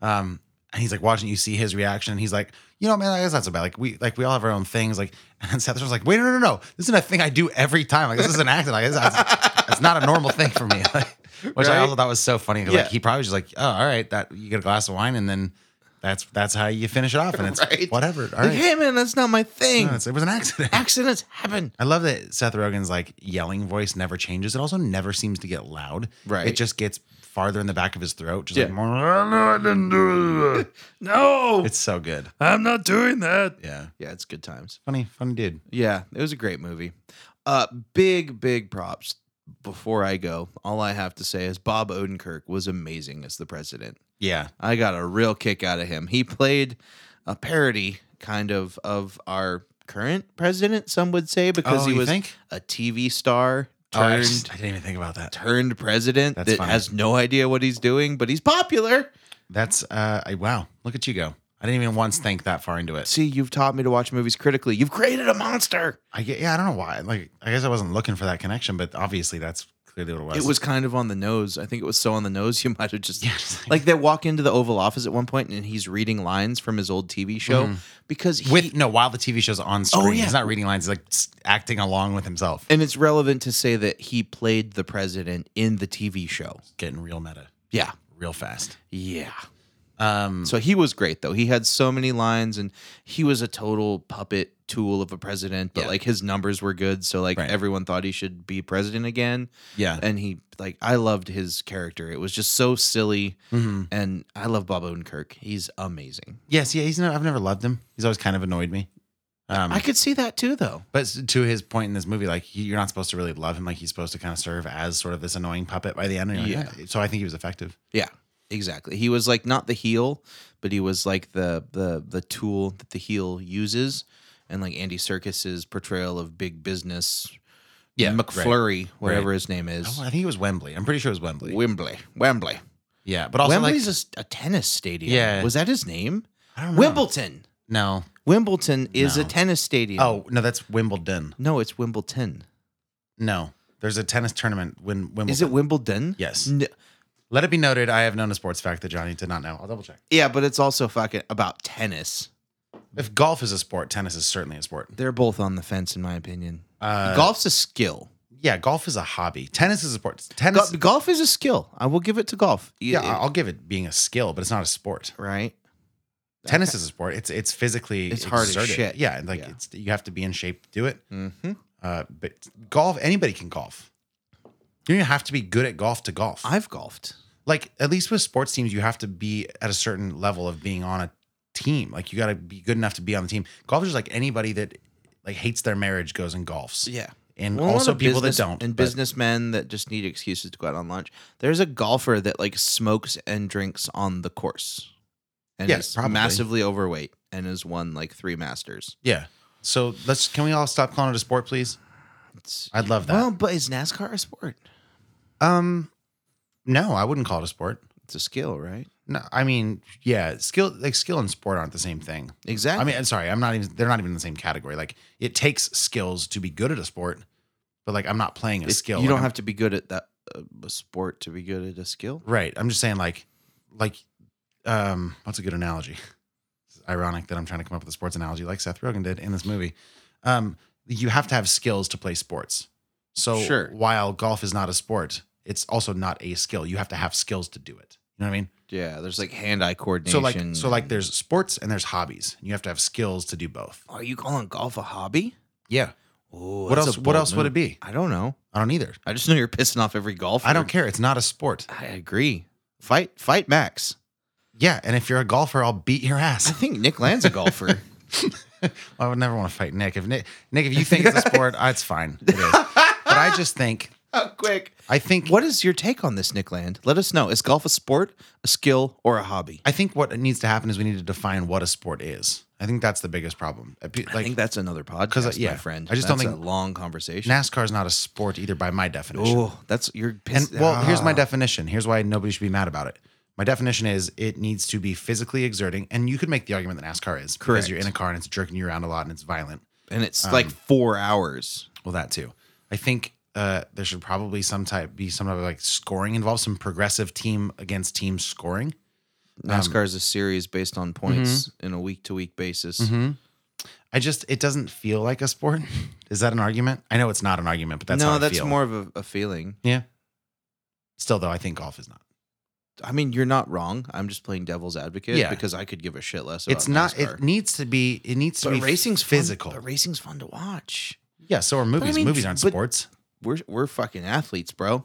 Speaker 5: um, and he's like watching. You see his reaction. And he's like, you know, man, like, that's not so bad. Like we, like we all have our own things. Like, (laughs) and Seth Rogen's like, wait, no, no, no, this isn't a thing I do every time. Like this is an accident. Like, it's, it's not a normal thing for me. (laughs) Like, which I
Speaker 6: Right?
Speaker 5: also thought was so funny. 'cause,
Speaker 6: Yeah.
Speaker 5: Like he probably was just like, oh, all right, that you get a glass of wine, and then that's that's how you finish it off, and it's
Speaker 6: (laughs) Right.
Speaker 5: whatever. All
Speaker 6: like,
Speaker 5: right.
Speaker 6: hey man, that's not my thing.
Speaker 5: No, it's- it was an accident. (laughs)
Speaker 6: Accidents happen.
Speaker 5: I love that Seth Rogen's like yelling voice never changes. It also never seems to get loud.
Speaker 6: Right.
Speaker 5: It just gets farther in the back of his throat. Just
Speaker 6: Yeah.
Speaker 5: like, "No, I didn't do it."
Speaker 6: (laughs) No,
Speaker 5: it's so good.
Speaker 6: I'm not doing that.
Speaker 5: Yeah.
Speaker 6: Yeah, it's good times.
Speaker 5: Funny, funny dude.
Speaker 6: Yeah, it was a great movie. Uh, big, big props. Before I go, all I have to say is Bob Odenkirk was amazing as the president.
Speaker 5: Yeah.
Speaker 6: I got a real kick out of him. He played a parody kind of of our current president, some would say, because
Speaker 5: Oh,
Speaker 6: he
Speaker 5: you
Speaker 6: was
Speaker 5: think?
Speaker 6: a TV star
Speaker 5: Oh, I,
Speaker 6: turned
Speaker 5: just- I didn't even think about that.
Speaker 6: turned president
Speaker 5: That's
Speaker 6: that
Speaker 5: funny.
Speaker 6: has no idea what he's doing, but he's popular.
Speaker 5: That's uh I, wow. Look at you go. I didn't even once think that far into it.
Speaker 6: See, you've taught me to watch movies critically. You've created a monster.
Speaker 5: I get yeah, I don't know why. Like I guess I wasn't looking for that connection, but obviously that's clearly what it was.
Speaker 6: It was kind of on the nose. I think it was so on the nose you (laughs) might have just
Speaker 5: Yeah, just
Speaker 6: like,
Speaker 5: like-
Speaker 6: they walk into the Oval Office at one point and he's reading lines from his old TV show because he,
Speaker 5: Mm-hmm. with no while the TV show's on screen.
Speaker 6: Oh, yeah.
Speaker 5: He's not reading lines, he's like s- acting along with himself.
Speaker 6: and it's relevant to say that he played the president in the TV show.
Speaker 5: Getting real meta.
Speaker 6: Yeah.
Speaker 5: Real fast.
Speaker 6: Yeah.
Speaker 5: Um
Speaker 6: So he was great though. He had so many lines and he was a total puppet tool of a president, but
Speaker 5: Yeah.
Speaker 6: like his numbers were good, so like
Speaker 5: Right.
Speaker 6: everyone thought he should be president again.
Speaker 5: Yeah.
Speaker 6: And he like I loved his character. It was just so silly
Speaker 5: Mm-hmm.
Speaker 6: and I love Bob Odenkirk. He's amazing.
Speaker 5: Yes, yeah, he's no, I've never loved him. He's always kind of annoyed me. Um,
Speaker 6: I could see that too, though.
Speaker 5: but s- to his point in this movie, like he, you're not supposed to really love him. Like he's supposed to kind of serve as sort of this annoying puppet by the end. and you're like,
Speaker 6: Yeah.
Speaker 5: So I think he was effective.
Speaker 6: Yeah, exactly. He was like not the heel, but he was like the the the tool that the heel uses, and like Andy Circus's portrayal of big business.
Speaker 5: Yeah,
Speaker 6: McFlurry, whatever
Speaker 5: right.
Speaker 6: his name is,
Speaker 5: Oh, I think it was Wembley. I'm pretty sure it was Wembley.
Speaker 6: Wembley, Wembley.
Speaker 5: yeah, but also
Speaker 6: Wembley's a
Speaker 5: like
Speaker 6: s- a, tennis stadium.
Speaker 5: Yeah.
Speaker 6: was that his name?
Speaker 5: I don't know.
Speaker 6: Wimbledon.
Speaker 5: no.
Speaker 6: Wimbledon is a
Speaker 5: No.
Speaker 6: tennis stadium.
Speaker 5: Oh no, that's Wimbledon.
Speaker 6: no, it's Wimbledon.
Speaker 5: No, there's a tennis tournament. Win Wimbledon.
Speaker 6: Is it Wimbledon?
Speaker 5: Yes.
Speaker 6: No-
Speaker 5: Let it be noted. I have known a sports fact that Johnny did not know. I'll double check.
Speaker 6: yeah, but it's also fucking about tennis.
Speaker 5: If golf is a sport, tennis is certainly a sport.
Speaker 6: They're both on the fence, in my opinion.
Speaker 5: Uh,
Speaker 6: Golf's a skill.
Speaker 5: Yeah, golf is a hobby. Tennis is a sport. Tennis.
Speaker 6: Go- golf is a skill. I will give it to golf.
Speaker 5: yeah,
Speaker 6: It-
Speaker 5: I'll give it being a skill, but it's not a sport.
Speaker 6: right.
Speaker 5: Tennis is a sport. It's it's physically
Speaker 6: It's hard as
Speaker 5: exerted.
Speaker 6: shit.
Speaker 5: Yeah, and like
Speaker 6: Yeah.
Speaker 5: it's you have to be in shape to do it.
Speaker 6: Mm-hmm.
Speaker 5: Uh, but golf, anybody can golf. You don't even have to be good at golf to golf.
Speaker 6: I've golfed.
Speaker 5: like at least with sports teams, you have to be at a certain level of being on a team. Like you got to be good enough to be on the team. Golfers like anybody that like hates their marriage goes and golfs.
Speaker 6: Yeah.
Speaker 5: and
Speaker 6: Well, a lot
Speaker 5: also
Speaker 6: of
Speaker 5: people
Speaker 6: business-
Speaker 5: that don't
Speaker 6: and
Speaker 5: but-
Speaker 6: businessmen that just need excuses to go out on lunch. There's a golfer that like smokes and drinks on the course, and
Speaker 5: Yeah,
Speaker 6: is
Speaker 5: probably.
Speaker 6: massively overweight and has won like three masters.
Speaker 5: Yeah. So let's can we all stop calling it a sport, please? I'd love that.
Speaker 6: Well, but is NASCAR a sport?
Speaker 5: um, no, I wouldn't call it a sport.
Speaker 6: It's a skill, right?
Speaker 5: No, I mean, yeah, skill like skill and sport aren't the same thing.
Speaker 6: Exactly.
Speaker 5: I mean, I'm sorry, I'm not even they're not even in the same category. Like it takes skills to be good at a sport, but like I'm not playing a
Speaker 6: It's-
Speaker 5: skill.
Speaker 6: You don't
Speaker 5: Like,
Speaker 6: have to be good at that uh, a sport to be good at a skill.
Speaker 5: I'm- right. I'm just saying like like um what's a good analogy? (laughs) It's ironic that I'm trying to come up with a sports analogy like Seth Rogen did in this movie. Um you have to have skills to play sports. So
Speaker 6: Sure.
Speaker 5: while golf is not a sport, it's also not a skill. You have to have skills to do it. You know what I mean?
Speaker 6: Yeah, there's like hand-eye
Speaker 5: So like
Speaker 6: coordination.
Speaker 5: so like there's sports and there's hobbies. And you have to have skills to do both.
Speaker 6: Are you calling golf a hobby?
Speaker 5: Yeah.
Speaker 6: Ooh,
Speaker 5: what
Speaker 6: that's a
Speaker 5: else what
Speaker 6: bold
Speaker 5: else would it
Speaker 6: move.
Speaker 5: be?
Speaker 6: I don't know.
Speaker 5: I don't either.
Speaker 6: I just know you're pissing off every golfer.
Speaker 5: I don't care. It's not a sport.
Speaker 6: I agree. Fight, fight Max.
Speaker 5: Yeah, and if you're a golfer, I'll beat your ass. (laughs)
Speaker 6: I think Nick Land's a golfer.
Speaker 5: I would never want to fight Nick. If Nick, Nick, if you think it's a
Speaker 6: (laughs)
Speaker 5: sport, uh, it's fine. It is. But I just think,
Speaker 6: oh, quick.
Speaker 5: I think,
Speaker 6: What is your take on this, Nick Land? Let us know. Is golf a sport, a skill, or a hobby?
Speaker 5: I think what needs to happen is we need to define what a sport is. I think that's the biggest problem. Uh, pe- Like
Speaker 6: I think that's another podcast,
Speaker 5: 'Cause, uh,
Speaker 6: my
Speaker 5: yeah,
Speaker 6: friend.
Speaker 5: I just don't
Speaker 6: That's
Speaker 5: think-
Speaker 6: a long conversation.
Speaker 5: NASCAR is not a sport either by my definition.
Speaker 6: oh, that's you're
Speaker 5: And
Speaker 6: pissed.
Speaker 5: well, here's my
Speaker 6: Ah.
Speaker 5: definition. Here's why nobody should be mad about it. My definition is it needs to be physically exerting, and you could make the argument that NASCAR is
Speaker 6: Correct.
Speaker 5: because you're in a car and it's jerking you around a lot and it's violent.
Speaker 6: and it's
Speaker 5: Um,
Speaker 6: like four hours.
Speaker 5: Well, that too. I think uh, there should probably some type be some type of like scoring involved, some progressive team against team scoring. Um,
Speaker 6: NASCAR is a series based on points
Speaker 5: Mm-hmm.
Speaker 6: in a week to week basis.
Speaker 5: I just it doesn't feel like a sport. (laughs) Is that an argument? I know it's not an argument, but that's
Speaker 6: no,
Speaker 5: how I
Speaker 6: that's
Speaker 5: feel.
Speaker 6: more of a, a feeling.
Speaker 5: yeah. Still though, I think golf is not.
Speaker 6: I mean, you're not wrong. I'm just playing devil's advocate
Speaker 5: Yeah.
Speaker 6: because I could give a shit less. About
Speaker 5: It's not.
Speaker 6: NASCAR.
Speaker 5: It needs to be. It needs to
Speaker 6: but
Speaker 5: be
Speaker 6: racing's
Speaker 5: physical.
Speaker 6: Fun, but racing's fun to watch.
Speaker 5: yeah. So are movies.
Speaker 6: mean,
Speaker 5: movies aren't
Speaker 6: but-
Speaker 5: sports.
Speaker 6: We're we're fucking athletes, bro.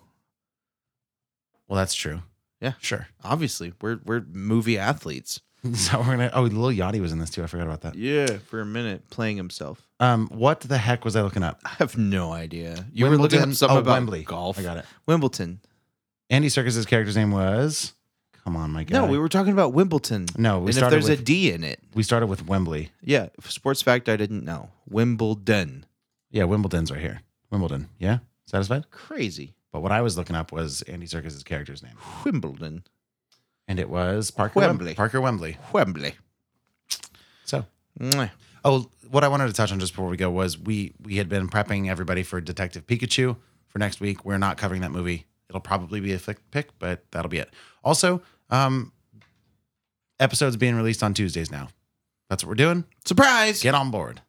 Speaker 5: Well, that's true.
Speaker 6: Yeah.
Speaker 5: Sure. (laughs)
Speaker 6: Obviously, we're we're movie athletes.
Speaker 5: So we're gonna. Oh, Lil Yachty was in this too. I forgot about that.
Speaker 6: Yeah, for a minute playing himself.
Speaker 5: Um, what the heck was I looking up?
Speaker 6: I have no idea. You were looking
Speaker 5: Wimbledon-
Speaker 6: up something
Speaker 5: oh,
Speaker 6: about
Speaker 5: Wembley.
Speaker 6: golf.
Speaker 5: I got it.
Speaker 6: Wimbledon.
Speaker 5: Andy Circus's character's name was. Come on, my guy.
Speaker 6: No, we were talking about Wimbledon.
Speaker 5: No, we
Speaker 6: and if
Speaker 5: started
Speaker 6: there's a
Speaker 5: with-
Speaker 6: D in it,
Speaker 5: We started with Wembley.
Speaker 6: yeah. Sports fact I didn't know. Wimbledon.
Speaker 5: Yeah, Wimbledon's right here. Wimbledon. Yeah. Satisfied?
Speaker 6: Crazy.
Speaker 5: But what I was looking up was Andy Circus's character's name,
Speaker 6: Wimbledon.
Speaker 5: and it was Parker Wem-
Speaker 6: Wembley.
Speaker 5: Parker Wembley.
Speaker 6: Wembley.
Speaker 5: So.
Speaker 6: Mwah.
Speaker 5: Oh, what I wanted to touch on just before we go was we we had been prepping everybody for Detective Pikachu for next week. We're not covering that movie. It'll probably be a flick pick, but that'll be it. Also, um, episodes being released on Tuesdays now. That's what we're doing.
Speaker 6: Surprise.
Speaker 5: Get on board.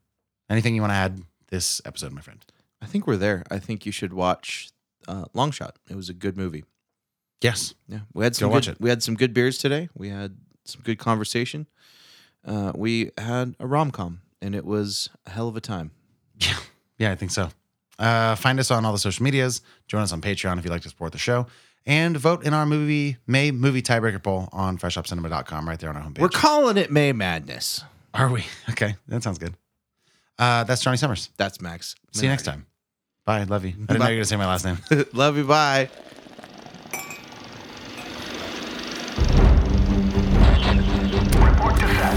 Speaker 5: Anything you want to add this episode, my friend?
Speaker 6: I think we're there. I think you should watch uh, Long Shot. It was a good movie.
Speaker 5: Yes.
Speaker 6: Yeah, we had some
Speaker 5: Go watch
Speaker 6: good,
Speaker 5: it.
Speaker 6: we had some good beers today. We had some good conversation. Uh, we had a rom com, and it was a hell of a time.
Speaker 5: Yeah. Yeah, I think so. Uh, find us on all the social medias. Join us on Patreon if you'd like to support the show. And vote in our movie May movie tiebreaker poll on freshupcinema.com right there on our homepage.
Speaker 6: We're calling it May Madness.
Speaker 5: Are we? Okay. That sounds good. Uh, that's Johnny Summers.
Speaker 6: That's Max.
Speaker 5: See you next time. Bye. Love you. I didn't know you were going to say my last name.
Speaker 6: (laughs) Love you. Bye.
Speaker 2: Report to set.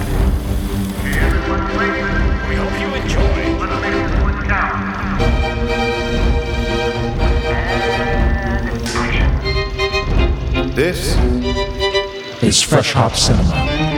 Speaker 2: Everyone ready? We hope you enjoy. Eliminate one down. And action.
Speaker 3: This
Speaker 4: is Fresh Hop Cinema.